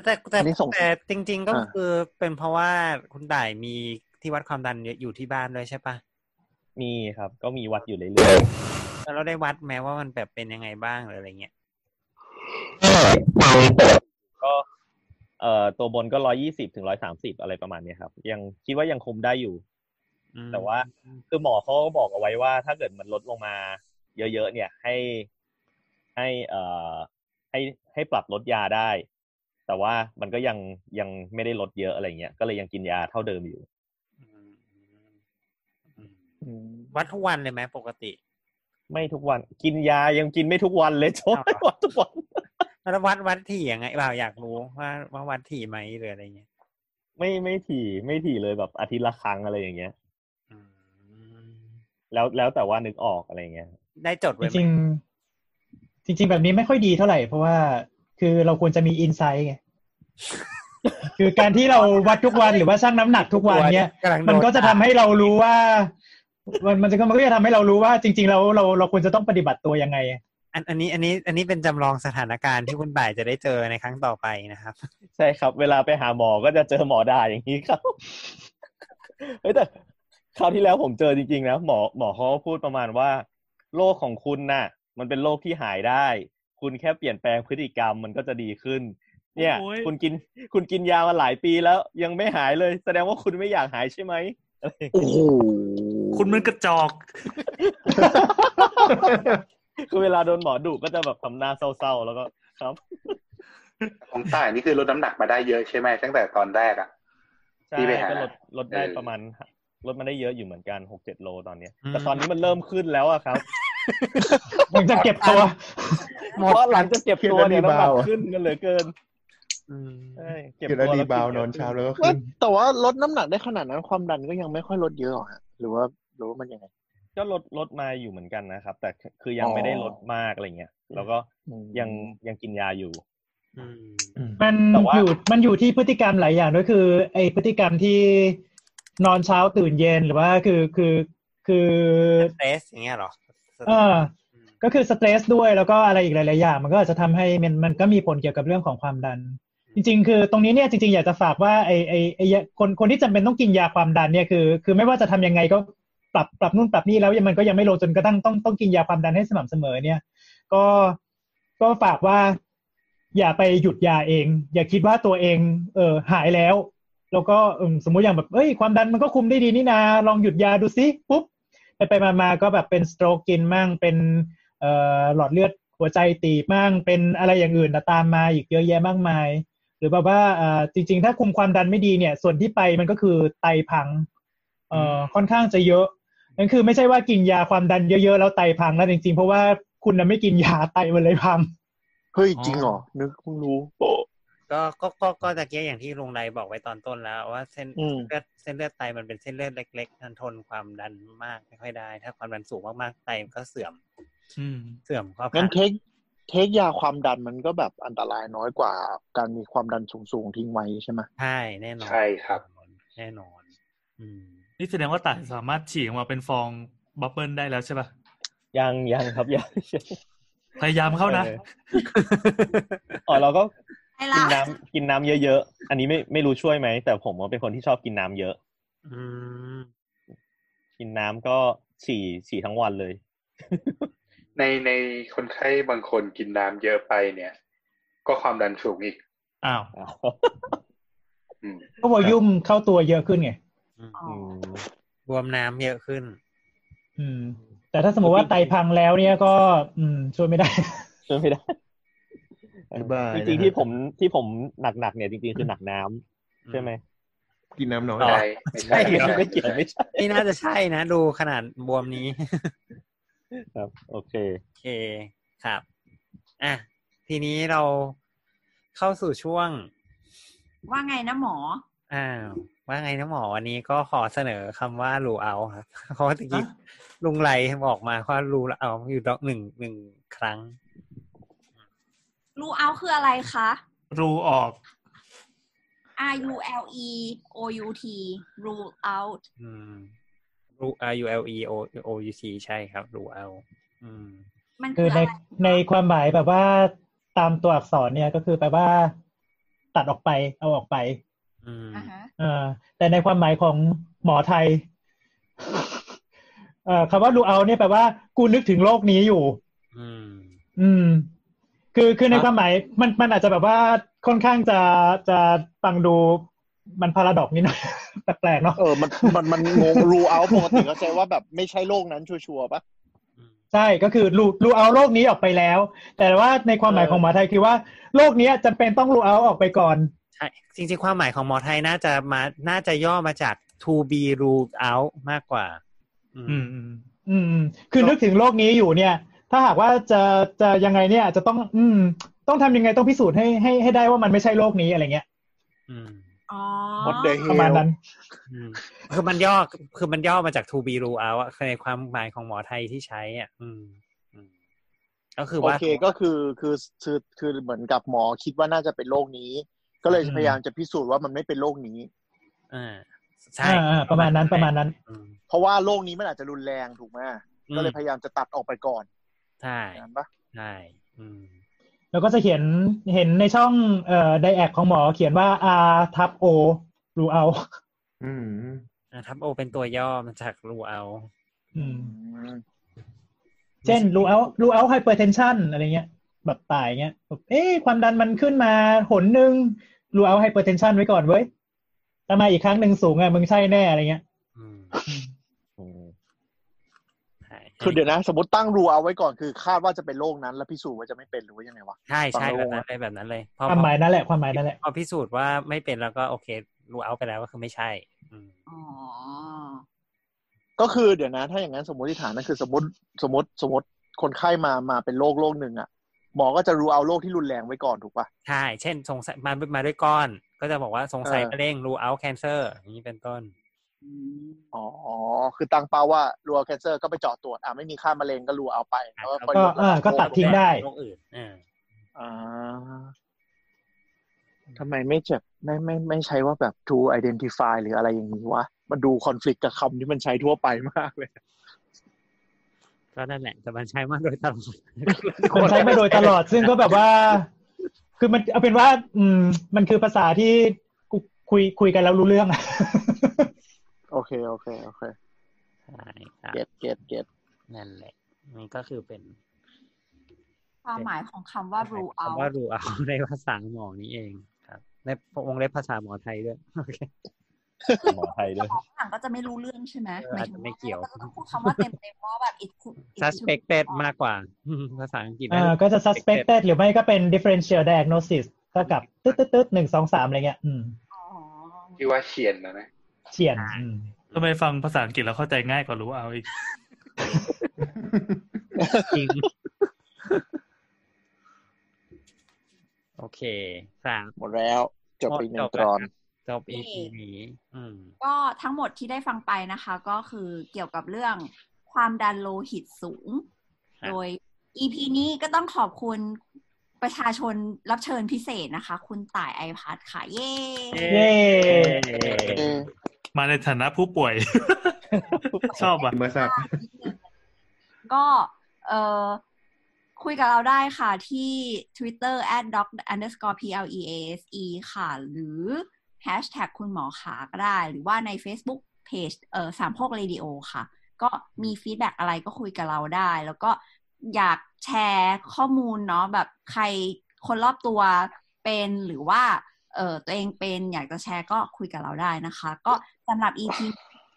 Speaker 4: แต่แต่
Speaker 7: อันนี้ส่ง
Speaker 4: แต่จริง ๆ ก็
Speaker 7: อ่า
Speaker 4: คือเป็นเพราะว่าคุณต่ายมีที่วัดความดันเนี่ยอยู่ที่บ้านด้วยใช่ปะ
Speaker 9: มีครับ ก็มีวัดอยู่เรื่อย
Speaker 4: แล้วเราได้วัดแม้ว่ามันแบบเป็นยังไงบ้างหรืออะไรเงี้ย
Speaker 9: ๆก็เอ่อตัวบนก็ร้อยี่สิบถึงร้อยสามสิบอะไรประมาณเนี้ยครับ ยังคิดว่ายังคุมได้อยู่
Speaker 4: อืม
Speaker 9: แต่ว่าคือหมอเขาก็บอกเอาไว้ว่า ถ้าเกิดมันลดลงมา เยอะๆเนี่ย ให้ให้เอ่อให้ให้ปรับลดยาได้ แต่ว่ามันก็ยังยังไม่ได้ลดเยอะอะไรเงี้ยก็เลยยังกินยาเท่าเดิมอยู่
Speaker 4: อืมอืมวัดทุกวันเลยไหมปกติ
Speaker 9: ไม่ทุกวันกินยายังกินไม่ทุกวันเลยโจ้ยวัด [laughs] ทุกวัน
Speaker 4: แล้ววัดวัดถี่ยังไงเปล่าอยากรู้ว่าว่าวัดถี่ไหมหรืออะไรเงี้ย
Speaker 9: ไม่ไม่ถี่ไม่ถี่เลยแบบอาทิตย์ละครั้งอะไรอย่างเงี้ย
Speaker 4: อืม
Speaker 9: แล้วแล้วแต่ว่านึกออกอะไรเงี้ย
Speaker 4: ได้จด
Speaker 5: จ
Speaker 4: ไว้ไหม
Speaker 5: ริงๆจริง ๆ แบบนี้ไม่ค่อยดีเท่าไหร่ เพราะว่าคือเราควรจะมีอินไซต์ไง คือการที่เราวัดทุกวันหรือว่าชั่งน้ำหนักทุกวันเนี่ย
Speaker 4: กำลังโด
Speaker 5: มันก็จะทำให้เรารู้ว่า มันมันจะมันก็จะทำให้เรารู้ว่า จริง ๆ เราเราเราควรจะต้องปฏิบัติตัวยังไง
Speaker 4: อันอันนี้อันนี้อันนี้เป็นจำลองสถานการณ์ที่คุณบ่ายจะได้เจอในครั้งต่อไปนะครับ
Speaker 9: ใช่ครับ เวลาไปหาหมอก็จะเจอหมอด่าอย่างนี้ครับ [laughs] เฮ้ยแต่คราวที่แล้วผมเจอจริงๆนะหมอหมอเขาก็พูดประมาณว่าโรคของคุณน่ะ มันเป็นโรคที่หายได้ คุณแค่เปลี่ยนแปลงพฤติกรรมมันก็จะดีขึ้น เนี่ย
Speaker 6: โอ้ย
Speaker 9: คุณกินคุณกินยามาหลายปีแล้ว ยังไม่หายเลย แสดงว่าคุณไม่อยากหายใช่ไหม [laughs]
Speaker 7: โอ้โห
Speaker 6: คุณมันกระจอก
Speaker 9: คือเวลาโดนหมอดุก็จะแบบทำหน้าเศร้าๆแล้วก็ครับ
Speaker 1: ของต่ายนี่คือลดน้ำหนักมาได้เยอะใช่ไหมตั้งแต่ตอนแรกอ่ะ
Speaker 9: ใช่
Speaker 1: ที่ไปหา
Speaker 9: ก็ลดลดได้
Speaker 1: เออ
Speaker 9: ประมาณลดมาได้เยอะอยู่เหมือนกันหกเจ็ดโลตอนเนี้ย
Speaker 4: อืม
Speaker 9: แต่ตอนนี้มันเริ่มขึ้นแล้วอะครับ
Speaker 5: มันจะเก็บตัว
Speaker 9: เพราะหลังจะเก็บตัวเนี่
Speaker 8: เก็
Speaker 9: ย
Speaker 8: บ
Speaker 9: น้ำ
Speaker 8: ระดี
Speaker 9: หนัก
Speaker 8: บาว
Speaker 9: ขึ้นกันเหลือเกิน
Speaker 4: อืม
Speaker 9: ใช่
Speaker 8: เกิดแล้วดีบาวนอนเช้าแล้วก็
Speaker 7: ว่า
Speaker 8: ขึ้น
Speaker 7: แต่ว่าลดน้ำหนักได้ขนาดนั้นความดันก็ยังไม่ค่อยลดเยอะหรอฮะหรือว่าหรือว่ามันยังไง
Speaker 9: ก็ลดลดมาอยู่เหมือนกันนะครับ แต่คือยัง
Speaker 7: อ๋อ
Speaker 9: ไม่ได้ลดมากอะไรเงี้ยแล้วก็ยังยังกินยาอยู่
Speaker 4: อืม
Speaker 8: อืม
Speaker 5: มัน
Speaker 9: แต่ว่า
Speaker 5: อยู่มันอยู่ที่พฤติกรรมหลายอย่างด้วยคือไอพฤติกรรมที่นอนเช้าตื่นเย็นหรือว่าคือคือคือ
Speaker 4: สเตรสอย่างเงี้ยเหรอ
Speaker 5: เออ ก็คือสเตรสด้วยแล้วก็อะไรอีกหลายๆอย่าง มันก็อาจจะทำให้มันมันก็มีผลเกี่ยวกับเรื่องของความดัน จริง ๆ คือตรงนี้เนี่ยจริงๆอยากจะฝากว่าไอไอไอยาคนคนที่จำเป็นต้องกินยาความดันเนี่ยคือ คือไม่ว่าจะทำยังไงก็ปรับปรับนู่นปรับนี่แล้วยังมันก็ยังไม่ลงจนกระทั่งต้องต้องกินยาความดันให้สม่ำเสมอเนี่ย ก็ก็ฝากว่า อย่าไปหยุดยาเอง อย่าคิดว่าตัวเองเออหายแล้ว แล้วก็เอิ่มสมมุติอย่างแบบเอ้ยความดันมันก็คุมได้ดีนี่นาลองหยุดยาดูซิปุ๊บไปไปมามาก็แบบเป็นสโตรกกินมั่งเป็น เอ่อหลอดเลือดหัวใจตีบมั่งเป็นอะไรอย่างอื่นนะตามมาอีกเยอะแยะมากมาย หรือแบบว่าเอ่อจริง ๆ ถ้าคุมความดันไม่ดีเนี่ย ส่วนที่ไปมันก็คือไตพังเอ่อค่อนข้างจะเยอะนั่นคือไม่ใช่ว่ากินยาความดันเยอะๆแล้วไตพังแล้วจริงๆ เพราะว่าคุณน่ะไม่กินยาไตมันเลยพัง
Speaker 7: เฮ้ยจริงเหรอนึกเพิ่งรู้
Speaker 4: ก็ก็ก็ก็ตะเกียอย่างที่ลุงไรบอกไว้ตอนต้นแล้วว่าเส้น
Speaker 7: อืม
Speaker 4: เลือดเส้นเลือดไตมันเป็นเส้นเลือดเล็กๆมันทนความดันมากไม่ค่อยได้ ถ้าความดันสูงมากๆไตมันก็เสื่อม
Speaker 6: อืม
Speaker 4: เสื่อมก็ผ่า
Speaker 7: งั้
Speaker 4: น
Speaker 7: นเทคเทคยาความดันมันก็แบบอันตรายน้อยกว่า การมีความดันสูงๆทิ้งไว้ใช่ไหม
Speaker 4: ใช่แน่นอน
Speaker 1: ใช่ครับ
Speaker 4: แน่นอน อืม
Speaker 6: นี่แสดงว่าไตสามารถฉีกออกมาเป็นฟองบับเบิลได้แล้วใช่ป่ะ
Speaker 9: ยังยังครับ [laughs] ยัง
Speaker 6: พยายามเข้านะ
Speaker 8: เออ
Speaker 9: อ๋อเราก็
Speaker 3: ไป
Speaker 9: กิ
Speaker 3: ละ
Speaker 9: นน้ำกินน้ำเยอะๆอันนี้ไม่ไม่รู้ช่วยไหมแต่ผมว่าเป็นคนที่ชอบกินน้ำเยอะ
Speaker 4: อืม
Speaker 9: กินน้ำก็ฉี่ฉี่ทั้งวันเลย
Speaker 1: ในในคนไข้บางคนกินน้ำเยอะไปเนี่ย ก็ความดันสูงอีก
Speaker 6: อ้าว
Speaker 1: อืม
Speaker 5: ก็วอลยุ่มเข้าตัวเยอะขึ้นไง
Speaker 3: อ๋อ
Speaker 9: อืม
Speaker 4: รวมน้ำเยอะขึ้น
Speaker 5: อืม แต่ถ้าสมมติว่าไตพังแล้วเนี่ยก็ อืม ช่วยไม่ได้
Speaker 9: ช่วยไม่ได้
Speaker 8: บ๊ายบาย
Speaker 9: จริง
Speaker 8: นะฮะ
Speaker 9: ๆที่ผมที่ผมหนักๆเนี่ยจริงๆคือหนักน้ำใช่ไหม
Speaker 8: กินน้ำน้อย
Speaker 1: ใช่
Speaker 4: ใช่เหรอ
Speaker 9: ไม่เกี่ยวไม่ใช่
Speaker 4: นี่น่าจะใช่นะ ดูขนาดบวมนี้
Speaker 9: ครับ โอเค
Speaker 4: โอเคครับอ่ะทีนี้เราเข้าสู่ช่วง
Speaker 3: ว่าไงนะหมอ
Speaker 4: อ้าวว่าไงนะหมอวันนี้ก็ขอเสนอคำว่ารูเอาครับ [laughs] เพราะว่าตะกี้ลุงไรบอกมาว่ารูเอาอยู่ดอกหนึ่งหนึ่งครั้ง
Speaker 3: rule out คืออะไรคะ
Speaker 6: รูออก
Speaker 3: R U L E O U T rule out
Speaker 4: อืมรู R U L E O O U T ใช่ครับรูเอาอืม
Speaker 3: มัน
Speaker 5: คื
Speaker 3: คือ อ
Speaker 5: ใน
Speaker 3: อะไร
Speaker 5: ในความหมายแบบว่าตามตัวอักษรเนี่ยก็คือแปลว่า ตัดออกไป เอาออกไป
Speaker 4: อืม
Speaker 3: อ่าฮะ
Speaker 5: เอ่อแต่ในความหมายของหมอไทย เอ่อคำว่า l o เอาเนี่ยแปลว่ากูนึกถึงโลกนี้อยู่
Speaker 4: อืม
Speaker 5: อืม คือคือใน
Speaker 4: ครับ
Speaker 5: ความหมายมันมันอาจจะแบบว่าค่อนข้างจะจะฟังดูมันพาราดอกซ์นิดหน่อย [laughs] แปลกๆเนาะ
Speaker 7: เออมันมันมันงงรูเอาปกติก็ใช้ว่าแบบไม่ใช่โลกนั้นชัวร์ๆปะ
Speaker 5: ใช่ก็คือรูรูเอาโลกนี้ออกไปแล้ว แต่ว่าในความหมาย
Speaker 7: เออ
Speaker 5: ของหมอไทยคือว่าโลกเนี้ยจำเป็นต้องรูเอาออกไปก่อน
Speaker 4: ใช่จริงๆความหมายของหมอไทยน่าจะมาน่าจะย่อมาจาก to be ruled out มากกว่า อืม
Speaker 6: อืมอืม
Speaker 5: อืม คือนึกถึงโลกนี้อยู่เนี่ย ถ้าหากว่าจะจะยังไงเนี่ยอาจจะต้อง อืม ต้องทำยังไงต้องพิสูจน์ให้ให้ให้ได้ว่ามันไม่ใช่โลกนี้อะไรเงี้ย
Speaker 4: อืม
Speaker 3: อ๋อ
Speaker 7: What [laughs] the
Speaker 5: ประมาณ
Speaker 7: hell
Speaker 5: นั้น
Speaker 4: อืมคือมันย่อคือมันย่อมาจาก to be rule out อะในความหมายของหมอไทยที่ใช้อ่ะ อืมอืมก็คือ
Speaker 7: โอ
Speaker 4: ว่า
Speaker 7: เคก็คือคือคือคือเหมือนกับหมอคิดว่าน่าจะเป็นโรคนี้ ก็เลย
Speaker 5: อืม
Speaker 7: พยายามจะพิสูจน์ว่ามันไม่เป็นโรคนี้
Speaker 4: อ่าใช่
Speaker 5: อ่าอ่าประมาณนั้นประมาณนั้น
Speaker 4: อืม
Speaker 7: เพราะว่าโรคนี้มันอาจจะรุนแรงถูกไหมก็เลยพยายามจะตัดออกไปก่อน
Speaker 4: ใช่
Speaker 7: นั้นปะ
Speaker 4: ใช่อืม
Speaker 5: แล้วก็จะเขียนเห็นในช่องเอ่อไดแอกของหมอเขียนว่า R ทับ O รูเอา
Speaker 8: อืม
Speaker 4: อ่าทับโอเป็นตัวย่อมาจาก rule out
Speaker 5: อืม
Speaker 7: อืม
Speaker 5: เช่นรูเอารูเอาไฮเปอร์เทนชันอะไรเงี้ย แบบตายเงี้ยแบบเอ๊ะความดันมันขึ้นมาหนหนึ่งรูเอาไฮเปอร์เทนชันไว้ก่อนเว้ยถ้ามาอีกครั้งหนึ่งสูงอะมึงใช่แน่อะไรเงี้ย
Speaker 4: อืม
Speaker 9: อืม
Speaker 4: ใช่
Speaker 7: คือเดี๋ยวนะ สมมติตั้งรูเอาไว้ก่อนคือคาดว่าจะเป็นโรคนั้น แล้วพิสูจน์ว่าจะไม่เป็นหรือว่ายังไงวะ
Speaker 4: ใช่ใช่แบ
Speaker 7: ฟังแล้
Speaker 4: บ
Speaker 7: ว
Speaker 4: นั้น
Speaker 7: งง
Speaker 4: เลยแบบนั้นเลยพ
Speaker 5: ค
Speaker 4: อ
Speaker 5: วามหมายนั่นแหละความหมายนั่นแหละ
Speaker 4: พอพิสูจน์ว่าไม่เป็นแล้วก็โอเค rule out ไปแล้วก็คือไม่ใช่ อืม
Speaker 3: อ๋อ
Speaker 7: ก็คือเดี๋ยวนะ ถ้าอย่างนั้นสมมติฐานนั่นคือสมมติสมมติสมมติคนไข้มามาเป็นโรคโรคหนึ่งอ่ะหมอก็จะรูเอาโรคที่รุนแรงไว้ก่อนถูกปะ
Speaker 4: ใช่ เช่น สงสัยมามาด้วยก้อน ก็จะบอกว่าสงสัย
Speaker 7: เออ
Speaker 4: มะเร็ง rule out cancer อย่างนี้เป็นต้น
Speaker 7: อ๋อ คือตั้งเป้าว่ารัวแคนเซอร์ก็ไปเจาะตรวจ อ่ะไม่มีค่ามะเร็งก็รัวเอาไปแล้วก็ปล่อย
Speaker 5: ก็
Speaker 7: ลดระ
Speaker 5: อ่า
Speaker 7: ดับ
Speaker 5: ก็ตัด
Speaker 7: โรค
Speaker 5: ทิ้งได้
Speaker 4: โรคอื่นอ่า
Speaker 7: อ่าทำไมไม่เจ็บไม่ไม่ไม่ใช้ว่าแบบ to identify หรืออะไรอย่างนี้วะ มันดูคอน FLICT กับคำที่มันใช้ทั่วไปมากเลย
Speaker 4: ก็นั่นแหละแต่มัน [laughs] ใช้มาโดยตลอด
Speaker 5: ผมใช้มาโดยตลอด ซึ่งก็แบบว่า คือมันเอาเป็นว่า อืม มันคือภาษาที่กูคุยคุยกันแล้วรู้เรื่องอะ
Speaker 7: โอเคโอเคโอเค
Speaker 4: ใช่ครับ
Speaker 7: เก็ตเก็ตเก็ต
Speaker 4: นั่นแหละมันก็คือเป็น
Speaker 3: ความหมายของคำว่า rule
Speaker 4: คำ
Speaker 3: out
Speaker 4: ว่า rule out ในภาษาหมอนี้เองครับ ในวงเล็บภาษาหมอไทยด้วยโอเค
Speaker 9: หมอไทยด้วย
Speaker 3: ฝรั่งก็จะไม่รู้เรื่องใช่ไหม
Speaker 4: เอออาจจะไม่เกี่ยว
Speaker 3: ก็ต้องพูดคำว่าเต็มเต็มๆว่าแบบ it could- it could-
Speaker 4: suspected มากก [laughs] ว่า ภาษาอังกฤษ
Speaker 5: เออก็จะ suspected หรือไม่ก็เป็น differential diagnosis เท่ากับตึ๊ดตึ๊ดตึ๊ดหนึ่งสองสามอะไรเงี้ย อืม
Speaker 3: อ๋อ
Speaker 1: ที่ว่าเชียนนะนะ
Speaker 5: เฉียนอืม
Speaker 6: ทำไมฟังภาษาอังกฤษแล้วเข้าใจง่ายกว่ารู้เอาอีก
Speaker 4: จริง โอเคสาม
Speaker 7: หมดแล้วจบไปหนึ่งตอน
Speaker 4: จบ EP นี้ อืม
Speaker 3: ก็ทั้งหมดที่ได้ฟังไปนะคะ ก็คือเกี่ยวกับเรื่องความดันโลหิตสูง
Speaker 4: ครับ
Speaker 3: โดย EP นี้ก็ต้องขอบคุณประชาชนรับเชิญพิเศษนะคะ คุณต่ายไอพัทค่ะ เย้
Speaker 5: เย้
Speaker 6: มาในฐานะผู้ป่วย ชอบอ่ะ
Speaker 8: มาสัก
Speaker 3: ก็เออคุยกับเราได้ค่ะที่ Twitter at doc underscore please ค่ะ หรือ hashtag คุณหมอขาก็ได้ หรือว่าใน Facebook Page เออสามโคกเรดิโอค่ะ ก็มีฟีดแบ็อะไรก็คุยกับเราได้ แล้วก็อยากแชร์ข้อมูลเนาะแบบใครคนรอบตัวเป็นหรือว่า เออตัวเองเป็นอยากจะแชร์ก็คุยกับเราได้นะคะ ก็สำหรับ EP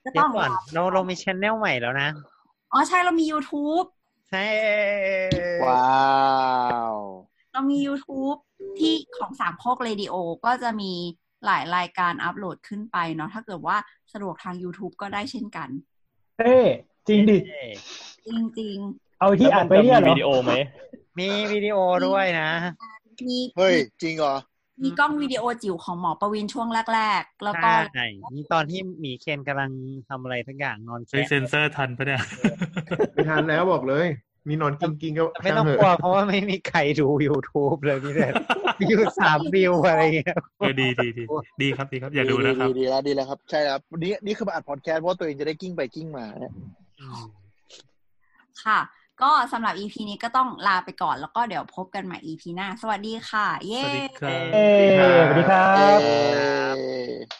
Speaker 3: ก็
Speaker 4: เดี๋
Speaker 3: ต้
Speaker 4: ย
Speaker 3: อ
Speaker 4: ว
Speaker 3: ง
Speaker 4: ก่อน
Speaker 3: ลา
Speaker 4: เราเรามีชแนลใหม่แล้วนะ
Speaker 3: อ๋อใช่เรามี YouTube
Speaker 4: ใช่
Speaker 7: ว้าว
Speaker 3: เรามี YouTube ที่ของสามโคกเรดิโอก็จะมีหลายรายการอัปโหลดขึ้นไปเนาะถ้าเกิดว่าสะดวกทาง YouTube ก็ได้เช่นกัน
Speaker 5: เอ้ยจริงดิ
Speaker 3: จริง
Speaker 5: เอาที่อัดไปเนี่ยเหร
Speaker 9: แล้วมันจะ
Speaker 5: อ
Speaker 9: มีวิดีโอไหม
Speaker 4: มีวิดีโอด้วยนะ
Speaker 3: ๆ มี
Speaker 7: เฮ้ย จริงเหรอ
Speaker 3: มีกล้องวิดีโอจิ๋วของหมอประวินช่วงแรก ๆ แล้วก็
Speaker 4: ใช่นี่ตอนที่หมีเคนกำลังทำอะไรทั้งอย่างนอน
Speaker 6: ใช้
Speaker 4: แคะ
Speaker 6: เซ็นเซอร์ทันปะเนี่ย
Speaker 8: ไม่ทันแล้วบอกเลย มีนอนกิ้งกิ้งก็
Speaker 4: แต่ไม่ต้อง
Speaker 8: ช่าเหะ
Speaker 4: กลัวเพราะว่าไม่มีใครดู YouTube เลยนี่เลยมีอยู่สามวิวอะไรอย่างเงี้ย
Speaker 6: เออดีดีดีดีครับดีครับอย่าดูนะครับ
Speaker 7: ดีดีดีแล้วดีแล้วครับ ใช่ครับนี่นี่คือมาอัดพอดแคสต์เพราะว่าตัวเองจะได้กิ้งไปกิ้งมาเนี่ย
Speaker 3: ค่ะ ก็สำหรับ EP นี้ก็ต้องลาไปก่อนแล้วก็เดี๋ยวพบกันใหม่ EP หน้า สวัสดีค่ะ เย้
Speaker 6: สวัสดีครับ
Speaker 5: เอ้ยสวัสดีครั
Speaker 7: เอบ อ